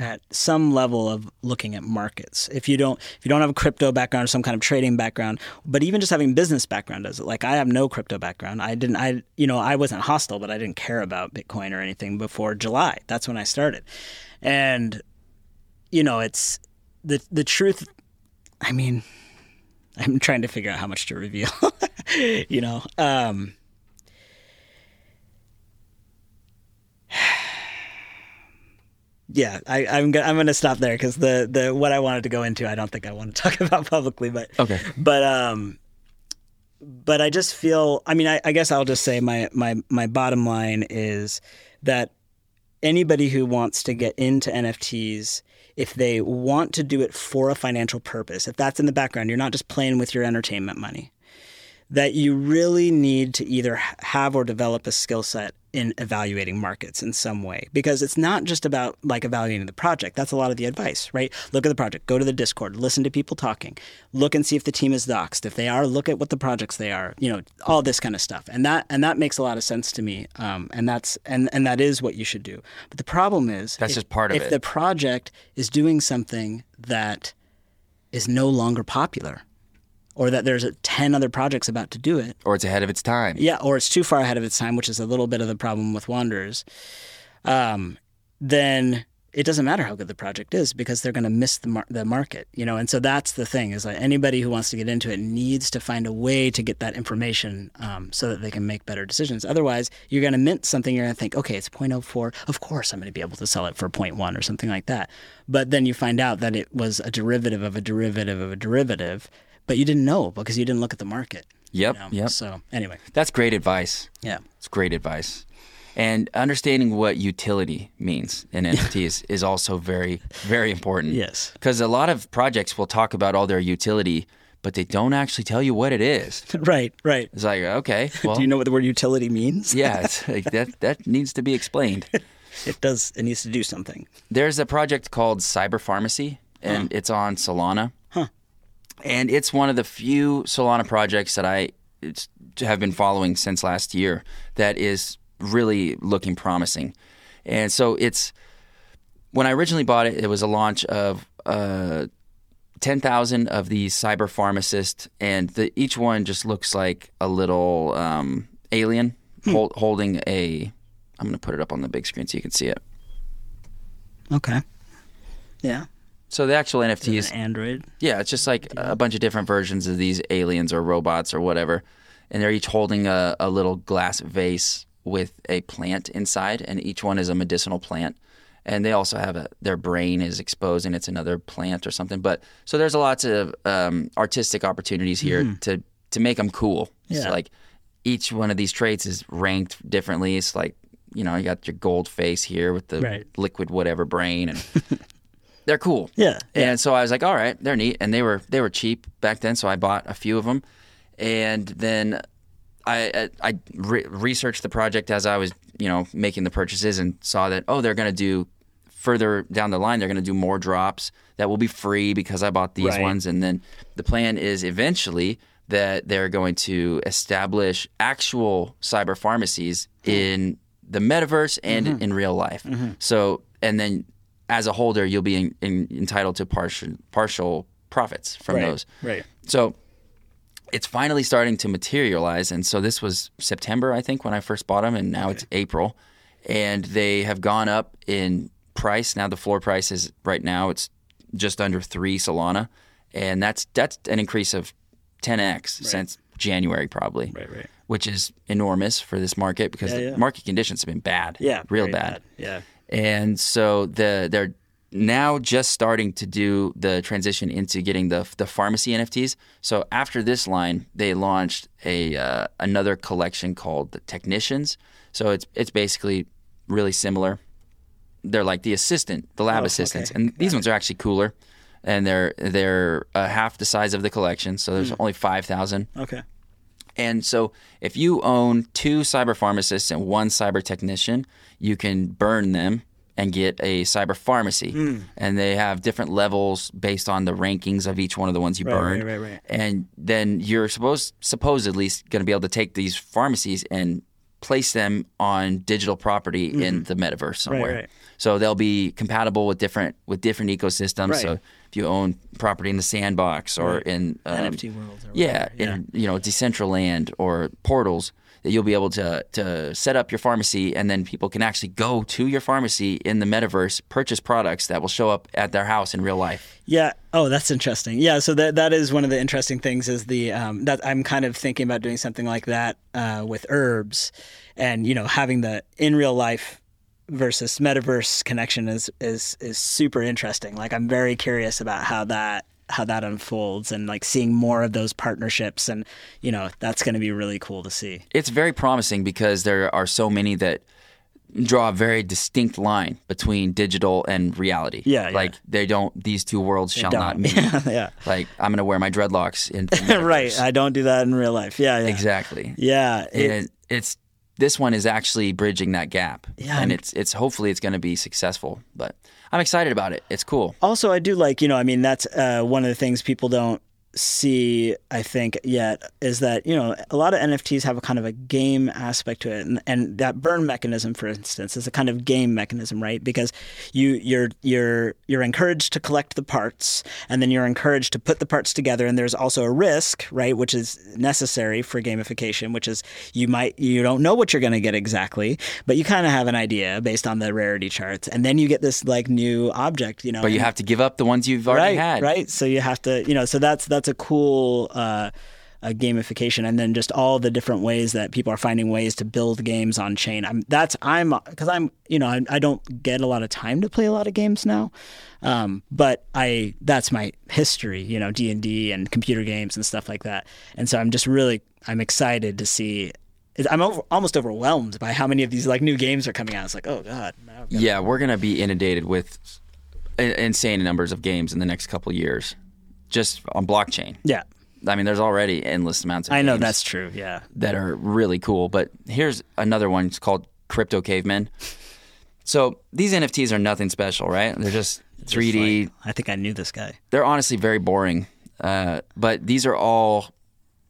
S4: at some level of looking at markets. If you don't if you don't have a crypto background or some kind of trading background, but even just having business background does it. Like I have no crypto background. I didn't I you know, I wasn't hostile, but I didn't care about Bitcoin or anything before July. That's when I started. And you know, it's the the truth I mean I'm trying to figure out how much to reveal. you know, um, yeah, I, I'm gonna, I'm gonna stop there because the the what I wanted to go into, I don't think I want to talk about publicly, but
S2: Okay.
S4: but um, but I just feel. I mean, I, I guess I'll just say my my my bottom line is that anybody who wants to get into NFTs, if they want to do it for a financial purpose, if that's in the background, you're not just playing with your entertainment money, that you really need to either h- have or develop a skill set in evaluating markets in some way because it's not just about like evaluating the project that's a lot of the advice right look at the project go to the discord listen to people talking look and see if the team is doxed if they are look at what the projects they are you know all this kind of stuff and that and that makes a lot of sense to me um, and that's and and that is what you should do but the problem is
S2: That's just part of
S4: if
S2: it.
S4: the project is doing something that is no longer popular or that there's uh, 10 other projects about to do it
S2: Or it's ahead of its time.
S4: yeah, or it's too far ahead of its time, which is a little bit of the problem with Wanderers. Um, then it doesn't matter how good the project is because they're going to miss the, mar- the market, you know. And so that's the thing is like anybody who wants to get into it needs to find a way to get that information um, so that they can make better decisions. Otherwise, you're going to mint something. You're going to think, okay, it's 0.04. Of course, I'm going to be able to sell it for 0.1 or something like that. But then you find out that it was a derivative of a derivative of a derivative, but you didn't know because you didn't look at the market.
S2: Yep.
S4: you know?
S2: Yep.
S4: So anyway,
S2: That's great advice.
S4: yeah.
S2: It's great advice. And understanding what utility means in NFTs is also very, very important.
S4: Yes.
S2: Because a lot of projects will talk about all their utility, but they don't actually tell you what it is.
S4: Right, right.
S2: It's like, okay, well,
S4: Do you know what the word utility means?
S2: yeah, it's like that, that needs to be explained.
S4: It does. It needs to do something.
S2: There's a project called Cyber Pharmacy, and it's on Solana. And it's one of the few Solana projects that I it's, have been following since last year that is really looking promising. And so it's when I originally bought it, it was a launch of uh, 10,000 of these cyber pharmacists, and the, each one just looks like a little um, alien hol- holding a. I'm going to put it up on the big screen so you can see it.
S4: Okay. Yeah.
S2: So the actual NFT
S4: He's
S2: is
S4: an android.
S2: yeah, it's just like a bunch of different versions of these aliens or robots or whatever, and they're each holding a, a little glass vase with a plant inside, and each one is a medicinal plant, and they also have a their brain is exposed and it's another plant or something. But so there's lots of um, artistic opportunities here to to make them cool. It's
S4: Hmm. Yeah.
S2: like each one of these traits is ranked differently. It's like you know you got your gold face here with the
S4: Right.
S2: liquid whatever brain and. They're cool.
S4: Yeah,
S2: And so I was like, all right, they're neat, and they were they were cheap back then, so I bought a few of them, and then I I, I re- researched the project as I was you know making the purchases and saw that oh they're gonna do further down the line they're gonna do more drops that will be free because I bought these
S4: Right.
S2: ones, and then the plan is eventually that they're going to establish actual cyber pharmacies
S4: Hmm.
S2: in the metaverse and
S4: Mm-hmm.
S2: in real life. So and then as a holder, you'll be in, in, entitled to partial partial profits from those.
S4: Right.
S2: So it's finally starting to materialize, and so this was September, I think, when I first bought them, and now it's April, and they have gone up in price. Now the floor price is right now it's just under three Solana, and that's that's an increase of 10x since January probably.
S4: Right, right.
S2: Which is enormous for this market because
S4: Yeah, yeah.
S2: the market conditions have been bad.
S4: Yeah,
S2: real
S4: very
S2: bad.
S4: Yeah,
S2: And so the they're now just starting to do the transition into getting the the pharmacy NFTs. So after this line, they launched a uh, another collection called the Technicians. So it's it's basically really similar. They're like the assistant, the lab assistants, and these ones are actually cooler. And they're they're uh, half the size of the collection, so there's only five thousand.
S4: okay.
S2: And so, if you own two cyber pharmacists and one cyber technician, you can burn them and get a cyber pharmacy.
S4: Hmm.
S2: And they have different levels based on the rankings of each one of the ones you burned.
S4: right, right, right.
S2: And then you're supposed supposedly going to be able to take these pharmacies and place them on digital property in the metaverse somewhere.
S4: Mm-hmm. right.
S2: So they'll be compatible with different with different ecosystems.
S4: Right.
S2: So if you own property in the sandbox or in um,
S4: NFT world or
S2: yeah, in you know Decentraland or portals that you'll be able to to set up your pharmacy, and then people can actually go to your pharmacy in the metaverse, purchase products that will show up at their house in real life.
S4: Yeah. Oh, that's interesting. Yeah. So that that is one of the interesting things is the um, that I'm kind of thinking about doing something like that uh, with herbs, and you know having the in real life versus metaverse connection is is is super interesting. Like I'm very curious about how that how that unfolds and like seeing more of those partnerships and you know that's going to be really cool to see.
S2: It's very promising because there are so many that draw a very distinct line between digital and reality.
S4: Yeah, yeah.
S2: like they don't; these two worlds shall not
S4: Don't-
S2: meet.
S4: yeah.
S2: Like I'm gonna wear my dreadlocks in
S4: right. I don't do that in real life. Yeah. yeah.
S2: exactly.
S4: Yeah. it-
S2: and it's this one is actually bridging that gap.
S4: Yeah, I'm-
S2: and it's it's hopefully it's going to be successful. But I'm excited about it. It's cool.
S4: also i do like you know i mean that's uh, one of the things people don't see i think yet is that you know a lot of nfts have a kind of a game aspect to it and, and that burn mechanism for instance is a kind of game mechanism right because you you're you're you're encouraged to collect the parts and then you're encouraged to put the parts together and there's also a risk right which is necessary for gamification which is you might you don't know what you're going to get exactly but you kind of have an idea based on the rarity charts and then you get this like new object you know
S2: But you
S4: and-
S2: have to give up the ones you've already
S4: right,
S2: had.
S4: Right. So you have to, you know, so that's that's a cool uh, a gamification, and then just all the different ways that people are finding ways to build games on chain. I'm that's I'm because I'm you know I, I don't get a lot of time to play a lot of games now, um, but I that's my history, you know, D and D and computer games and stuff like that, and so I'm just really I'm excited to see. I'm over, almost overwhelmed by how many of these like new games are coming out. It's like, oh god, now I've got-
S2: Yeah, we're going to be inundated with i- insane numbers of games in the next couple of years, just on blockchain.
S4: yeah,
S2: I mean, there's already endless amounts. of
S4: I know
S2: games
S4: that's true. Yeah,
S2: that are really cool. But here's another one. It's called Crypto Cavemen. So these NFTs are nothing special, right? They're just 3D
S4: I think I knew this guy.
S2: they're honestly very boring. Uh, but these are all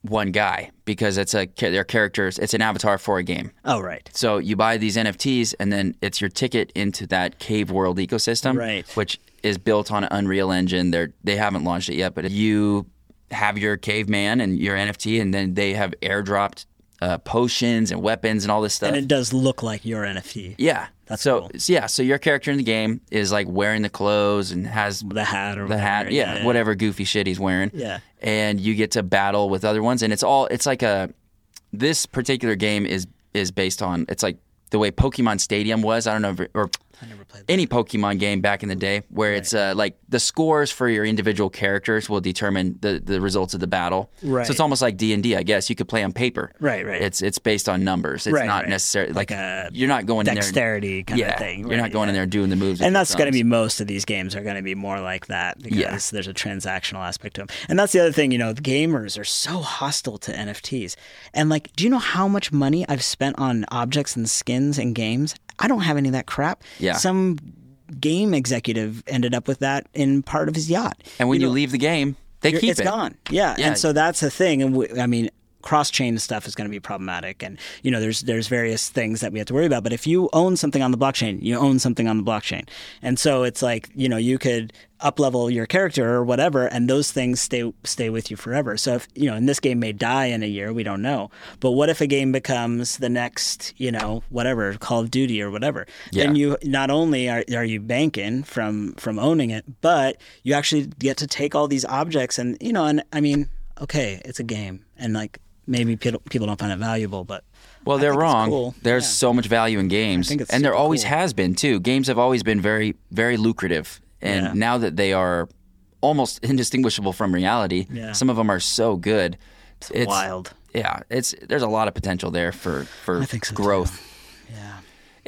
S2: one guy because it's a they're characters. It's an avatar for a game.
S4: Oh, right.
S2: So you buy these NFTs, and then it's your ticket into that cave world ecosystem,
S4: Right.
S2: Which is built on an Unreal Engine. They're they haven't launched it yet, but you have your caveman and your NFT, and then they have airdropped uh, potions and weapons and all this stuff.
S4: And it does look like your NFT.
S2: yeah,
S4: That's
S2: so,
S4: cool.
S2: so yeah. So your character in the game is like wearing the clothes and has
S4: The hat or
S2: the
S4: whatever.
S2: hat, yeah, whatever goofy shit he's wearing.
S4: Yeah.
S2: And you get to battle with other ones and it's all it's like a this particular game is is based on it's like the way Pokemon Stadium was, I don't know if, or any Pokemon game back in the day where it's uh, like the scores for your individual characters will determine the, the results of the battle.
S4: Right.
S2: So it's almost like D&D, I guess. You could play on paper.
S4: Right, right.
S2: It's it's based on numbers. It's
S4: Right,
S2: not
S4: right.
S2: necessarily like,
S4: Like a
S2: you're not going in there
S4: Dexterity kind
S2: yeah,
S4: of thing.
S2: You're not
S4: right,
S2: going in
S4: yeah.
S2: there doing the moves. with
S4: And
S2: your
S4: that's going to
S2: thumbs.
S4: be most of these games are going to be more like that because there's a transactional aspect to them. And that's the other thing, you know, the gamers are so hostile to NFTs. And like, do you know how much money I've spent on objects and skins and games? I don't have any of that crap.
S2: Yeah.
S4: Some game executive ended up with that in part of his yacht.
S2: And when
S4: You
S2: you,
S4: know,
S2: leave the game, they
S4: It's
S2: keep it.
S4: gone. Yeah.
S2: Yeah.
S4: and so that's the thing. And we, I mean, cross chain stuff is going to be problematic, and you know, there's there's various things that we have to worry about. But if you own something on the blockchain, you own something on the blockchain, and so it's like you know, you could up level your character or whatever, and those things stay stay with you forever. So if you know, and this game may die in a year, we don't know. But what if a game becomes the next, you know, whatever Call of Duty or whatever? Then you not only are, are you banking from from owning it, but you actually get to take all these objects and you know, and I mean, okay, it's a game, and like maybe people people don't find it valuable, but
S2: Well,
S4: I
S2: they're
S4: think it's
S2: wrong.
S4: cool.
S2: There's
S4: Yeah.
S2: so much value in games,
S4: think it's
S2: and there
S4: super
S2: always
S4: cool.
S2: has been too. Games have always been very, very lucrative, and
S4: Yeah.
S2: now that they are almost indistinguishable from reality,
S4: Yeah.
S2: some of them are so good. It's,
S4: wild.
S2: Yeah, it's there's a lot of potential there for for
S4: I think so, too.
S2: growth.
S4: Yeah.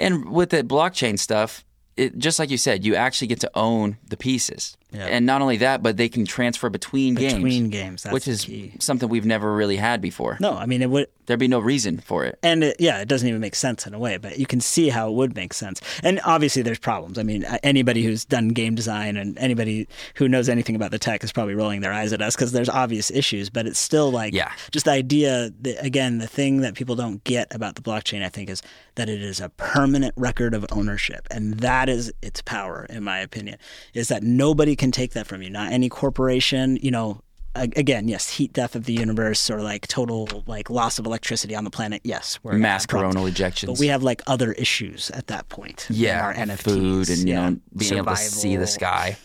S2: And with the blockchain stuff, it, just like you said, you actually get to own the pieces.
S4: Yeah.
S2: And not only that, but they can transfer between,
S4: Between
S2: games,
S4: games, that's
S2: which
S4: the
S2: is
S4: key.
S2: something we've never really had before.
S4: No, I mean it would.
S2: There'd be no reason for it.
S4: and it, yeah, it doesn't even make sense in a way, but you can see how it would make sense. And obviously, there's problems. I mean, anybody who's done game design and anybody who knows anything about the tech is probably rolling their eyes at us because there's obvious issues. But it's still like,
S2: Yeah.
S4: just the idea. That, again, the thing that people don't get about the blockchain, I think, is that it is a permanent record of ownership, and that is its power, in my opinion, is that nobody can take that from you. Not any corporation. You know, a- again, yes, heat death of the universe or like total like loss of electricity on the planet. Yes, we're gonna
S2: Mass
S4: have problems.
S2: coronal ejections.
S4: But we have like other issues at that point.
S2: yeah,
S4: our NFTs,
S2: food and you
S4: yeah,
S2: know being able to see the
S4: survival,
S2: sky.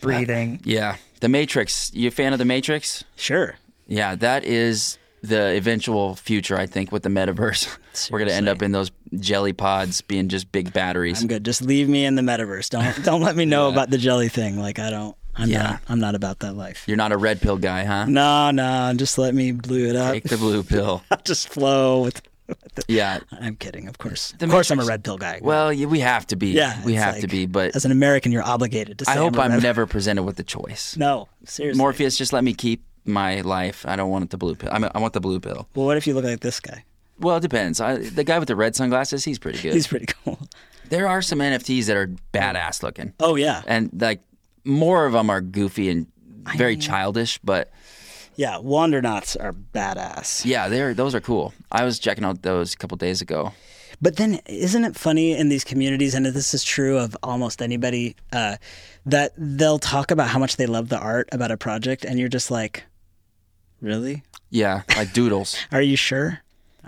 S4: breathing.
S2: Yeah, The Matrix. You a fan of The Matrix?
S4: Sure,
S2: Yeah, that is the eventual future. I think with the metaverse, we're gonna end up in those jelly pods being just big batteries.
S4: I'm good. Just leave me in the metaverse. Don't don't let me know about the jelly thing. Like I don't. I'm
S2: Yeah.
S4: not. I'm not about that life.
S2: You're not a red pill guy, huh?
S4: No, no. Just let me blew it up.
S2: Take the blue pill.
S4: just flow with. with the,
S2: Yeah,
S4: I'm kidding. Of course.
S2: The
S4: of course, I'm a
S2: Matrix-
S4: red pill guy.
S2: Well, y- we have to be.
S4: yeah,
S2: we
S4: it's
S2: have to
S4: like,
S2: be. But
S4: as an American, you're obligated to. Say
S2: I hope
S4: a
S2: I'm
S4: red-
S2: never presented with the choice.
S4: No, seriously.
S2: Morpheus, just let me keep my life. I don't want the blue pill. I, mean, I want the blue pill.
S4: Well, what if you look like this guy?
S2: Well, it depends. I, the guy with the red sunglasses, he's pretty good.
S4: He's pretty cool.
S2: there are some NFTs that are badass looking,
S4: Oh yeah,
S2: and like more of them are goofy and very childish. But
S4: yeah. Wandernauts are badass.
S2: yeah, they're those are cool. I was checking out those a couple days ago.
S4: But then, isn't it funny in these communities, and this is true of almost anybody, uh, that they'll talk about how much they love the art about a project, and you're just like, really?
S2: Yeah, like doodles.
S4: Are you sure?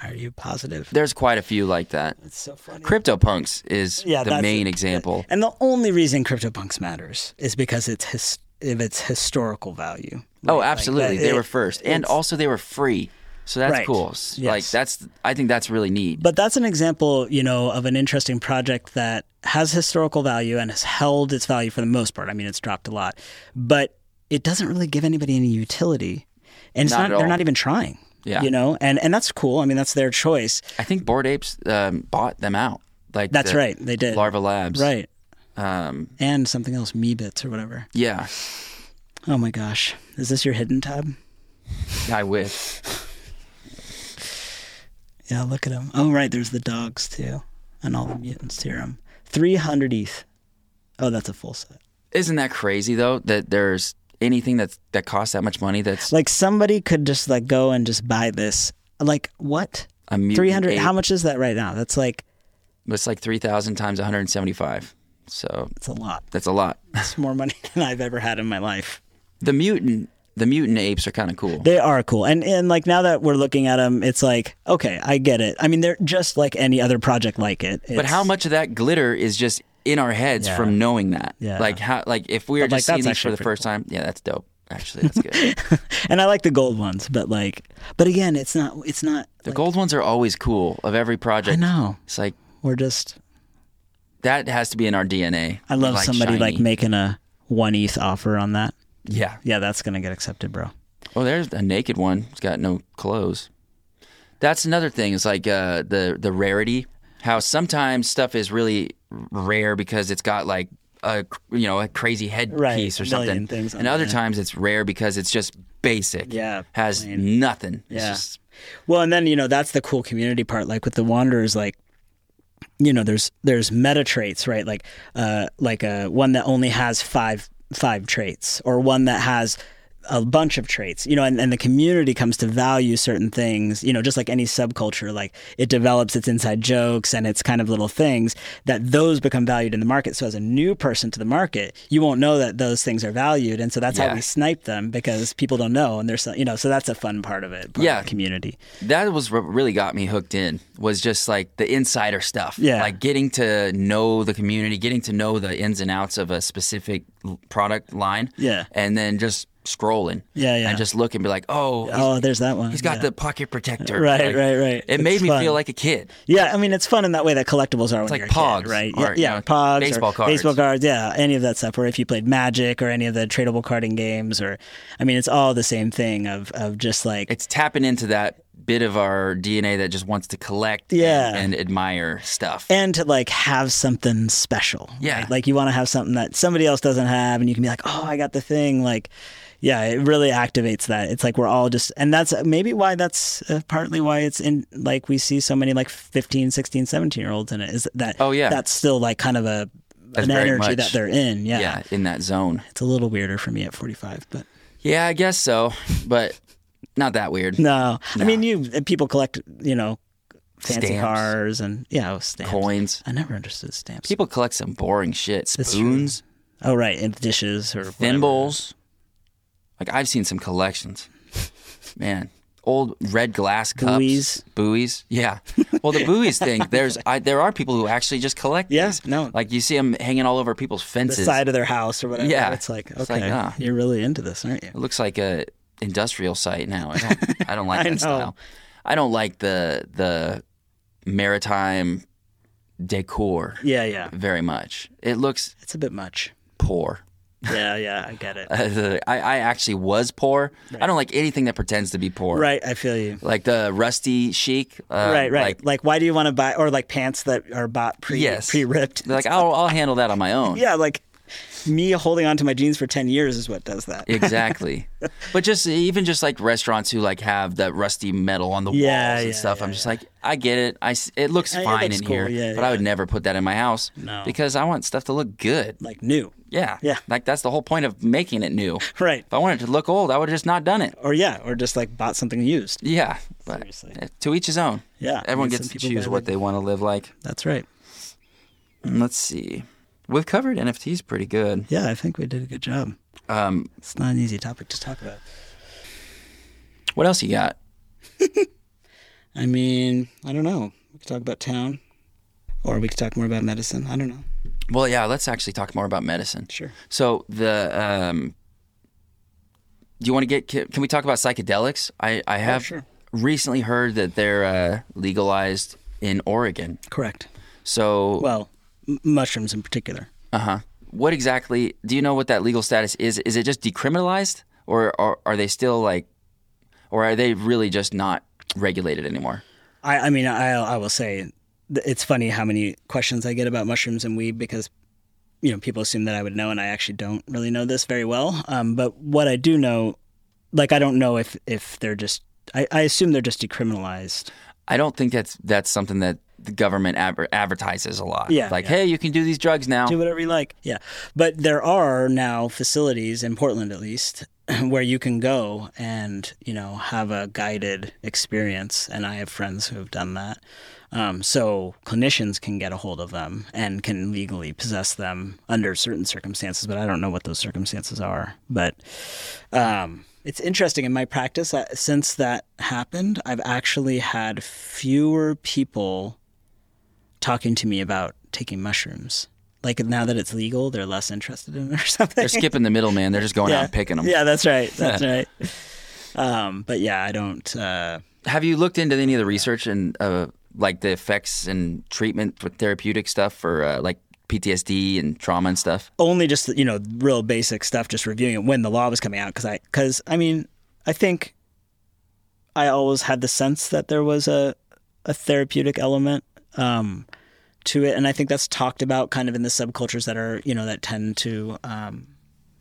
S4: Are you positive?
S2: There's quite a few like that.
S4: It's so funny.
S2: CryptoPunks is
S4: Yeah,
S2: the
S4: that's-
S2: main example.
S4: And the only reason CryptoPunks matters is because it's his, of its historical value.
S2: Oh,
S4: Like, like
S2: absolutely.
S4: that-
S2: they
S4: it-
S2: were first. And
S4: it's-
S2: also they were free. So that's
S4: Right.
S2: cool. S- Like
S4: Yes.
S2: that's I think that's really neat.
S4: But that's an example, you know, of an interesting project that has historical value and has held its value for the most part. I mean, it's dropped a lot, but it doesn't really give anybody any utility, and it's
S2: Not
S4: not,
S2: at all.
S4: they're not even trying.
S2: Yeah.
S4: you know, and and that's cool. I mean, that's their choice.
S2: I think Bored Apes um, bought them out. Like
S4: That's
S2: the
S4: right, they did.
S2: Larva Labs.
S4: Right,
S2: Um,
S4: and something else, Meebits or whatever.
S2: yeah.
S4: Oh my gosh, is this your hidden tab?
S2: I wish.
S4: Yeah, look at them. Oh right, there's the dogs too, and all the mutants serum. Three hundred ETH. Oh, that's a full set.
S2: Isn't that crazy though that there's anything that's that costs that much money that's
S4: Like somebody could just like go and just buy this. Like what?
S2: a mutant
S4: Three hundred.
S2: ape?
S4: How much is that right now? That's like
S2: it's like 3000 times 175. So
S4: it's a lot.
S2: that's a lot.
S4: That's more money than I've ever had in my life.
S2: The mutant the mutant apes are kind of cool.
S4: They are cool, and and like now that we're looking at them, it's like okay, I get it. I mean, they're just like any other project like it.
S2: But
S4: It's-
S2: how much of that glitter is just in our heads
S4: Yeah.
S2: from knowing that?
S4: Yeah.
S2: Like how like if we were
S4: But, like,
S2: just
S4: that's
S2: seeing these for
S4: actually
S2: the
S4: pretty
S2: first time, yeah, that's dope. Actually, that's good.
S4: And I like the gold ones, but like, but again, it's not. It's not.
S2: the gold ones are always cool of every project.
S4: I know.
S2: It's like
S4: We're just
S2: that has to be in our DNA.
S4: I love
S2: Like
S4: somebody like
S2: shiny.
S4: making a one ETH offer on that.
S2: Yeah.
S4: Yeah, that's gonna get accepted, bro.
S2: Oh, there's a naked one. It's got no clothes. That's another thing. It's like uh, the the rarity. How sometimes stuff is really rare because it's got like a you know a crazy headpiece
S4: Right,
S2: or
S4: a million
S2: something,
S4: things on
S2: and other
S4: there.
S2: times it's rare because it's just basic.
S4: Yeah,
S2: has
S4: plain.
S2: nothing. It's
S4: Yeah.
S2: just-
S4: Well, and then you know that's the cool community part. Like with the Wanderers, like you know, there's there's meta traits, right? Like uh, like uh, one that only has five five traits, or one that has a bunch of traits. You know, and, and the community comes to value certain things. You know, just like any subculture, like it develops its inside jokes and its kind of little things that those become valued in the market. So as a new person to the market, you won't know that those things are valued, and so that's
S2: Yeah.
S4: how we snipe them because people don't know, and they're so, you know, so that's a fun part of it. part of
S2: Yeah.
S4: the community.
S2: that was what really got me hooked in was just like the insider stuff
S4: Yeah.
S2: like getting to know the community getting to know the ins and outs of a specific l- product line
S4: Yeah.
S2: and then just scrolling.
S4: Yeah, yeah.
S2: And just look and be like, oh, he's-
S4: Oh, there's that one.
S2: he's got
S4: yeah.
S2: the pocket protector.
S4: Right,
S2: Like,
S4: right, right.
S2: It
S4: It's
S2: made me
S4: fun.
S2: feel like a kid.
S4: Yeah, I mean it's fun in that way that collectibles are when
S2: like
S4: you're a kid,
S2: Pogs
S4: right?
S2: or,
S4: yeah, yeah,
S2: you know,
S4: Pogs, or
S2: baseball cards.
S4: baseball cards, yeah, any of that stuff. Or if you played Magic or any of the tradable carding games, or I mean, it's all the same thing of of just like
S2: It's tapping into that bit of our DNA that just wants to collect and-
S4: Yeah.
S2: and, admire stuff.
S4: and to like have something special.
S2: Yeah.
S4: right? like you want to have something that somebody else doesn't have, and you can be like, oh, I got the thing. Like, yeah, it really activates that. It's like we're all just, and that's maybe why that's uh, partly why it's in like we see so many like 15, 16, 17 year olds in it is that
S2: Oh, yeah.
S4: that's still like kind of a
S2: That's
S4: an
S2: very
S4: energy
S2: much-
S4: that they're in.
S2: yeah. in that zone.
S4: It's a little weirder for me at 45, but
S2: Yeah, I guess so, but not that weird.
S4: no. I mean, you uh, people collect, you know, fancy
S2: Stamps.
S4: cars and yeah, oh, stamps.
S2: Coins.
S4: I never understood stamps.
S2: People collect some boring shit.
S4: That's true.
S2: Spoons,
S4: oh right, and dishes or whatever.
S2: thimbles. Like I've seen some collections. Man, old red glass cups,
S4: Buoys.
S2: buoys. Yeah. Well, the buoys thing. There's I, there are people who actually just collect.
S4: Yeah,
S2: these.
S4: no.
S2: Like you see them hanging all over people's
S4: The
S2: fences.
S4: side of their house or whatever.
S2: Yeah.
S4: it's like okay,
S2: It's like, ah.
S4: you're really into this, aren't you?
S2: It looks like a industrial site now. I don't, I don't like
S4: I
S2: that
S4: know.
S2: style. I don't like the the maritime decor
S4: Yeah, yeah.
S2: very much. It looks
S4: It's a bit much.
S2: poor.
S4: Yeah, yeah, I get it.
S2: I, I actually was poor. I don't like anything that pretends to be poor.
S4: right, I feel you.
S2: Like the rusty chic. Uh,
S4: right, right. Like,
S2: Like,
S4: why do you want to buy or like pants that are bought pre
S2: Yes.
S4: pre ripped?
S2: like I'll, I'll handle that on my own.
S4: yeah, like me holding on to my jeans for ten years is what does that.
S2: Exactly. but just even just like restaurants who like have that rusty metal on the
S4: Yeah,
S2: walls and
S4: yeah,
S2: stuff.
S4: yeah,
S2: I'm just like, I get it. I s it looks
S4: Yeah, it
S2: fine
S4: looks
S2: in
S4: cool.
S2: here,
S4: Yeah,
S2: but
S4: yeah.
S2: I would never put that in my house
S4: No.
S2: because I want stuff to look good.
S4: Like new.
S2: Yeah.
S4: Yeah.
S2: Like that's the whole point of making it new.
S4: Right.
S2: If I wanted it to look old, I would have just not done it.
S4: or yeah, or just like bought something used.
S2: Yeah. But
S4: Seriously.
S2: eh, to each his own.
S4: Yeah,
S2: Everyone
S4: and
S2: gets
S4: some
S2: to
S4: people
S2: choose
S4: buy
S2: what
S4: the-
S2: they want to live like.
S4: That's right.
S2: And Let's see. We've covered NFTs pretty good.
S4: Yeah, I think we did a good job.
S2: Um,
S4: It's not an easy topic to talk about.
S2: what else you got?
S4: I mean, I don't know. We could talk about town, or we could talk more about medicine. I don't know.
S2: Well, yeah, let's actually talk more about medicine.
S4: Sure.
S2: So the um, do you want to get? Can, can we talk about psychedelics? I I have
S4: sure.
S2: recently heard that they're uh, legalized in Oregon.
S4: Correct.
S2: So
S4: Well, m- mushrooms in particular.
S2: uh huh. What exactly do you know? What that legal status is? Is it just decriminalized, or are, are they still like, or are they really just not regulated anymore?
S4: I, I mean, I, I will say, th- it's funny how many questions I get about mushrooms and weed because, you know, people assume that I would know, and I actually don't really know this very well. Um, but what I do know, like, I don't know if if they're just. I, I assume they're just decriminalized.
S2: I don't think that's that's something that the government adver- advertises a lot.
S4: Yeah,
S2: like
S4: yeah.
S2: hey, you can do these drugs now.
S4: do whatever you like. Yeah. But there are now facilities in Portland, at least, where you can go and, you know, have a guided experience. And I have friends who have done that. Um, so clinicians can get a hold of them and can legally possess them under certain circumstances, but I don't know what those circumstances are. But um, it's interesting in my practice uh, since that happened, I've actually had fewer people talking to me about taking mushrooms. Like now that it's legal, they're less interested in it or something.
S2: They're skipping the middleman. They're just going
S4: yeah.
S2: out and picking them.
S4: Yeah, that's right. That's right. Um, but yeah, I don't. Uh,
S2: Have you looked into any of the research and uh, like the effects and treatment for therapeutic stuff for uh, like PTSD and trauma and stuff?
S4: only just you know real basic stuff just reviewing it when the law was coming out because i because i mean i think i always had the sense that there was a a therapeutic element um to it and i think that's talked about kind of in the subcultures that are you know that tend to um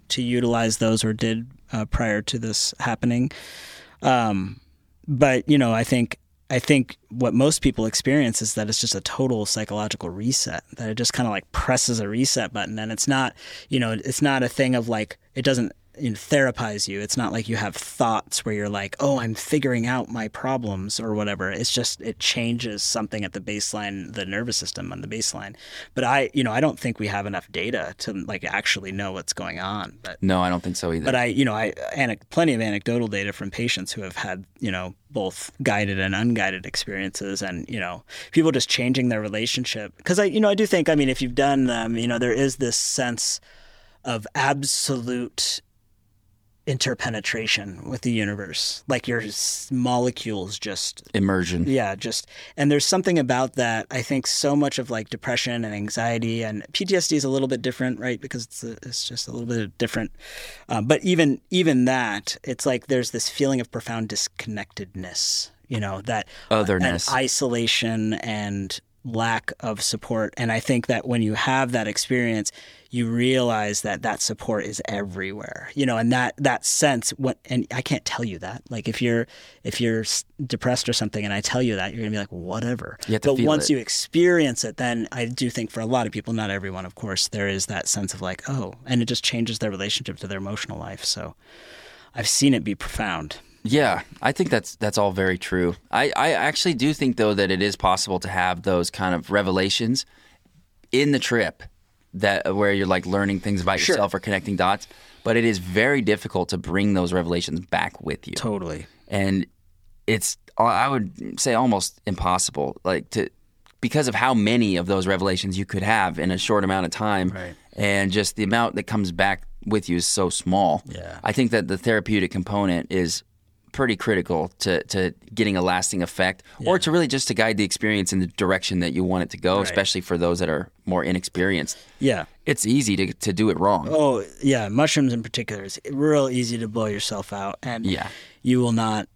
S4: to utilize those or did uh, prior to this happening um but you know i think i think what most people experience is that it's just a total psychological reset that it just kind of like presses a reset button and it's not you know it's not a thing of like it doesn't you know, therapize you it's not like you have thoughts where you're like oh i'm figuring out my problems or whatever it's just it changes something at the baseline the nervous system on the baseline but i you know i don't think we have enough data to like actually know what's going on but
S2: No, I don't think so either.
S4: but I, you know, I anec- plenty of anecdotal data from patients who have had, you know, both guided and unguided experiences, and you know, people just changing their relationship. Because I, you know, I do think, I mean, if you've done them, you know, there is this sense of absolute interpenetration with the universe. Like your s- molecules just
S2: immersion.
S4: yeah, just and there's something about that. I think so much of like depression and anxiety and PTSD is a little bit different, right? Because it's a, it's just a little bit different. Um, but even even that, it's like there's this feeling of profound disconnectedness, you know, that
S2: Otherness.
S4: and isolation and lack of support. And I think that when you have that experience, you realize that that support is everywhere, you know, and that, that sense, what, and I can't tell you that, like if you're, if you're s- depressed or something and I tell you that, you're gonna be like, whatever.
S2: You have to
S4: but
S2: feel
S4: once
S2: it.
S4: you experience it, then I do think for a lot of people, not everyone, of course, there is that sense of like, oh, and it just changes their relationship to their emotional life. So I've seen it be profound.
S2: Yeah, I think that's that's all very true. I, I actually do think though that it is possible to have those kind of revelations in the trip that where you're like learning things about yourself or connecting dots, but it is very difficult to bring those revelations back with you.
S4: Totally.
S2: And it's uh, I would say almost impossible like to because of how many of those revelations you could have in a short amount of time
S4: Right.
S2: and just the amount that comes back with you is so small.
S4: Yeah.
S2: I think that the therapeutic component is pretty critical to, to getting a lasting effect or to really just to guide the experience in the direction that you want it to go, especially for those that are more inexperienced.
S4: Yeah.
S2: It's easy to, to do it wrong.
S4: Oh yeah, mushrooms in particular is real easy to blow yourself out, and
S2: Yeah.
S4: you will not.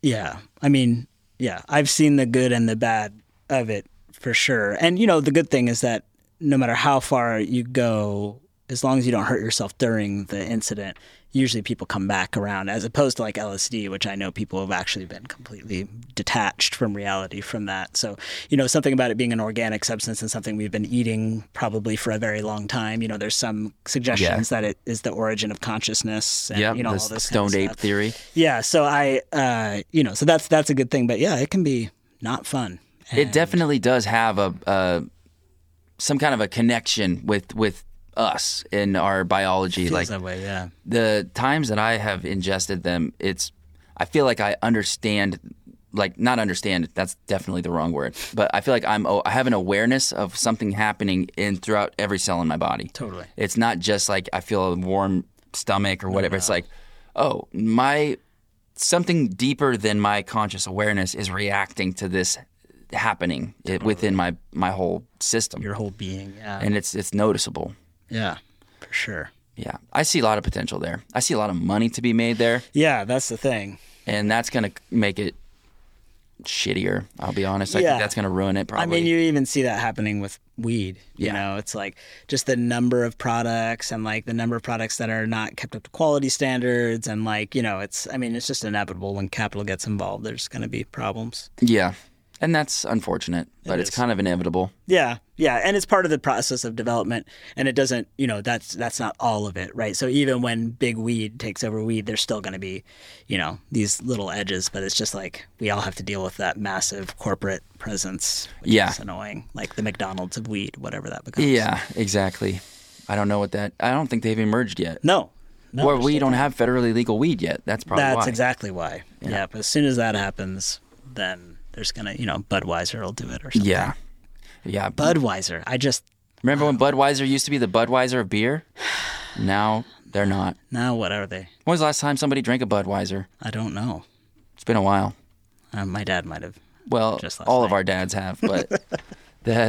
S4: Yeah, I mean, yeah, I've seen the good and the bad of it for sure, and you know the good thing is that no matter how far you go, as long as you don't hurt yourself during the incident, usually people come back around, as opposed to like LSD, which I know people have actually been completely detached from reality from that. So you know something about it being an organic substance and something we've been eating probably for a very long time. You know, there's some suggestions that it is the origin of consciousness and
S2: Yeah,
S4: you know
S2: the
S4: all this kind of
S2: stoned ape
S4: stuff.
S2: theory.
S4: Yeah, so I, uh, you know, so that's that's a good thing. But yeah, it can be not fun.
S2: It definitely does have a, a some kind of a connection with with us in our biology.
S4: Feels
S2: like
S4: that way, yeah.
S2: the times that I have ingested them, it's I feel like I understand like not understand that's definitely the wrong word but i feel like i'm oh, i have an awareness of something happening in throughout every cell in my body
S4: Totally.
S2: it's not just like i feel a warm stomach or whatever it's like oh my something deeper than my conscious awareness is reacting to this happening i- within my my whole system
S4: Your whole being, yeah,
S2: and it's it's noticeable
S4: yeah, for sure.
S2: yeah i see a lot of potential there i see a lot of money to be made there
S4: Yeah, that's the thing.
S2: and that's gonna make it shittier. I'll be honest. I
S4: Yeah.
S2: think that's gonna ruin it. Probably.
S4: I mean, you even see that happening with weed. You
S2: Yeah.
S4: know, it's like just the number of products and like the number of products that are not kept up to quality standards. And like, you know, it's, I mean, it's just inevitable when capital gets involved, there's going to be problems.
S2: yeah, and that's unfortunate, but it's
S4: is.
S2: kind of inevitable.
S4: Yeah. Yeah. And it's part of the process of development. And it doesn't, you know, that's, that's not all of it. Right. So even when big weed takes over weed, there's still going to be, you know, these little edges, but it's just like we all have to deal with that massive corporate presence. Which
S2: Yeah.
S4: Is annoying. Like the McDonald's of weed, whatever that becomes.
S2: Yeah, exactly. I don't know what that. I don't think they've emerged yet.
S4: No. no
S2: or we don't have federally legal weed yet. That's probably
S4: That's
S2: why.
S4: exactly why. Yeah. But as soon as that happens, then there's gonna, you know, Budweiser will do it or something.
S2: Yeah, yeah.
S4: Budweiser. I just
S2: Remember when Budweiser used to be the Budweiser of beer? Now they're not.
S4: now what are they?
S2: When was the last time somebody drank a Budweiser?
S4: I don't know.
S2: It's been a while.
S4: Uh, my dad might have.
S2: Well,
S4: Just last
S2: all of
S4: night.
S2: our dads have, but tha-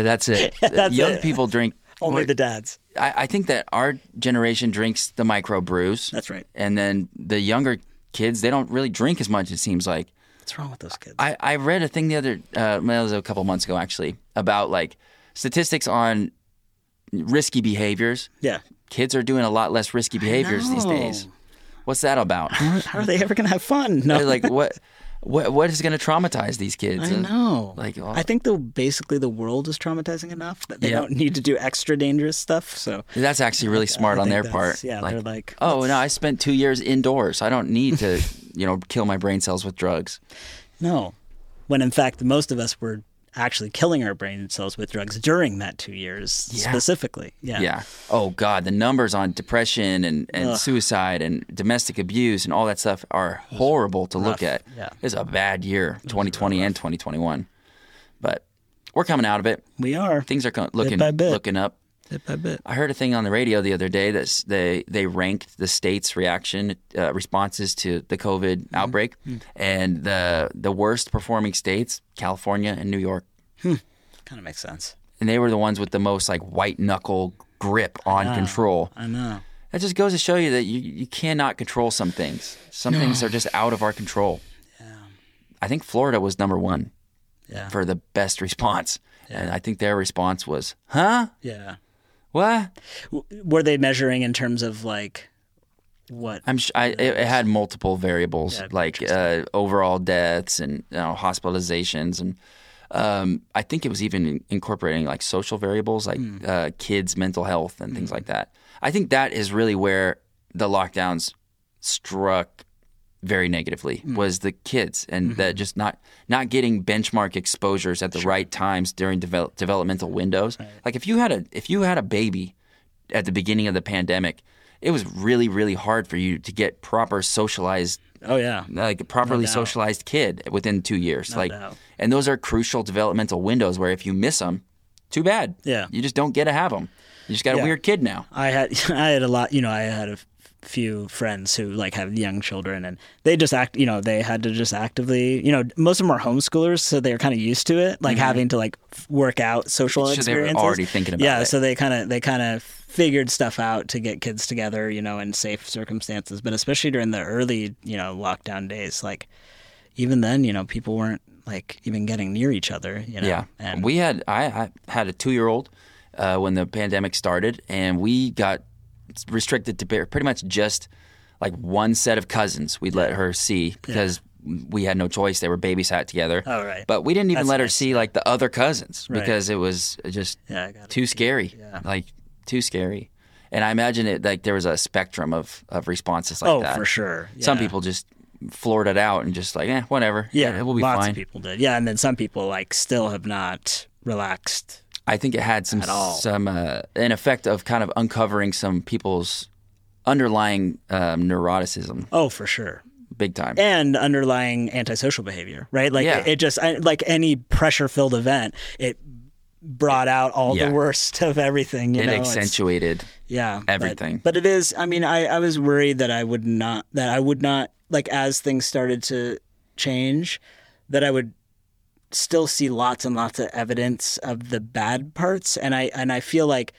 S2: that's it.
S4: That's
S2: Young
S4: it.
S2: people drink
S4: Only
S2: Or-
S4: the dads.
S2: I, I think that our generation drinks the micro brews.
S4: That's right.
S2: And then the younger kids, they don't really drink as much, it seems like.
S4: What's wrong with those kids?
S2: I, I read a thing the other, uh, well, it was a couple months ago actually, about like statistics on risky behaviors.
S4: yeah.
S2: Kids are doing a lot less risky behaviors these
S4: know.
S2: days. What's that about?
S4: How are they ever gonna have fun? No.
S2: They're like, what, what, what is going to traumatize these kids?
S4: I know.
S2: Like, well-
S4: I think the basically the world is traumatizing enough that they
S2: Yeah.
S4: don't need to do extra dangerous stuff. So
S2: That's actually really smart
S4: I
S2: on
S4: think
S2: their
S4: that's-
S2: part.
S4: yeah, they're like,
S2: oh
S4: let's-
S2: no, I spent two years indoors. I don't need to, you know, kill my brain cells with drugs.
S4: No. When in fact, most of us were actually killing our brain cells with drugs during that two years specifically. Yeah.
S2: Yeah. Oh God, the numbers on depression and, and suicide and domestic abuse and all that stuff are horrible to look at.
S4: Yeah.
S2: It's a bad year, 2020 and 2021. But we're coming out of it.
S4: We are.
S2: Things are co- looking
S4: by bit.
S2: looking up.
S4: bit by bit.
S2: I heard a thing on the radio the other day that s- they they ranked the states' reaction uh, responses to the COVID
S4: Mm-hmm.
S2: outbreak,
S4: Mm.
S2: and the the worst performing states, California and New York,
S4: Kind of makes sense.
S2: and they were the ones with the most like white knuckle grip on
S4: Ah,
S2: control.
S4: I know.
S2: That just goes to show you that you you cannot control some things. Some things are just out of our control. I think Florida was number one
S4: Yeah.
S2: for the best response, and I think their response was, "Huh?
S4: Yeah.
S2: What?"
S4: W- were they measuring in terms of like what?
S2: I'm sh- I, it, it had multiple variables
S4: Yeah,
S2: like uh, overall deaths and you know, hospitalizations and um, I think it was even in- incorporating like social variables like uh, kids' mental health and things like that. I think that is really where the lockdowns struck very negatively was the kids and that just not not getting benchmark exposures at the right times during develop, developmental windows. Like if you had a if you had a baby at the beginning of the pandemic, it was really really hard for you to get proper socialized
S4: oh yeah.
S2: like a properly socialized kid within 2 years. like
S4: doubt.
S2: and those are crucial developmental windows where if you miss them, too bad.
S4: Yeah.
S2: You just don't get to have them. You just got
S4: Yeah.
S2: a weird kid now.
S4: I had I had a lot, you know, I had a f- few friends who like have young children and they just act, you know, they had to just actively, you know, most of them are homeschoolers so they're kind of used to it, like having to like f- work out social
S2: Mm-hmm. So they were
S4: experiences.
S2: already thinking about
S4: Yeah,
S2: it.
S4: so they kind of they kind of figured stuff out to get kids together, you know, in safe circumstances, but especially during the early, you know, lockdown days like even then, you know, people weren't like even getting near each other, you know.
S2: Yeah,
S4: And
S2: we had I, I had a two year old uh, when the pandemic started, and we got restricted to bear- pretty much just like one set of cousins. We'd let her see because we had no choice; they were babysat together.
S4: Oh, right.
S2: But we didn't even
S4: That's
S2: let her
S4: nice.
S2: see like the other cousins because it was just
S4: Yeah, I got it.
S2: too scary. Like too scary. And I imagine it like there was a spectrum of of responses like
S4: oh,
S2: that.
S4: for sure.
S2: Some
S4: Yeah.
S2: people just floored it out and just like, eh, whatever.
S4: Yeah,
S2: it will be
S4: lots
S2: fine.
S4: of people did. Yeah, and then some people like still have not relaxed.
S2: I think it had some
S4: At all.
S2: some uh, an effect of kind of uncovering some people's underlying um, neuroticism,
S4: Oh, for sure.
S2: big time.
S4: And underlying antisocial behavior, right? Like
S2: Yeah.
S4: it, it just I, like any pressure-filled event, it brought out all
S2: Yeah.
S4: the worst of everything. You
S2: it
S4: know, It's-
S2: accentuated.
S4: yeah, but-
S2: everything.
S4: But, it is. I mean, I I was worried that I would not that I would not like as things started to change, that I would still see lots and lots of evidence of the bad parts and I and I feel like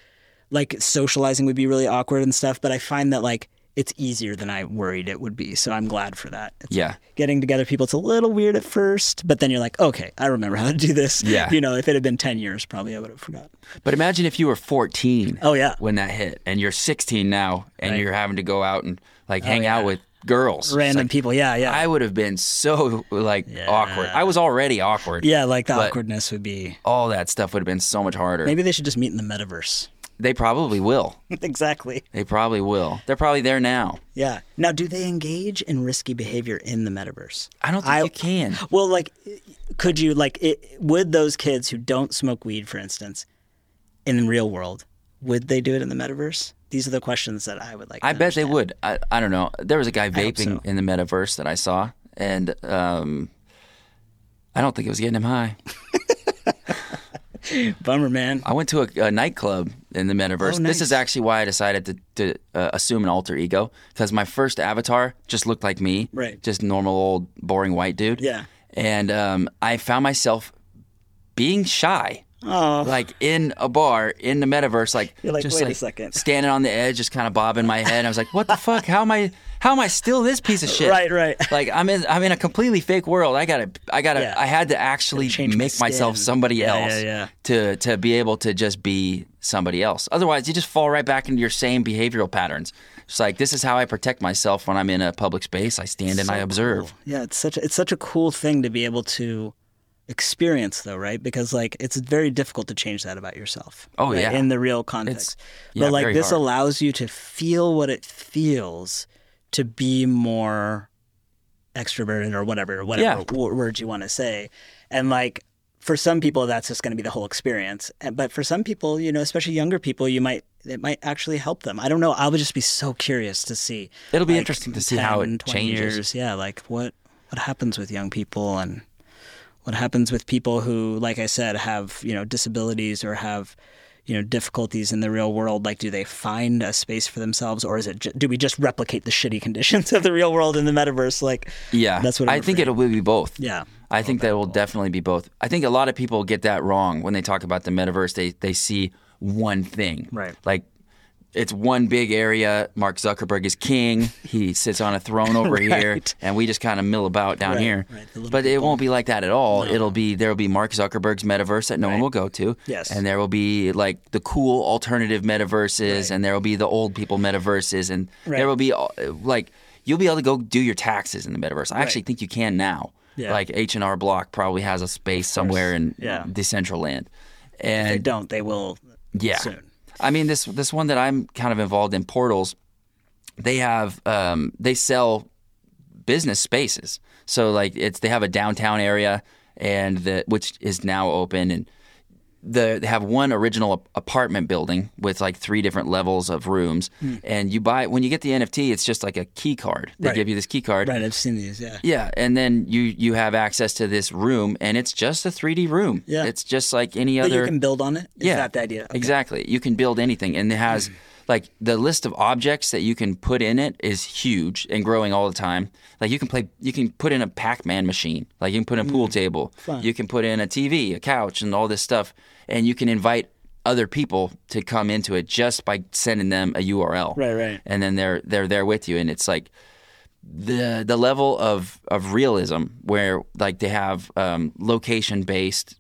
S4: like socializing would be really awkward and stuff, but I find that like it's easier than I worried it would be. So I'm glad for that. It's
S2: Yeah,
S4: Getting together people, it's a little weird at first, but then you're like, okay, I remember how to do this.
S2: Yeah.
S4: You know, if it had been 10 years, probably I would have forgotten.
S2: but imagine if you were 14.
S4: Oh, yeah.
S2: when that hit, and you're 16 now, and you're having to go out and like hang out with girls.
S4: Oh, Random
S2: It's like,
S4: people. Yeah. Yeah.
S2: I would have been so like awkward. I was already awkward.
S4: yeah. Like the
S2: but-
S4: awkwardness would be
S2: all that stuff would have been so much harder.
S4: Maybe they should just meet in the metaverse.
S2: They probably will.
S4: exactly.
S2: They probably will. They're probably there now.
S4: Yeah. Now, do they engage in risky behavior in the metaverse?
S2: I don't think you can.
S4: Well, like, could you like it, would those kids who don't smoke weed, for instance, in the real world, would they do it in the metaverse? These are the questions that I would like.
S2: I
S4: to
S2: bet they would. I, I don't know. There was a guy
S4: Oh, hope
S2: vaping
S4: so.
S2: in the metaverse that I saw, and um, I don't think it was getting him high.
S4: understand. Bummer, man.
S2: I went to a, a nightclub in the metaverse.
S4: Oh,
S2: This is
S4: nice.
S2: actually why I decided to, to uh, assume an alter ego because my first avatar just looked like me,
S4: Right.
S2: Just normal old boring white dude.
S4: Yeah.
S2: And um, I found myself being shy.
S4: Oh,
S2: like in a bar in the metaverse, like
S4: You're like,
S2: just
S4: "Wait a second."
S2: standing on the edge, just kind of bobbing my head. I was like, what the fuck? How am I? How am I still this piece of shit?
S4: Right, right.
S2: Like I'm in I'm in a completely fake world. I gotta I gotta
S4: Yeah.
S2: I had to actually
S4: change my
S2: make myself
S4: skin.
S2: somebody
S4: Yeah,
S2: else
S4: yeah, yeah.
S2: to to be able to just be somebody else. Otherwise, you just fall right back into your same behavioral patterns. It's like this is how I protect myself when I'm in a public space. I stand and I observe.
S4: yeah. It's such a, it's such a cool thing to be able to experience, though, right? Because like it's very difficult to change that about yourself.
S2: Oh,
S4: right?
S2: yeah.
S4: in the real context.
S2: yeah,
S4: but like
S2: very
S4: this
S2: hard.
S4: allows you to feel what it feels to be more extroverted or whatever, whatever
S2: Yeah.
S4: w- word you want to say, and like. For some people, that's just going to be the whole experience. And- But for some people, you know, especially younger people, you might it might actually help them. I don't know. I would just be so curious to see.
S2: It'll be interesting to see how it
S4: 20
S2: changes.
S4: Years. Yeah, like what what happens with young people and what happens with people who, like I said, have you know disabilities or have you know difficulties in the real world like do they find a space for themselves or is it ju- do we just replicate the shitty conditions of the real world in the metaverse like
S2: Yeah,
S4: that's what I'm
S2: I think
S4: afraid
S2: it'll be both.
S4: Yeah.
S2: I think that will definitely be both. I think a lot of people get that wrong when they talk about the metaverse. They they see one thing,
S4: Right.
S2: Like it's one big area. Mark Zuckerberg is king. He sits on a throne over here,
S4: Right.
S2: and we just kind of mill about down
S4: Right,
S2: here.
S4: right, the little
S2: But it won't be like that at all. It'll be there will be Mark Zuckerberg's metaverse that no one will go to.
S4: Yes.
S2: and there will be like the cool alternative metaverses, and there will be the old people metaverses, and
S4: Right.
S2: there will be all- like you'll be able to go do your taxes in the metaverse. I actually think you can now.
S4: Yeah.
S2: Like H and R Block probably has a space somewhere in
S4: Yeah.
S2: Decentraland,
S4: they
S2: and
S4: don't they will
S2: yeah.
S4: soon
S2: I mean this this one that I'm kind of involved in portals. They have um, they sell business spaces. So like it's they have a downtown area and the which is now open and the they have one original ap- apartment building with like three different levels of rooms and you buy when you get the NFT it's just like a key card. They
S4: Hmm. Right.
S2: give you this key card.
S4: right I've seen these yeah
S2: Yeah, and then you you have access to this room and it's just a 3D room.
S4: Yeah.
S2: It's just like any
S4: but
S2: other
S4: you can build on it is
S2: yeah,
S4: that the idea Okay. Hmm.
S2: Exactly. You can build anything, and it has like the list of objects that you can put in it is huge and growing all the time. Like you can play, you can put in a Pac-Man machine. Like you can put in a
S4: Hmm.
S2: pool table. You can put in a TV, a couch, and all this stuff, and you can invite other people to come into it just by sending them a URL.
S4: Right, right.
S2: And then they're they're there with you, and it's like the the level of of realism where like they have um, location based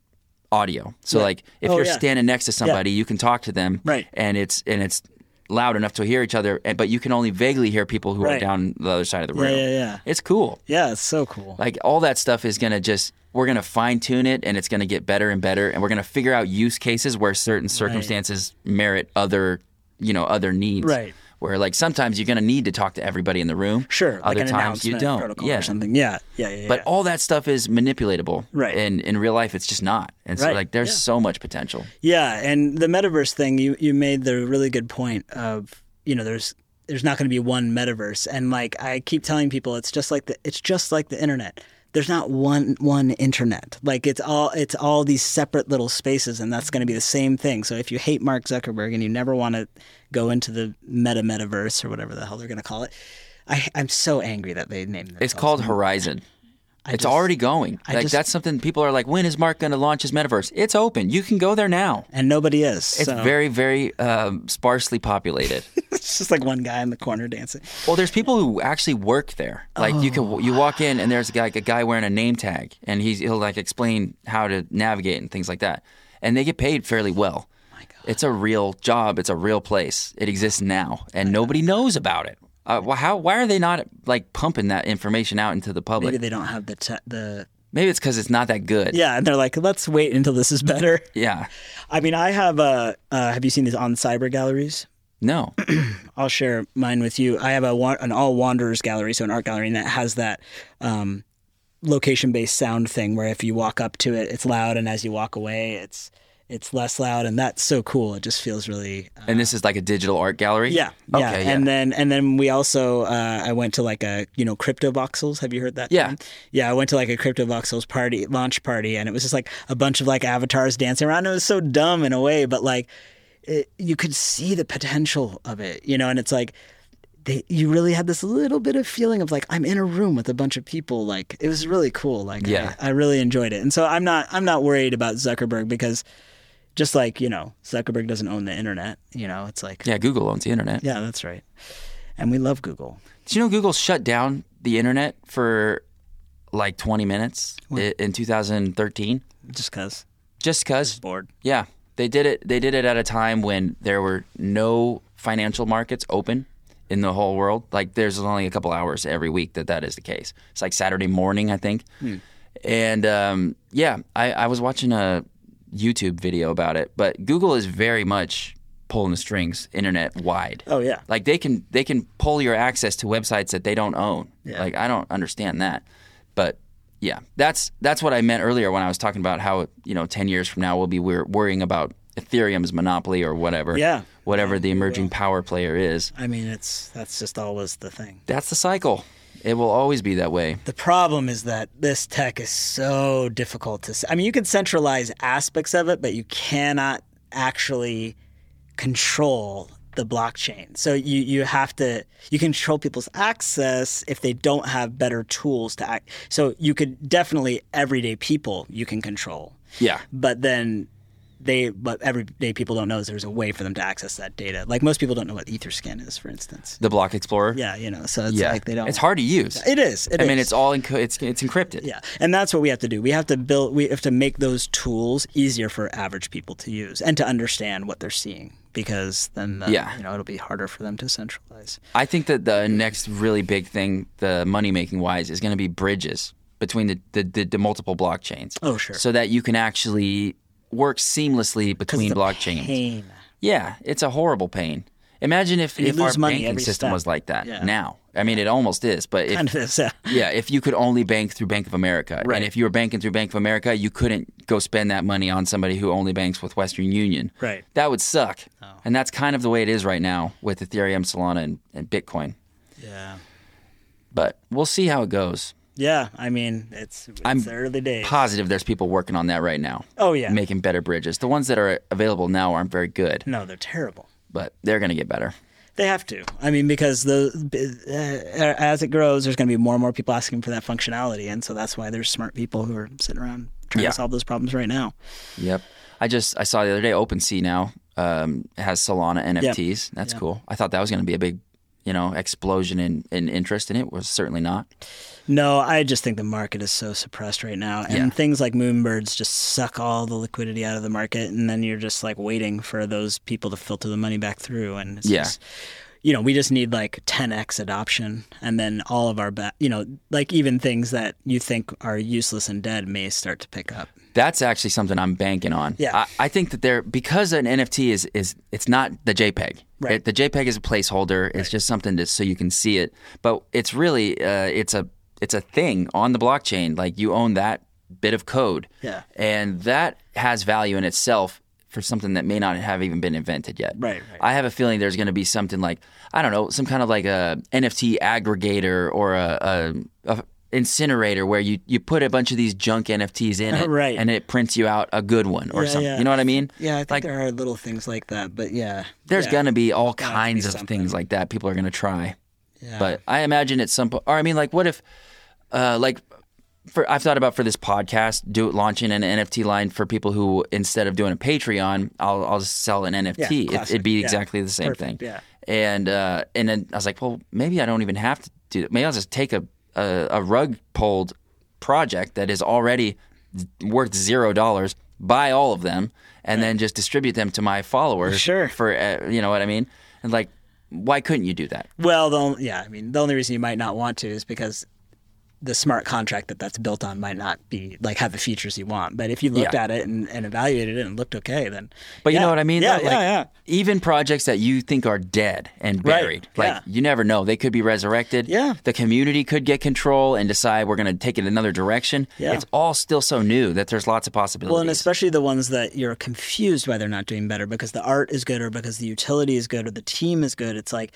S2: audio. So like if
S4: Oh,
S2: you're
S4: yeah.
S2: standing next to somebody, you can talk to them,
S4: Right.
S2: And it's and it's loud enough to hear each other, and, but you can only vaguely hear people who
S4: Right.
S2: are down the other side of the room.
S4: yeah, yeah.
S2: It's cool.
S4: yeah it's so cool
S2: Like all that stuff is gonna just we're gonna fine tune it, and it's gonna get better and better, and we're gonna figure out use cases where certain circumstances merit other you know other needs,
S4: Right.
S2: Where like sometimes you're gonna need to talk to everybody in the room,
S4: sure
S2: Other
S4: like an
S2: times you
S4: announcement
S2: don't,
S4: protocol
S2: yeah.
S4: or something yeah yeah yeah, yeah.
S2: But all that stuff is manipulatable,
S4: Right.
S2: And in real life, it's just not. And so,
S4: Right.
S2: like, there's
S4: Yeah.
S2: so much potential.
S4: Yeah, and the metaverse thing, you you made the really good point of you know there's there's not going to be one metaverse, and like I keep telling people, it's just like the it's just like the internet. There's not one one internet. Like it's all it's all these separate little spaces, and that's going to be the same thing. So if you hate Mark Zuckerberg and you never want to go into the meta metaverse or whatever the hell they're going to call it, I, I'm so angry that they named it.
S2: It's called Horizon. it's already going. like
S4: just-
S2: that's something people are like, when is Mark going to launch his metaverse? It's open. You can go there now.
S4: and nobody is.
S2: It's
S4: so
S2: very, very um, sparsely populated.
S4: it's just like one guy in the corner dancing.
S2: well, there's people who actually work there. Like you can you walk in and there's a guy, a guy wearing a name tag, and he's he'll like explain how to navigate and things like that, and they get paid fairly well. It's a real job. It's a real place. It exists now, and nobody knows about it. Uh, wh- how? Why are they not like pumping that information out into the public?
S4: Maybe
S2: Maybe,
S4: they don't have the te- the
S2: it's because it's not that good.
S4: Yeah, and they're like, let's wait until this is better.
S2: Yeah.
S4: I mean, I have a. Uh, have you seen these on cyber galleries?
S2: No.
S4: I'll share mine with you. I have a wa- an all wanderers gallery, so an art gallery, and that has that um, location based sound thing where if you walk up to it, it's loud, and as you walk away, it's it's less loud, and that's so cool. It just feels really
S2: And this is like a digital art gallery.
S4: yeah,
S2: Okay.
S4: yeah. And then and then we also uh, I went to like a you know crypto voxels. Have you heard that?
S2: Yeah.
S4: term? yeah. I went to like a crypto voxels party launch party, and it was just like a bunch of like avatars dancing around. It was so dumb in a way, but like it, you could see the potential of it, you know. And it's like. They, you really had this little bit of feeling of like I'm in a room with a bunch of people. Like it was really cool. Like
S2: Yeah.
S4: I, I really enjoyed it. And so I'm not I'm not worried about Zuckerberg because just like you know Zuckerberg doesn't own the internet. You know it's like
S2: yeah. Google owns the internet.
S4: yeah, that's right. And we love Google.
S2: Did you know Google shut down the internet for like 20 minutes i- in 2013?
S4: Just cause.
S2: Just because.
S4: Bored.
S2: Yeah. They did it they did it at a time when there were no financial markets open in the whole world. Like there's only a couple hours every week that that is the case. It's like Saturday morning, I think. And um, yeah, I, I was watching a YouTube video about it, but Google is very much pulling the strings internet wide.
S4: Oh yeah.
S2: Like they can they can pull your access to websites that they don't own. Like I don't understand that. But yeah, that's that's what I meant earlier when I was talking about how you know ten years from now we'll be wor- worrying about Ethereum's monopoly or whatever.
S4: Yeah.
S2: Whatever the emerging power player is.
S4: I mean, it's that's just always the thing.
S2: That's the cycle. It will always be that way.
S4: The problem is that this tech is so difficult to. s- I mean, you can centralize aspects of it, but you cannot actually control the blockchain. So you you have to you control people's access if they don't have better tools to act. So you could definitely everyday people you can control.
S2: Yeah.
S4: But then they but everyday people don't know is there's a way for them to access that data. Like most people don't know what EtherScan is, for instance.
S2: The Block Explorer.
S4: Yeah, you know. So it's
S2: Yeah.
S4: like they don't.
S2: It's hard to use.
S4: It is. It
S2: I mean,
S4: is.
S2: it's all enc- it's it's encrypted.
S4: Yeah, and that's what we have to do. We have to build. We have to make those tools easier for average people to use and to understand what they're seeing, because then uh,
S2: Yeah.
S4: you know it'll be harder for them to centralize.
S2: I think that the next really big thing, the money making wise, is going to be bridges between the, the, the, the multiple blockchains.
S4: Oh, sure.
S2: So that you can actually work seamlessly between
S4: the
S2: blockchains.
S4: Pain.
S2: Yeah, it's a horrible pain. Imagine if, if our
S4: lose money
S2: banking
S4: every
S2: system
S4: step.
S2: was like that
S4: Yeah.
S2: now. I mean, it almost is, but if,
S4: Kind of is, yeah.
S2: yeah, if you could only bank through Bank of America,
S4: Right.
S2: and if you were banking through Bank of America, you couldn't go spend that money on somebody who only banks with Western Union.
S4: Right. Oh.
S2: That would suck. And that's kind of the way it is right now with Ethereum, Solana, and, and Bitcoin.
S4: Yeah.
S2: But we'll see how it goes.
S4: Yeah. I mean, it's, it's
S2: I'm
S4: the early days.
S2: Positive, there's people working on that right now.
S4: Oh, yeah.
S2: making better bridges. The ones that are available now aren't very good,
S4: no, they're terrible.
S2: but they're going to get better.
S4: They have to. I mean, because the uh, as it grows, there's going to be more and more people asking for that functionality, and so that's why there's smart people who are sitting around trying
S2: Yeah.
S4: to solve those problems right now.
S2: Yep. I just I saw the other day OpenSea now um, has Solana NFTs. That's cool. I thought that was going to be a big, you know, explosion in, in interest, and it was certainly not.
S4: No, I just think the market is so suppressed right now, and
S2: Yeah.
S4: things like Moonbirds just suck all the liquidity out of the market, and then you're just like waiting for those people to filter the money back through, and it's
S2: Yeah.
S4: just, you know, we just need like 10x adoption, and then all of our, ba- you know, like even things that you think are useless and dead may start to pick up.
S2: That's actually something I'm banking on.
S4: Yeah.
S2: I, I think that there because an NFT is is it's not the JPEG.
S4: Right.
S2: It- the JPEG is a placeholder. It's just something to so you can see it. But it's really uh, it's a it's a thing on the blockchain. Like you own that bit of code.
S4: Yeah.
S2: And that has value in itself for something that may not have even been invented yet.
S4: Right, right.
S2: I have a feeling there's going to be something like I don't know, some kind of like a NFT aggregator or a, a, a incinerator where you you put a bunch of these junk NFTs in it,
S4: Right.
S2: And it prints you out a good one or
S4: Yeah,
S2: something.
S4: yeah.
S2: You know what I mean?
S4: Yeah, I think
S2: Like-
S4: there are little things like that, but yeah,
S2: There's
S4: yeah.
S2: gonna be all
S4: be
S2: kinds of
S4: something.
S2: things like that. People are gonna try,
S4: Yeah.
S2: but I imagine at some point, or I mean, like, what if, uh, like. For, I've thought about for this podcast, do launching an NFT line for people who instead of doing a Patreon, I'll I'll just sell an NFT.
S4: Yeah,
S2: it, would be
S4: classic. Yeah.
S2: exactly the same
S4: Perfect,
S2: thing.
S4: yeah.
S2: And uh, and then I was like, well, maybe I don't even have to do that. Maybe I'll just take a a, a rug pulled project that is already worth zero dollars, buy all of them, and then just distribute them to my followers.
S4: Sure.
S2: For uh, you know what I mean? And like, why couldn't you do that?
S4: Well, the only, yeah, I mean, the only reason you might not want to is because the smart contract that that's built on might not be like have the features you want. But if you looked
S2: Yeah.
S4: at it and, and evaluated it and looked okay, then
S2: But you
S4: Yeah.
S2: know what I mean?
S4: Yeah,
S2: though?
S4: yeah,
S2: Like,
S4: yeah.
S2: Even projects that you think are dead and
S4: Right.
S2: buried,
S4: Yeah.
S2: like you never know, they could be resurrected.
S4: Yeah.
S2: the community could get control and decide we're going to take it another direction.
S4: Yeah.
S2: it's all still so new that there's lots of possibilities.
S4: Well, and especially the ones that you're confused why they're not doing better because the art is good or because the utility is good or the team is good. It's like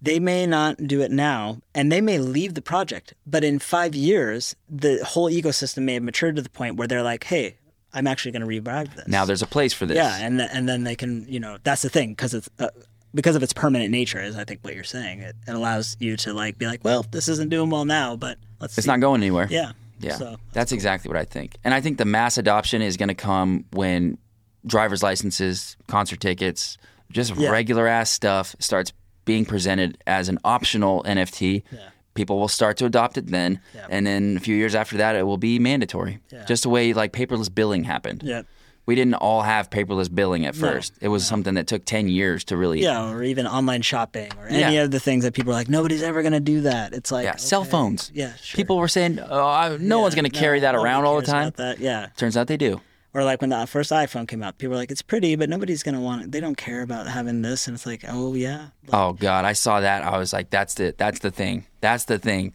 S4: they may not do it now and they may leave the project, but in five years, the whole ecosystem may have matured to the point where they're like, hey, I'm actually going to revive this.
S2: now there's a place for this.
S4: Yeah, and th- and then they can, you know, that's the thing because it's uh, because of its permanent nature, is I think what you're saying. It, it allows you to like be like, well, this isn't doing well now, but let's.
S2: it's
S4: see."
S2: not going anywhere.
S4: Yeah.
S2: Yeah.
S4: So,
S2: that's exactly what I think. And I think the mass adoption is going to come when driver's licenses, concert tickets, just regular ass stuff starts being presented as an optional NFT. People will start to adopt it then. And then a few years after that, it will be mandatory. Just the way like paperless billing happened.
S4: yeah.
S2: We didn't all have paperless billing at first. It was something that took 10 years to really.
S4: Yeah, or even online shopping or any
S2: Yeah.
S4: of the things that people are like, nobody's ever going to do that. It's like
S2: Yeah, Cell
S4: okay.
S2: phones.
S4: Yeah, sure.
S2: People were saying, oh, I, no one's
S4: Yeah,
S2: going to carry
S4: no,
S2: that
S4: nobody
S2: around all the
S4: cares about
S2: time.
S4: That. Yeah.
S2: Turns out they do.
S4: Or like when the uh, first iPhone came out, people were like, it's pretty, but nobody's going to want it. They don't care about having this. And it's like, oh, yeah.
S2: Oh God, I saw that. I was like, that's the that's the thing. That's the thing.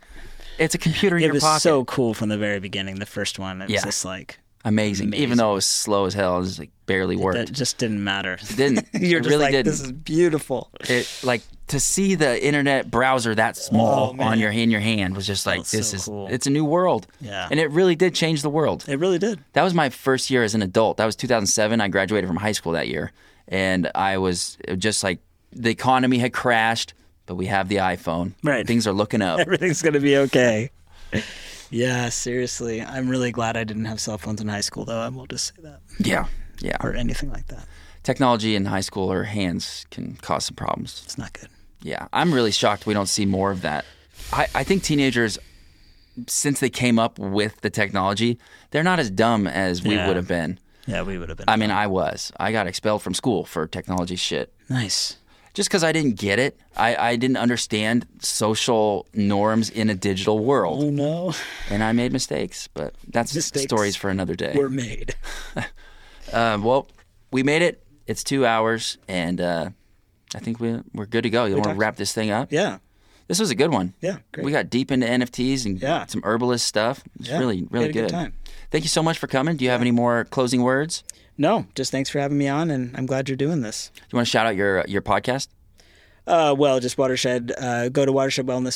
S2: It's a computer in
S4: It
S2: your
S4: was
S2: pocket.
S4: so cool from the very beginning, the first one. It was
S2: Yeah.
S4: just like,
S2: amazing. Even though it was slow as hell, it was like barely
S4: that
S2: worked.
S4: just didn't matter.
S2: It didn't.
S4: You're
S2: it
S4: just
S2: really
S4: like,
S2: didn't.
S4: this is beautiful.
S2: It like to see the internet browser that small on your in your hand was just like
S4: Oh, was
S2: this
S4: so
S2: is
S4: cool.
S2: it's a new world.
S4: Yeah.
S2: And it really did change the world.
S4: It really did.
S2: That was my first year as an adult. That was 2007. I graduated from high school that year. and I was just like the economy had crashed, but we have the iPhone.
S4: Right.
S2: Things are looking up.
S4: Everything's gonna be okay. Yeah, seriously. I'm really glad I didn't have cell phones in high school, though. I will just say that,
S2: yeah. Yeah.
S4: or anything like that.
S2: Technology in high school or hands can cause some problems.
S4: It's not good.
S2: Yeah, I'm really shocked we don't see more of that. I, I think teenagers, since they came up with the technology, they're not as dumb as we
S4: Yeah.
S2: would have been.
S4: Yeah, we would have been
S2: I mean, I was. I got expelled from school for technology shit.
S4: nice.
S2: Just because I didn't get it, I, I didn't understand social norms in a digital world.
S4: Oh no,
S2: And I made mistakes, but that's
S4: Mistakes
S2: stories for another day.
S4: we're made.
S2: Uh, well, we made it. It's two hours, and uh, I think we, we're good to go. You want to
S4: talked-
S2: wrap this thing up?
S4: Yeah,
S2: This was a good one.
S4: Yeah, great.
S2: We got deep into NFTs and
S4: Yeah.
S2: some herbalist stuff. It's
S4: Yeah,
S2: really,
S4: we
S2: really
S4: had a good
S2: good.
S4: time.
S2: Thank you so much for coming. Do you have any more closing words?
S4: no, just thanks for having me on, and I'm glad you're doing this.
S2: Do you want to shout out your your podcast?
S4: Uh, well, just watershed. Uh, go to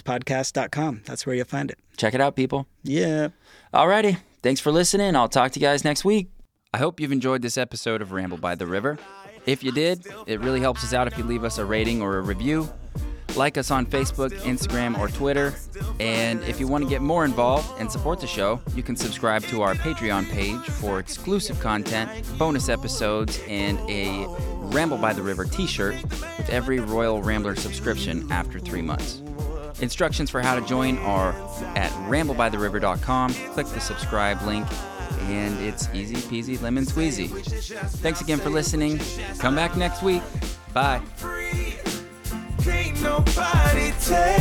S4: watershedwellnesspodcast.com. That's where you'll find it.
S2: Check it out, people.
S4: Yeah.
S2: Alrighty. Thanks for listening. I'll talk to you guys next week. I hope you've enjoyed this episode of Ramble by the River. If you did, it really helps us out if you leave us a rating or a review. Like us on Facebook, Instagram, or Twitter. And if you want to get more involved and support the show, you can subscribe to our Patreon page for exclusive content, bonus episodes, and a Ramble by the River t shirt with every Royal Rambler subscription after three months. Instructions for how to join are at ramblebytheriver.com. Click the subscribe link, and it's easy peasy lemon squeezy. Thanks again for listening. Come back next week. Bye.
S1: free. Can't nobody take Oh. Oh.